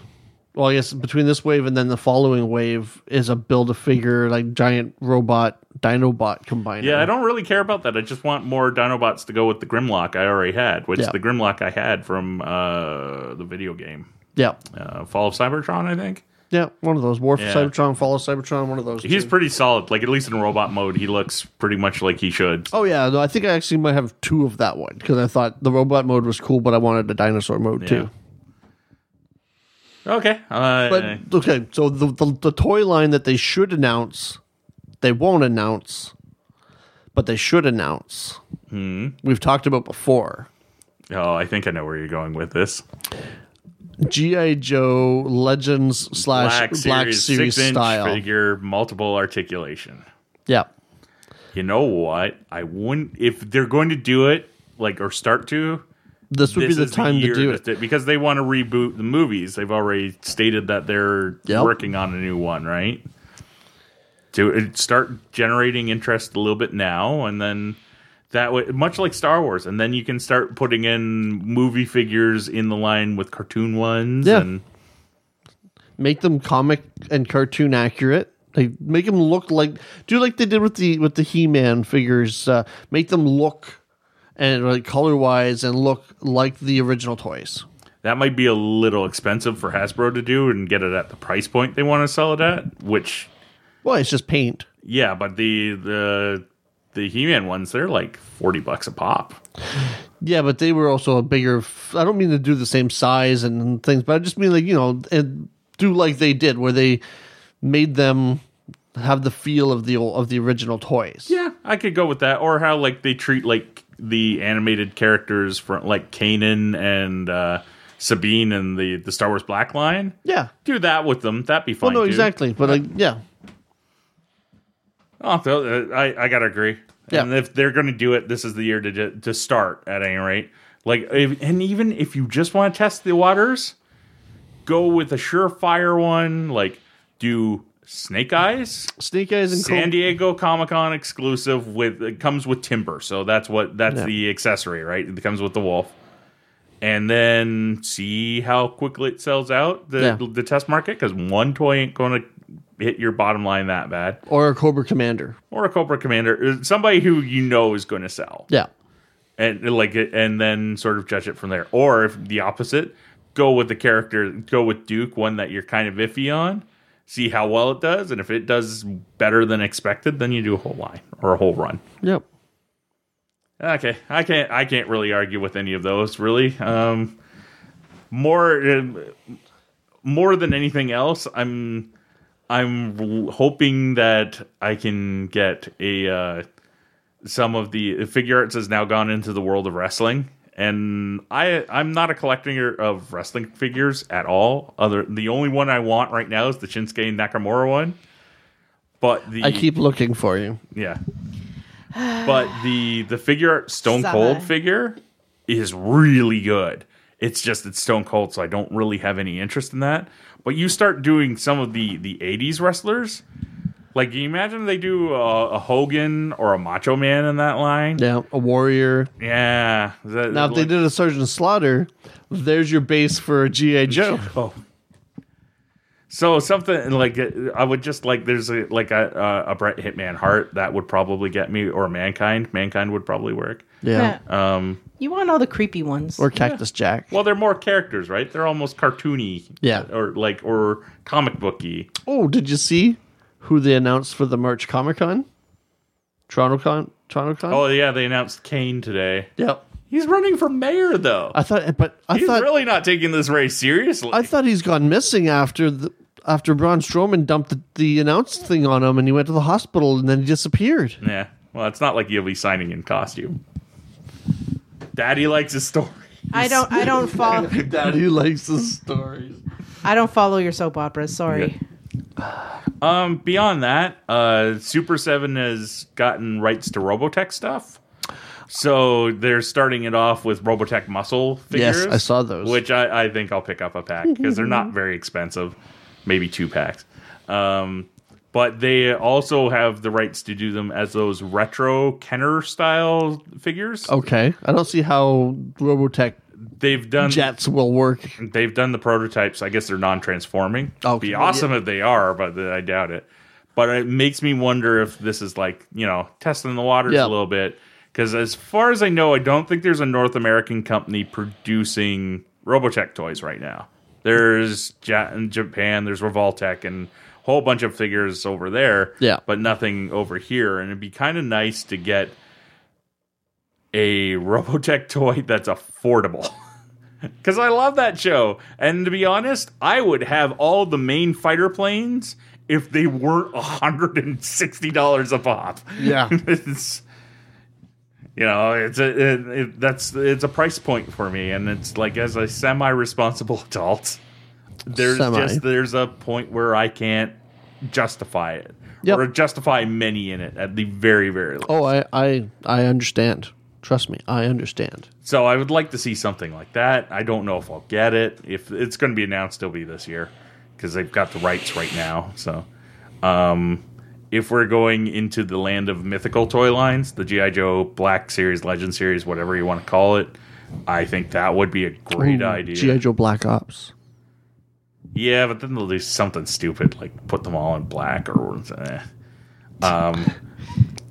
S3: Well, I guess between this wave and then the following wave is a build a figure like giant robot Dinobot combiner.
S2: Yeah, I don't really care about that. I just want more Dinobots to go with the Grimlock I already had, which
S3: Yeah.
S2: the Grimlock I had from uh, the video game
S3: Yeah,
S2: uh, Fall of Cybertron, I think.
S3: yeah, one of those. War for
S2: Yeah.
S3: Cybertron, Fall of Cybertron, one of those.
S2: He's
S3: two.
S2: pretty solid. Like at least in robot mode, he looks pretty much like he should.
S3: Oh yeah, no, I think I actually might have two of that one because I thought the robot mode was cool, but I wanted the dinosaur mode too.
S2: Okay, uh,
S3: Oh. But okay, so the, the the toy line that they should announce, they won't announce, but they should announce. We've talked about before.
S2: oh, I think I know where you're going with this.
S3: GI Joe Legends slash Black Series,
S2: six-inch
S3: style.
S2: figure, multiple articulation.
S3: Yeah,
S2: You know what? I wouldn't if they're going to do it, like or start to.
S3: this would
S2: this
S3: be
S2: is
S3: the time
S2: year
S3: to do it.
S2: th- because they want to reboot the movies. They've already stated that they're
S3: Yep.
S2: working on a new one, right? To it- start generating interest a little bit now, and then that way, much like Star Wars, and then you can start putting in movie figures in the line with cartoon ones.
S3: Yeah.
S2: and
S3: make them comic and cartoon accurate. Like make them look like do like they did with the with the He Man figures. Uh, make them look and like color wise and look like the original toys.
S2: that might be a little expensive for Hasbro to do and get it at the price point they want to sell it at, which
S3: Well, it's just paint.
S2: Yeah, but the the the He-Man ones, they're like forty bucks a pop.
S3: Yeah, but they were also a bigger. F- I don't mean to do the same size and things, but I just mean like you know and do like they did where they made them have the feel of the ol- of the original toys.
S2: Yeah, I could go with that. Or how like they treat like the animated characters from like Kanan and uh, Sabine and the the Star Wars Black Line.
S3: Yeah.
S2: Do that with them. That'd be
S3: Well,
S2: fine.
S3: no,
S2: too.
S3: exactly. But like, yeah,
S2: Oh, th- uh, I I gotta agree.
S3: Yeah.
S2: And if they're gonna do it, this is the year to ju- to start at any rate. Like, if, and even if you just want to test the waters, go with a surefire one. Like, do Snake Eyes.
S3: Snake Eyes and
S2: San
S3: Cobra
S2: Diego Comic Con exclusive with it comes with timber, so that's what that's the accessory, right? It comes with the wolf, and then see how quickly it sells out the
S3: Yeah.
S2: the test market because one toy ain't going to hit your bottom line that bad,
S3: or a Cobra Commander.
S2: or a Cobra Commander, uh, somebody who you know is going to sell,
S3: Yeah.
S2: and like and then sort of judge it from there. Or if the opposite, go with the character, go with Duke, one that you're kind of iffy on. See how well it does, and if it does better than expected, then you do a whole line or a whole run.
S3: Yep.
S2: Okay, I can't I can't really argue with any of those really. Um, more uh, more than anything else, I'm I'm hoping that I can get a uh, some of the figure arts has now gone into the world of wrestling, and I I'm not a collector of wrestling figures at all. Other the only one I want right now is the Shinsuke Nakamura one, but the
S3: I keep looking for you.
S2: yeah. But the the figure art Stone
S4: Sigh.
S2: Cold figure is really good. It's just it's Stone Cold, so I don't really have any interest in that. But you start doing some of the the '80s wrestlers, like you imagine they do a, a Hogan or a Macho Man in that line.
S3: Yeah, a warrior.
S2: Yeah. that-
S3: Now, if they
S2: like-
S3: did a Sergeant Slaughter, there's your base for a GI Joe.
S2: Oh. So something like uh, I would just like there's a like a a Bret Hitman Hart that would probably get me or Mankind. Mankind would probably work.
S3: Yeah,
S2: Um,
S4: you want all the creepy ones.
S3: or Cactus Jack.
S2: Well, they're more characters, right? They're almost cartoony,
S3: Yeah.
S2: or like or comic booky.
S3: Oh, did you see who they announced for the March Comic Con? Toronto Con. Toronto Con.
S2: Oh yeah, they announced Kane today.
S3: yeah.
S2: He's running for mayor though.
S3: I thought, but I
S2: He's
S3: thought
S2: really not taking this race seriously.
S3: I thought he's gone missing after the after Braun Strowman dumped the, the announced thing on him, and he went to the hospital, and then he disappeared.
S2: yeah. Well, it's not like you'll be signing in costume. Daddy likes his story.
S4: I don't. I don't follow.
S3: Daddy likes the stories.
S4: I don't follow your soap operas. Sorry.
S2: Um, beyond that, uh, Super Seven has gotten rights to Robotech stuff. So they're starting it off with Robotech muscle
S3: Yes,
S2: figures.
S3: I saw those.
S2: Which I, I think I'll pick up a pack because they're not very expensive, maybe two packs. Um, but they also have the rights to do them as those retro Kenner style figures.
S3: Oh, Okay, I don't see how Robotech
S2: they've done
S3: Jets will work.
S2: they've done the prototypes. I guess they're non-transforming.
S3: Okay.
S2: be awesome if they are, but I doubt it. But it makes me wonder if this is like you know testing the waters
S3: Yeah.
S2: a little bit. Because as far as I know, I don't think there's a North American company producing Robotech toys right now. There's ja- in Japan, there's Revoltech, and a whole bunch of figures over there.
S3: Yeah.
S2: but nothing over here. And it'd be kind of nice to get a Robotech toy that's affordable. Because I love that show. And to be honest, I would have all the main fighter planes if they weren't $160 a pop.
S3: Yeah.
S2: it's, you know, it's a, it, it, that's, it's a price point for me. And it's like, as a semi responsible adult, there's
S3: Semi.
S2: just, there's a point where I can't justify it
S3: Yep.
S2: or justify many in it at the very, very least.
S3: Oh, I I I understand. Trust me, I understand.
S2: So I would like to see something like that. I don't know if I'll get it. If it's going to be announced, it'll be this year because they've got the rights right now. So, um, if we're going into the land of mythical toy lines, the GI Joe Black Series, Legend Series, whatever you want to call it, I think that would be a great
S3: Ooh,
S2: idea.
S3: GI Joe Black Ops.
S2: yeah, but then they'll do something stupid like put them all in black or. Eh. Um,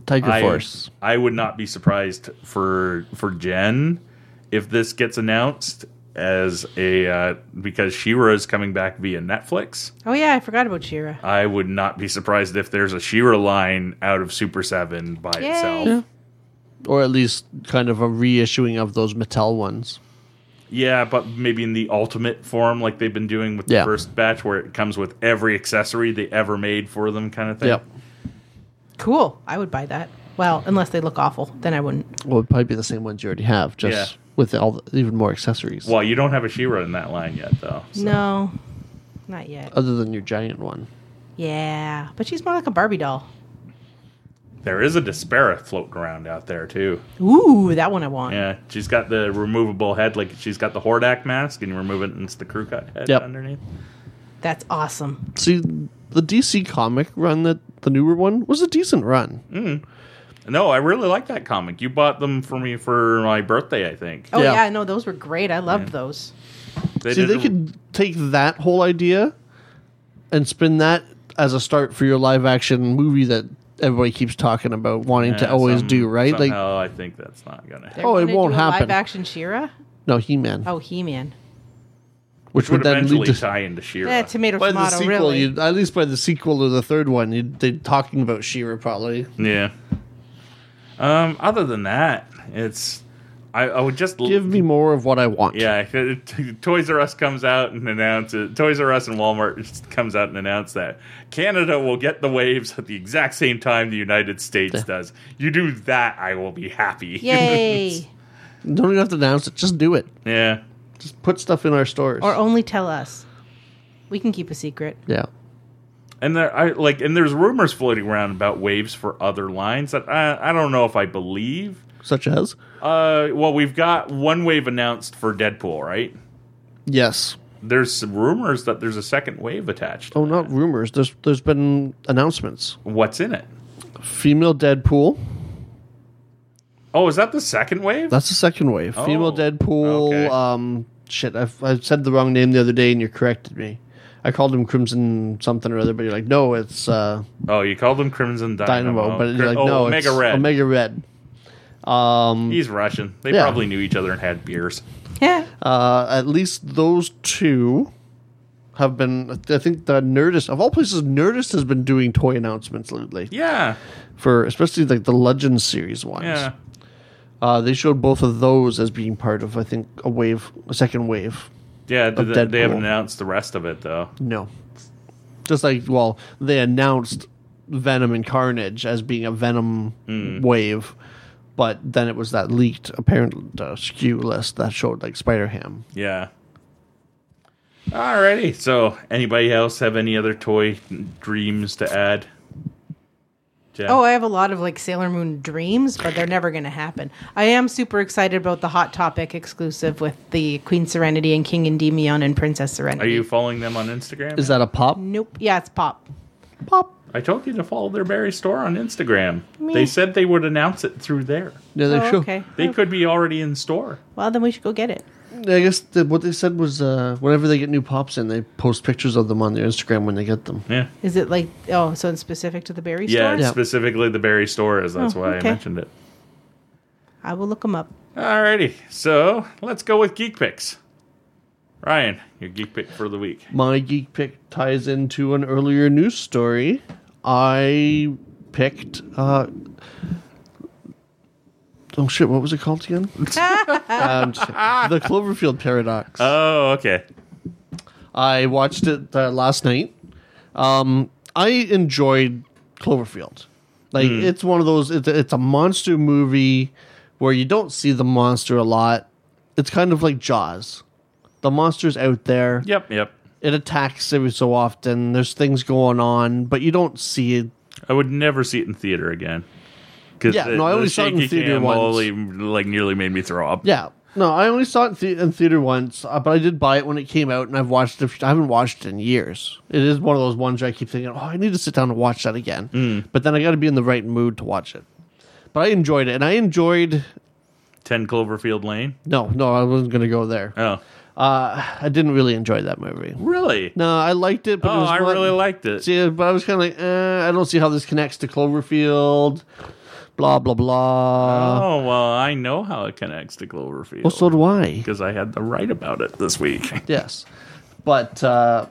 S3: Tiger
S2: I,
S3: Force.
S2: I would not be surprised for for Jen if this gets announced as a uh, because Shira is coming back via Netflix.
S4: Oh yeah, I forgot about Shira.
S2: I would not be surprised if there's a Shira line out of Super Seven by
S4: Yay.
S2: itself.
S4: Yeah.
S2: Yeah.
S3: Or at least kind of a reissuing of those Mattel ones.
S2: but maybe in the ultimate form, like they've been doing with the
S3: Yeah.
S2: first batch, where it comes with every accessory they ever made for them, kind of thing.
S3: Yep.
S4: Cool. I would buy that. Well, unless they look awful, then I wouldn't.
S3: Well, it'd probably be the same ones you already have, just
S2: Yeah.
S3: with all the, even more accessories.
S2: Well, you don't have a Shira in that line yet, though. so-
S4: No, not yet.
S3: Other than your giant one.
S4: Yeah, but she's more like a Barbie doll.
S2: There is a Despera floating around out there too.
S4: Ooh, that one I want.
S2: Yeah, she's got the removable head, like she's got the Hordak mask, and you remove it, and it's the crew cut head
S3: Yep.
S2: underneath.
S4: That's awesome.
S3: See, the DC comic run that the newer one was a decent run.
S2: No, I really like that comic. You bought them for me for my birthday, I think.
S4: Oh yeah,
S3: Yeah.
S4: no, those were great. I loved those.
S2: They
S3: See,
S2: did
S3: they
S2: a-
S3: could take that whole idea and spin that as a start for your live action movie that everybody keeps talking about wanting
S2: yeah,
S3: to always
S2: some-
S3: do, right? Like,
S2: Somehow, I think that's not gonna. happen.
S4: They're
S3: Oh, it
S4: gonna
S3: won't
S4: do a
S3: happen.
S4: Live action Shira.
S3: no, He Man,
S4: Oh, He Man.
S3: which,
S2: Would
S3: would then
S2: eventually
S3: lead to.
S2: tie into Shira.
S4: Yeah, tomato
S3: By the
S4: tomato.
S3: sequel,
S4: really.
S3: you'd, at least by the sequel or the third one, you'd, they're talking about She-Ra probably.
S2: yeah. Um. Other than that, it's. I, I would just
S3: Give me more of what I want.
S2: Yeah, Toys R Us comes out and announces Toys R Us and Walmart just comes out and announce that Canada will get the waves at the exact same time the United States does. You do that, I will be happy.
S4: Yay!
S3: Don't even have to announce it. Just do it.
S2: yeah.
S3: Just put stuff in our stores.
S4: or oh. only tell us. We can keep a secret.
S3: yeah.
S2: And there, I like, and there's rumors floating around about waves for other lines that I, I don't know if I believe.
S3: Such as?
S2: Uh, well, we've got one wave announced for Deadpool, right?
S3: Yes.
S2: There's some rumors that there's a second wave attached.
S3: Oh, not rumors. There's there's been announcements.
S2: What's in it?
S3: Female Deadpool.
S2: Oh, is that the second wave?
S3: That's the second wave.
S2: Oh,
S3: Female Deadpool.
S2: okay.
S3: Um, shit. I, I said the wrong name the other day, and you corrected me. I called him Crimson something or other, but you're like, no, it's uh,
S2: oh, you called him Crimson Dynamo,
S3: Dynamo. But
S2: Cri-
S3: you're like,
S2: oh,
S3: no,
S2: Omega
S3: it's
S2: Red.
S3: Omega Red. Um,
S2: He's Russian. They
S3: Yeah.
S2: probably knew each other and had beers.
S4: Yeah.
S3: uh, at least those two have been. I think the Nerdist of all places, Nerdist has been doing toy announcements lately
S2: Yeah,
S3: for especially like the Legends series ones.
S2: yeah.
S3: Uh, they showed both of those as being part of, I think, a wave, a second wave.
S2: Yeah,
S3: Of
S2: did they, they haven't
S3: Deadpool.
S2: announced the rest of it, though.
S3: No. Just like, well, they announced Venom and Carnage as being a Venom wave, but then it was that leaked apparent uh, SKU list that showed like Spider Ham.
S2: Yeah. Alrighty. So, anybody else have any other toy dreams to add? Jen?
S4: Oh, I have a lot of like Sailor Moon dreams, but they're never going to happen. I am super excited about the Hot Topic exclusive with the Queen Serenity and King Endymion and Princess Serenity.
S2: Are you following them on Instagram?
S3: Is that a pop?
S4: Nope. Yeah, it's pop.
S3: Pop.
S2: I told you to follow their Barry store on Instagram. They said they would announce it through there.
S3: Yeah, they
S4: Oh,
S3: show.
S4: okay.
S2: They could be already in store.
S4: Well, then we should go get it.
S3: I guess the, what they said was uh, whenever they get new pops in, they post pictures of them on their Instagram when they get them.
S2: Yeah.
S4: Is it like oh, so it's specific to the berry
S2: Yeah,
S4: store?
S2: it's
S3: Yeah.
S2: specifically the berry store is that's
S4: Oh,
S2: why
S4: okay.
S2: I mentioned it.
S4: I will look them up.
S2: Alrighty. So let's go with geek picks. Ryan, your geek pick for the week.
S3: My geek pick ties into an earlier news story. I picked. Uh, oh shit! What was it called again? um, the Cloverfield Paradox.
S2: Oh, okay.
S3: I watched it uh, last night. Um, I enjoyed Cloverfield. Like it's one of those. It's, it's a monster movie where you don't see the monster a lot. It's kind of like Jaws. The monster's out there.
S2: Yep, yep.
S3: It attacks every so often. There's things going on, but you don't see it.
S2: I would never see it in theater again. 'Cause
S3: Yeah, no, I only saw it in
S2: shaky
S3: theater
S2: cam
S3: once.
S2: only, like nearly made me throw up.
S3: Yeah. No, I only saw it in, the- in theater once, uh, but I did buy it when it came out, and I've watched it. I haven't watched it in years. It is one of those ones where I keep thinking, "Oh, I need to sit down and watch that again,"
S2: Mm.
S3: but then I got to be in the right mood to watch it. But I enjoyed it, and I enjoyed.
S2: Ten Cloverfield Lane.
S3: No, no, I wasn't going to go there. Uh,
S2: Oh,
S3: I didn't really enjoy that movie.
S2: really?
S3: No, I liked it, but it
S2: oh,
S3: was
S2: I
S3: one-
S2: really liked it.
S3: See, but I was kind of like, eh, I don't see how this connects to Cloverfield. Blah blah blah.
S2: oh well, I know how it connects to Cloverfield.
S3: well, so do I.
S2: because I had to write about it this week.
S3: Yes, but. uh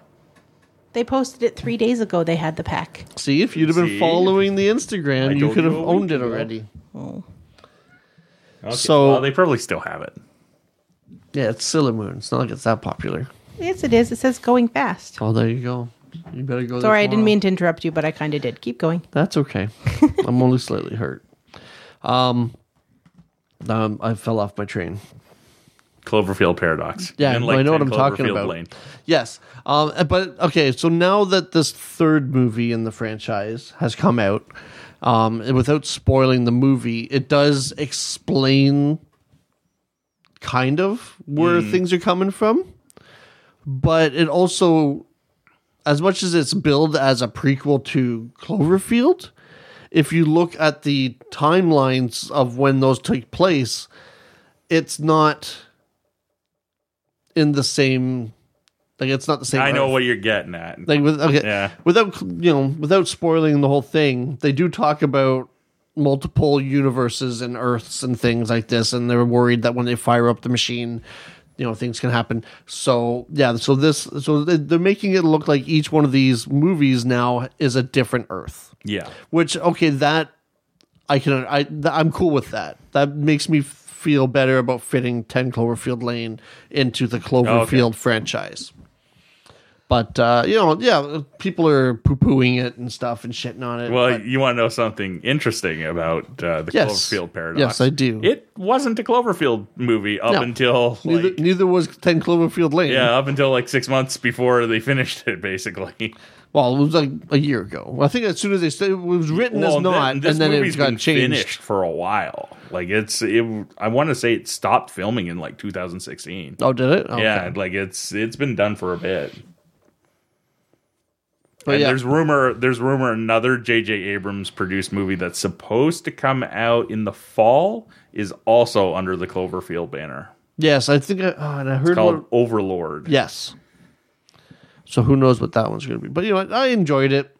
S4: They posted it three days ago. They had the pack.
S3: See, if you'd have been
S2: See?
S3: following the
S2: I
S3: Instagram, you
S2: told
S3: could
S2: you
S3: have
S2: a week
S3: owned it
S2: ago.
S3: already.
S2: Okay,
S3: So-
S2: well, they probably still have it.
S3: Yeah, it's Silly Moon. It's not like it's that popular.
S4: Yes, it is. It says going fast.
S3: Oh, there you go. You better
S2: Oh,
S3: go. there
S4: Sorry, I didn't
S3: tomorrow.
S4: mean to interrupt you, but I kind of did. Keep going.
S3: That's okay. I'm only slightly hurt. Um, um, I fell off my train.
S2: Cloverfield Paradox.
S3: Yeah,
S2: And,
S3: I know what
S2: 10
S3: I'm talking
S2: Cloverfield
S3: about. Yes. Um, but okay, so now that this third movie in the franchise has come out, um, and without spoiling the movie, it does explain kind of where
S2: Hmm.
S3: things are coming from. But it also, as much as it's billed as a prequel to Cloverfield, if you look at the timelines of when those take place, it's not in the same. Like it's not the same.
S2: I know
S3: Earth.
S2: what you're getting at.
S3: Like with okay,
S2: Yeah.
S3: without you know, without spoiling the whole thing, they do talk about multiple universes and Earths and things like this, and they're worried that when they fire up the machine, you know, things can happen. So yeah, so this, so they- they're making it look like each one of these movies now is a different Earth
S2: yeah.
S3: which okay that i can i th- i'm cool with that that makes me feel better about fitting 10 cloverfield lane into the cloverfield
S2: Oh,
S3: franchise but uh you know yeah people are poo-pooing it and stuff and shitting on it
S2: Well,
S3: but
S2: you want to know something interesting about uh, the
S3: Yes.
S2: Cloverfield Paradox?
S3: Yes, I do.
S2: It wasn't a Cloverfield movie up
S3: No.
S2: until like,
S3: neither, neither was 10 cloverfield lane
S2: yeah, up until like six months before they finished it, basically.
S3: well it was like a year ago i think as soon as they said it was written as not
S2: this
S3: and then
S2: movie's
S3: it got
S2: been
S3: changed
S2: finished for a while. Like it's, it, I want to say it stopped filming in like 2016.
S3: oh did it okay.
S2: Yeah, like it's it's been done for a bit.
S3: but
S2: and
S3: yeah
S2: there's rumor there's rumor another J.J. Abrams produced movie that's supposed to come out in the fall is also under the Cloverfield banner
S3: yes i think I, oh, and i heard
S2: called
S3: one,
S2: Overlord.
S3: Yes. So who knows what that one's going to be? But you know, what? I enjoyed it.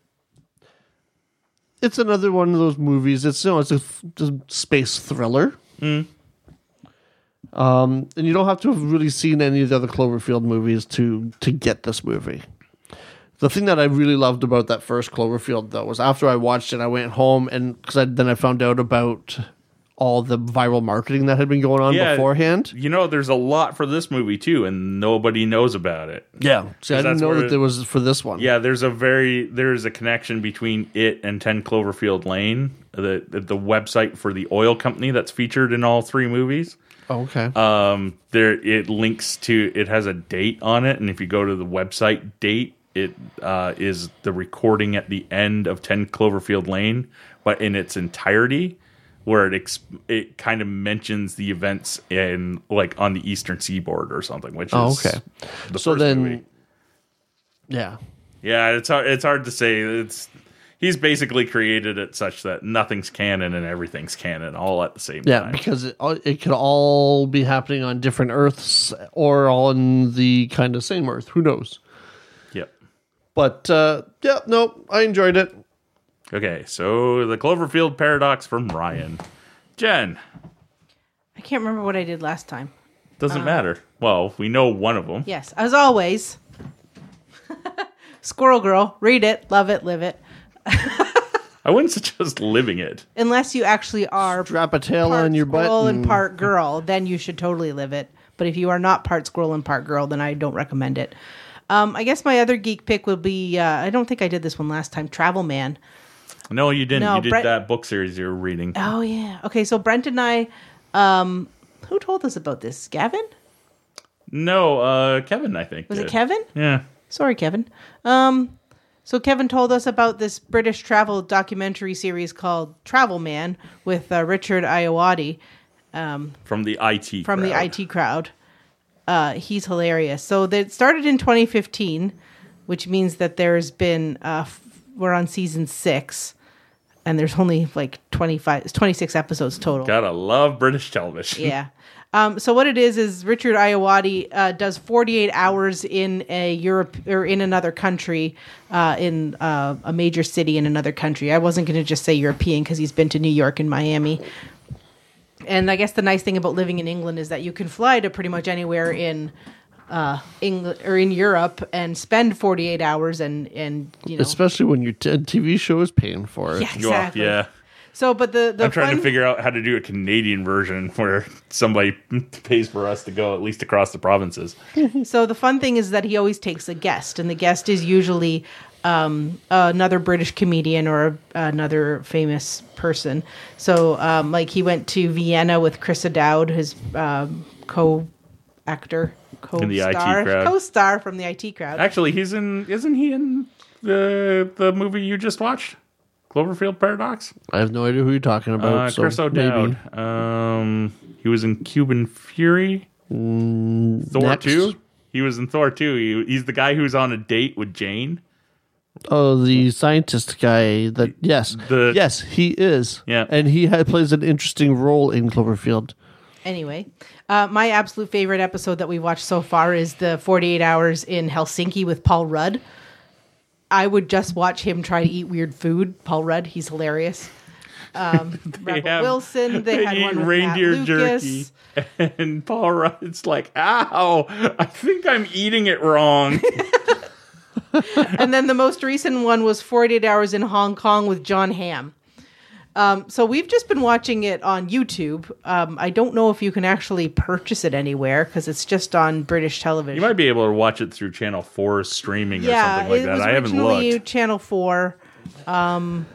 S3: It's another one of those movies. It's you know, it's a, f- just space thriller.
S2: Mm.
S3: Um, and you don't have to have really seen any of the other Cloverfield movies to to get this movie. The thing that I really loved about that first Cloverfield though was after I watched it, I went home and because I, then I found out about all the viral marketing that had been going on
S2: Yeah.
S3: beforehand.
S2: You know, there's a lot for this movie too, and nobody knows about it.
S3: Yeah, see, I didn't
S2: that's
S3: know
S2: where
S3: that
S2: it-
S3: there was for this one.
S2: Yeah, there's a very there's a connection between it and Ten Cloverfield Lane, the the, the website for the oil company that's featured in all three movies.
S3: Oh, okay.
S2: Um, there it links to it has a date on it, and if you go to the website date, it uh, is the recording at the end of Ten Cloverfield Lane, but in its entirety, where it ex- it kind of mentions the events in like on the Eastern Seaboard or something, which
S3: Oh,
S2: is
S3: okay.
S2: the
S3: so
S2: first
S3: then,
S2: movie.
S3: yeah,
S2: yeah, it's hard it's hard to say it's. he- he's basically created it such that nothing's canon and everything's canon all at the same
S3: Yeah,
S2: time.
S3: because it, all- it could all be happening on different Earths or on the kind of same Earth. Who knows?
S2: Yep.
S3: But uh, yeah, no, I enjoyed it.
S2: Okay, so the Cloverfield paradox from Ryan. Jen,
S4: I can't remember what I did last time.
S2: doesn't
S4: Uh-huh.
S2: matter. Well, we know one of them.
S4: Yes, as always, Squirrel Girl, read it, love it, live it.
S2: I wouldn't suggest living it.
S4: Unless you actually are
S3: Drop a tail
S4: part
S3: on your butt.
S4: squirrel and part girl, then you should totally live it. But if you are not part squirrel and part girl, then I don't recommend it. Um, I guess my other geek pick would be uh, I don't think I did this one last time. Travel Man.
S2: No, you didn't.
S4: No,
S2: you did
S4: Brett-
S2: that book series you were reading.
S4: Oh yeah. Okay, so Brent and I, um, who told us about this? Gavin?
S2: No, uh, Kevin, I think.
S4: Was it
S2: did.
S4: Kevin?
S2: Yeah.
S4: Sorry, Kevin. Um, so Kevin told us about this British travel documentary series called Travel Man with uh, Richard Iowati
S2: From the IT.
S4: from
S2: crowd.
S4: the IT crowd. Uh, he's hilarious. So that started in 2015, which means that there's been uh, f- we're on season six, and there's only like 25, 26 episodes total.
S2: Gotta love British television.
S4: Yeah. Um, so what it is is Richard Iowati uh, does 48 hours in a Europe or in another country, uh, in uh, a major city in another country. I wasn't going to just say European because he's been to New York and Miami. And I guess the nice thing about living in England is that you can fly to pretty much anywhere in uh, England or in Europe and spend 48 hours and and you know
S3: Especially when your t- TV show is paying for it.
S4: yeah
S2: Go off,
S4: exactly
S2: yeah.
S4: So, but the the
S2: I'm trying
S4: fun-
S2: to figure out how to do a Canadian version where somebody pays for us to go at least across the provinces.
S4: So the fun thing is that he always takes a guest, and the guest is usually um, another British comedian or another famous person. So, um, like he went to Vienna with Chris O'Dowd, his um, co-actor,
S2: In the IT
S4: co-star,
S2: crowd.
S4: co-star from the IT crowd.
S2: Actually, he's in. Isn't he in the the movie you just watched, Cloverfield Paradox?
S3: I have no idea who you're talking about.
S2: Uh,
S3: so
S2: Chris O'Dowd.
S3: Maybe.
S2: Um, he was in Cuban Fury. Thor
S3: Mm, next.
S2: two. He was in Thor two. He, he's the guy who's on a date with Jane.
S3: Oh, the scientist guy. That yes,
S2: The-
S3: yes, he is.
S2: Yeah.
S3: and he ha- plays an interesting role in Cloverfield.
S4: Anyway, uh, my absolute favorite episode that we watched so far is the 48 Hours in Helsinki with Paul Rudd. I would just watch him try to eat weird food. Paul Rudd, he's hilarious. Um, Rebel
S2: have-
S4: Wilson, they, had
S2: eat
S4: one with
S2: reindeer
S4: Matt
S2: jerky,
S4: Lucas.
S2: and Paul Rudd's like, "Ow, I think I'm eating it wrong."
S4: and then the most recent one was 48 Hours in Hong Kong with John Hamm. Um, so we've just been watching it on YouTube. Um, I don't know if you can actually purchase it anywhere because it's just on British television.
S2: you might be able to watch it through Channel Four streaming or something like that. I haven't
S4: originally
S2: looked.
S4: Channel Four. Um,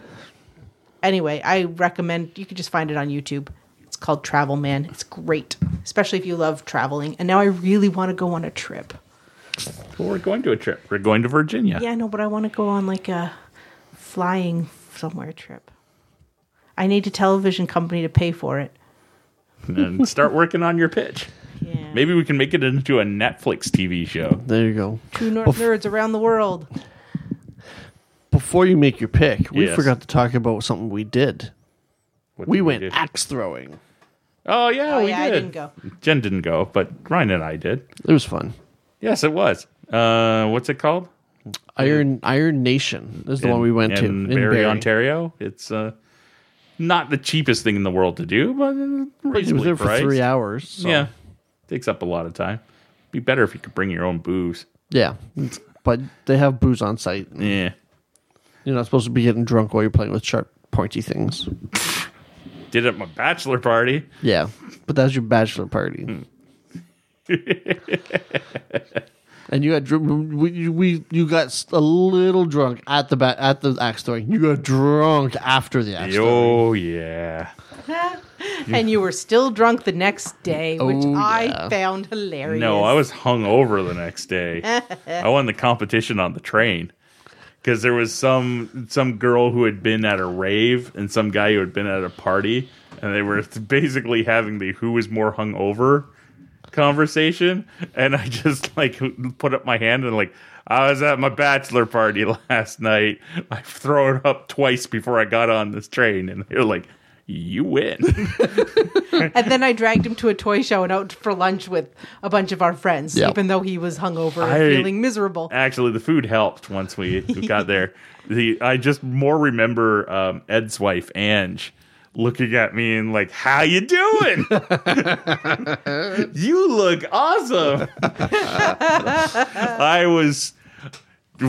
S4: anyway, I recommend you could just find it on YouTube. It's called Travel Man. It's great, especially if you love traveling. And now I really want to go on a trip.
S2: Well, we're going to a trip. We're going to Virginia.
S4: Yeah, no, but I want to go on like a flying somewhere trip. I need a television company to pay for it.
S2: and start working on your pitch.
S4: Yeah,
S2: Maybe we can make it into a Netflix TV show.
S3: There you go.
S4: two North nerds around the world.
S3: Before you make your pick, we
S2: Yes.
S3: forgot to talk about something we did.
S2: What
S3: We
S2: did
S3: went
S2: do?
S3: axe throwing.
S2: Oh yeah,
S4: Oh
S2: we
S4: yeah,
S2: did.
S4: I didn't go.
S2: Jen didn't go, but Ryan and I did.
S3: It was fun.
S2: Yes, it was. Uh, what's it called?
S3: Iron Iron Nation is the one we went to
S2: in
S3: in
S2: Barrie,
S3: Barrie.
S2: Ontario. It's uh, not the cheapest thing in the world to do, but uh,
S3: It was
S2: reasonably
S3: there for
S2: priced.
S3: three hours. so-
S2: Yeah, takes up a lot of time. Be better if you could bring your own booze.
S3: yeah, but they have booze on site.
S2: Yeah,
S3: You're not supposed to be getting drunk while you're playing with sharp, pointy things.
S2: did it at my bachelor party.
S3: Yeah, but that was your bachelor party.
S2: Hmm.
S3: and you got dr- we, you- we you got s- a little drunk at the ba- at the axe throwing. You got drunk after the axe throwing.
S2: Oh yeah,
S4: And you were still drunk the next day, which
S3: Oh,
S4: I
S3: yeah.
S4: found hilarious.
S2: no, I was hung over the next day. I won the competition on the train. Because there was some some girl who had been at a rave and some guy who had been at a party, and they were basically having the who was more hungover conversation, and I just like put up my hand and like I was at my bachelor party last night. I've thrown up twice before I got on this train, and they're like, "You win."
S4: And then I dragged him to a toy show and out for lunch with a bunch of our friends,
S3: Yeah.
S4: even though he was hungover and
S2: I-
S4: feeling miserable.
S2: Actually, the food helped once we got there. The I just more remember um, Ed's wife Ange looking at me and like, "How you doing? you look awesome." I was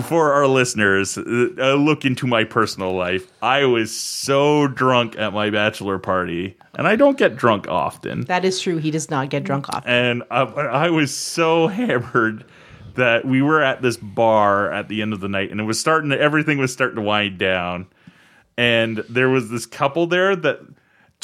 S2: for our listeners, a look into my personal life. I was so drunk at my bachelor party, and I don't get drunk often
S4: That is true. He does not get drunk often.
S2: and I, I was so hammered that we were at this bar at the end of the night, and it was starting to everything was starting to wind down, and there was this couple there that.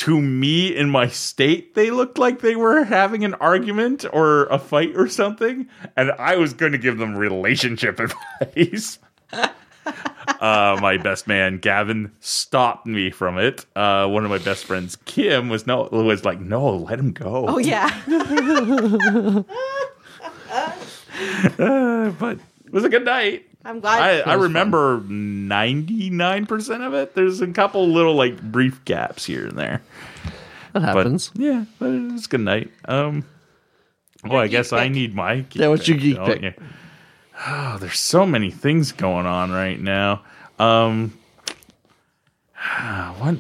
S2: To me, in my state, they looked like they were having an argument or a fight or something, and I was going to give them relationship advice. uh, my best man Gavin stopped me from it. Uh, one of my best friends, Kim, was no was like, "No, let him go."
S4: Oh yeah.
S2: but it was a good night.
S4: I'm glad.
S2: I, I remember ninety nine percent of it. There's a couple little like brief gaps here and there,
S3: That
S2: but
S3: happens.
S2: yeah, but it was a good night. Um, well, I guess I need my geek
S3: Yeah, what's your geek
S2: don't
S3: pick?
S2: you? Oh, there's so many things going on right now. Um, what?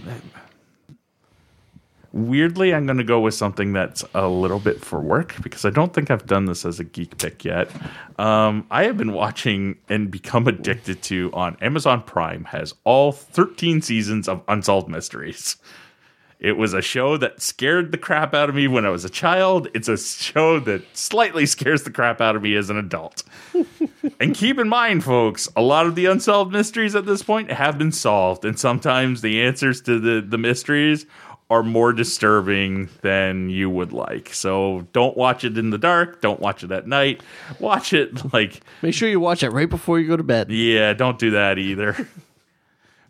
S2: Weirdly, I'm going to go with something that's a little bit for work because I don't think I've done this as a geek pick yet. Um, I have been watching and become addicted to on Amazon Prime has all 13 seasons of Unsolved Mysteries. It was a show that scared the crap out of me when I was a child. It's a show that slightly scares the crap out of me as an adult. and keep in mind, folks, a lot of the unsolved mysteries at this point have been solved, and sometimes the answers to the, the mysteries are more disturbing than you would like. So don't watch it in the dark, don't watch it at night. Watch it like
S3: Make sure you watch it right before you go to bed.
S2: yeah, don't do that either.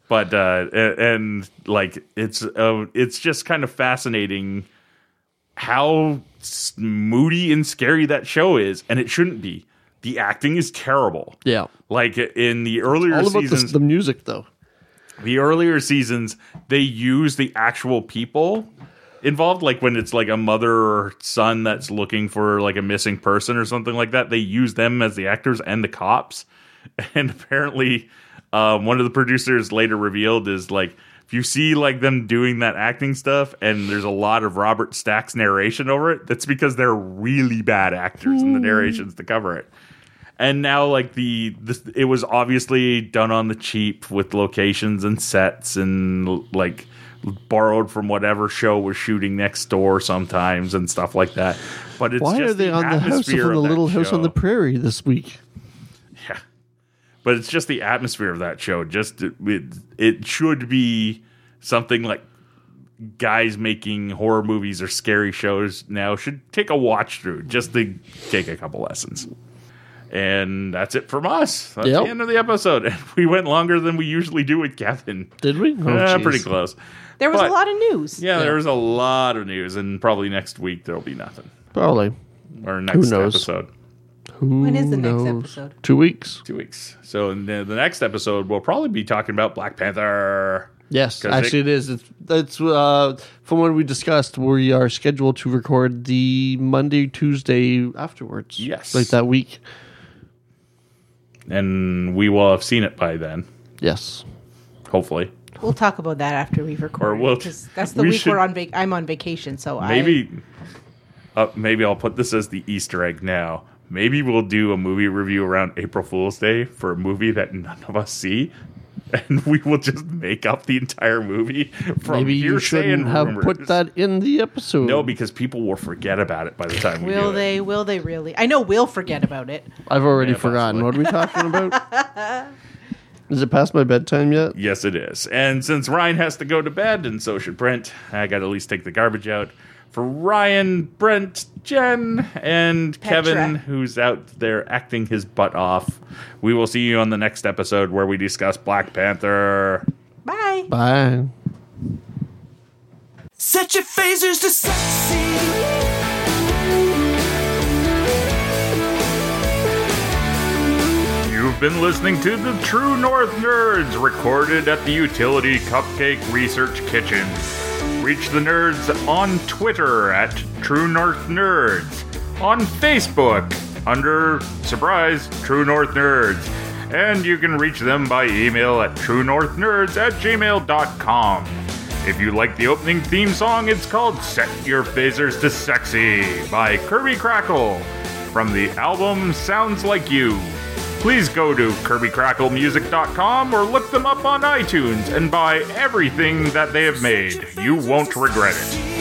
S2: but uh and, and like it's uh, it's just kind of fascinating how s- moody and scary that show is and it shouldn't be. The acting is terrible.
S3: Yeah.
S2: Like in the earlier
S3: All about the,
S2: seasons,
S3: the music, though.
S2: the earlier seasons they use the actual people involved like when it's like a mother or son that's looking for like a missing person or something like that they use them as the actors and the cops and apparently um, one of the producers later revealed is like if you see like them doing that acting stuff and there's a lot of robert stack's narration over it that's because they're really bad actors and the narrations to cover it and now like the this, it was obviously done on the cheap with locations and sets and like borrowed from whatever show was shooting next door sometimes and stuff like that but it's
S3: Why
S2: just
S3: are they
S2: the
S3: on the house
S2: atmosphere
S3: from the
S2: of that
S3: Little House on
S2: show.
S3: the Prairie this week?
S2: Yeah. But it's just the atmosphere of that show. Just it, it should be something like guys making horror movies or scary shows now should take a watch through just to take a couple lessons. And that's it from us. That's
S3: Yep.
S2: the end of the episode. we went longer than we usually do with Kevin.
S3: Did we? Oh,
S2: Eh,
S3: jeez.
S2: pretty close.
S4: There was
S2: But-
S4: a lot of news.
S2: Yeah,
S3: Yeah.
S2: there was a lot of news, and probably next week there'll be nothing.
S3: Probably.
S2: Or next
S3: knows?
S2: episode.
S3: Who
S4: When is the next
S3: knows?
S4: episode?
S3: Two weeks.
S2: two weeks. So in the, the next episode, we'll probably be talking about Black Panther.
S3: Yes,
S2: 'Cause
S3: actually,
S2: it-
S3: it is. It's, it's uh, from what we discussed. We are scheduled to record the Monday, Tuesday afterwards.
S2: Yes.
S3: like that week.
S2: And we will have seen it by then,
S3: Yes,
S2: hopefully.
S4: We'll talk about that after we record.
S2: Or we'll-
S4: 'cause that's the
S2: we
S4: week
S2: should-
S4: we're on. Vac- I'm on vacation, so I
S2: Maybe, uh, maybe I'll put this as the Easter egg now. Maybe we'll do a movie review around April Fool's Day for a movie that none of us see, and we will just make up the entire movie from
S3: maybe you
S2: hearsay
S3: shouldn't
S2: and
S3: have
S2: rumors.
S3: put that in the episode.
S2: No, because people will forget about it by the time we
S4: will
S2: do
S4: they
S2: It.
S4: will they really? I know we'll forget about it.
S3: I've already
S2: Yeah,
S3: forgotten. What are we talking about? is it past my bedtime yet?
S2: Yes, it is. And since Ryan has to go to bed, and so should Brent, I got to at least take the garbage out. For Ryan, Brent, Jen, and
S4: Petra.
S2: Kevin, who's out there acting his butt off, we will see you on the next episode where we discuss Black Panther.
S4: Bye.
S3: Bye.
S1: Set your phasers to sexy.
S2: You've been listening to the True North Nerds, recorded at the Utility Cupcake Research Kitchen. Reach the nerds on Twitter at True North Nerds, on Facebook under Surprise True North Nerds, and you can reach them by email at True North Nerds at gmail.com. If you like the opening theme song, it's called Set Your Phasers to Sexy by Kirby Crackle from the album Sounds Like You. Please go to KirbyCracklemusic.com or look them up on iTunes and buy everything that they have made. You won't regret it.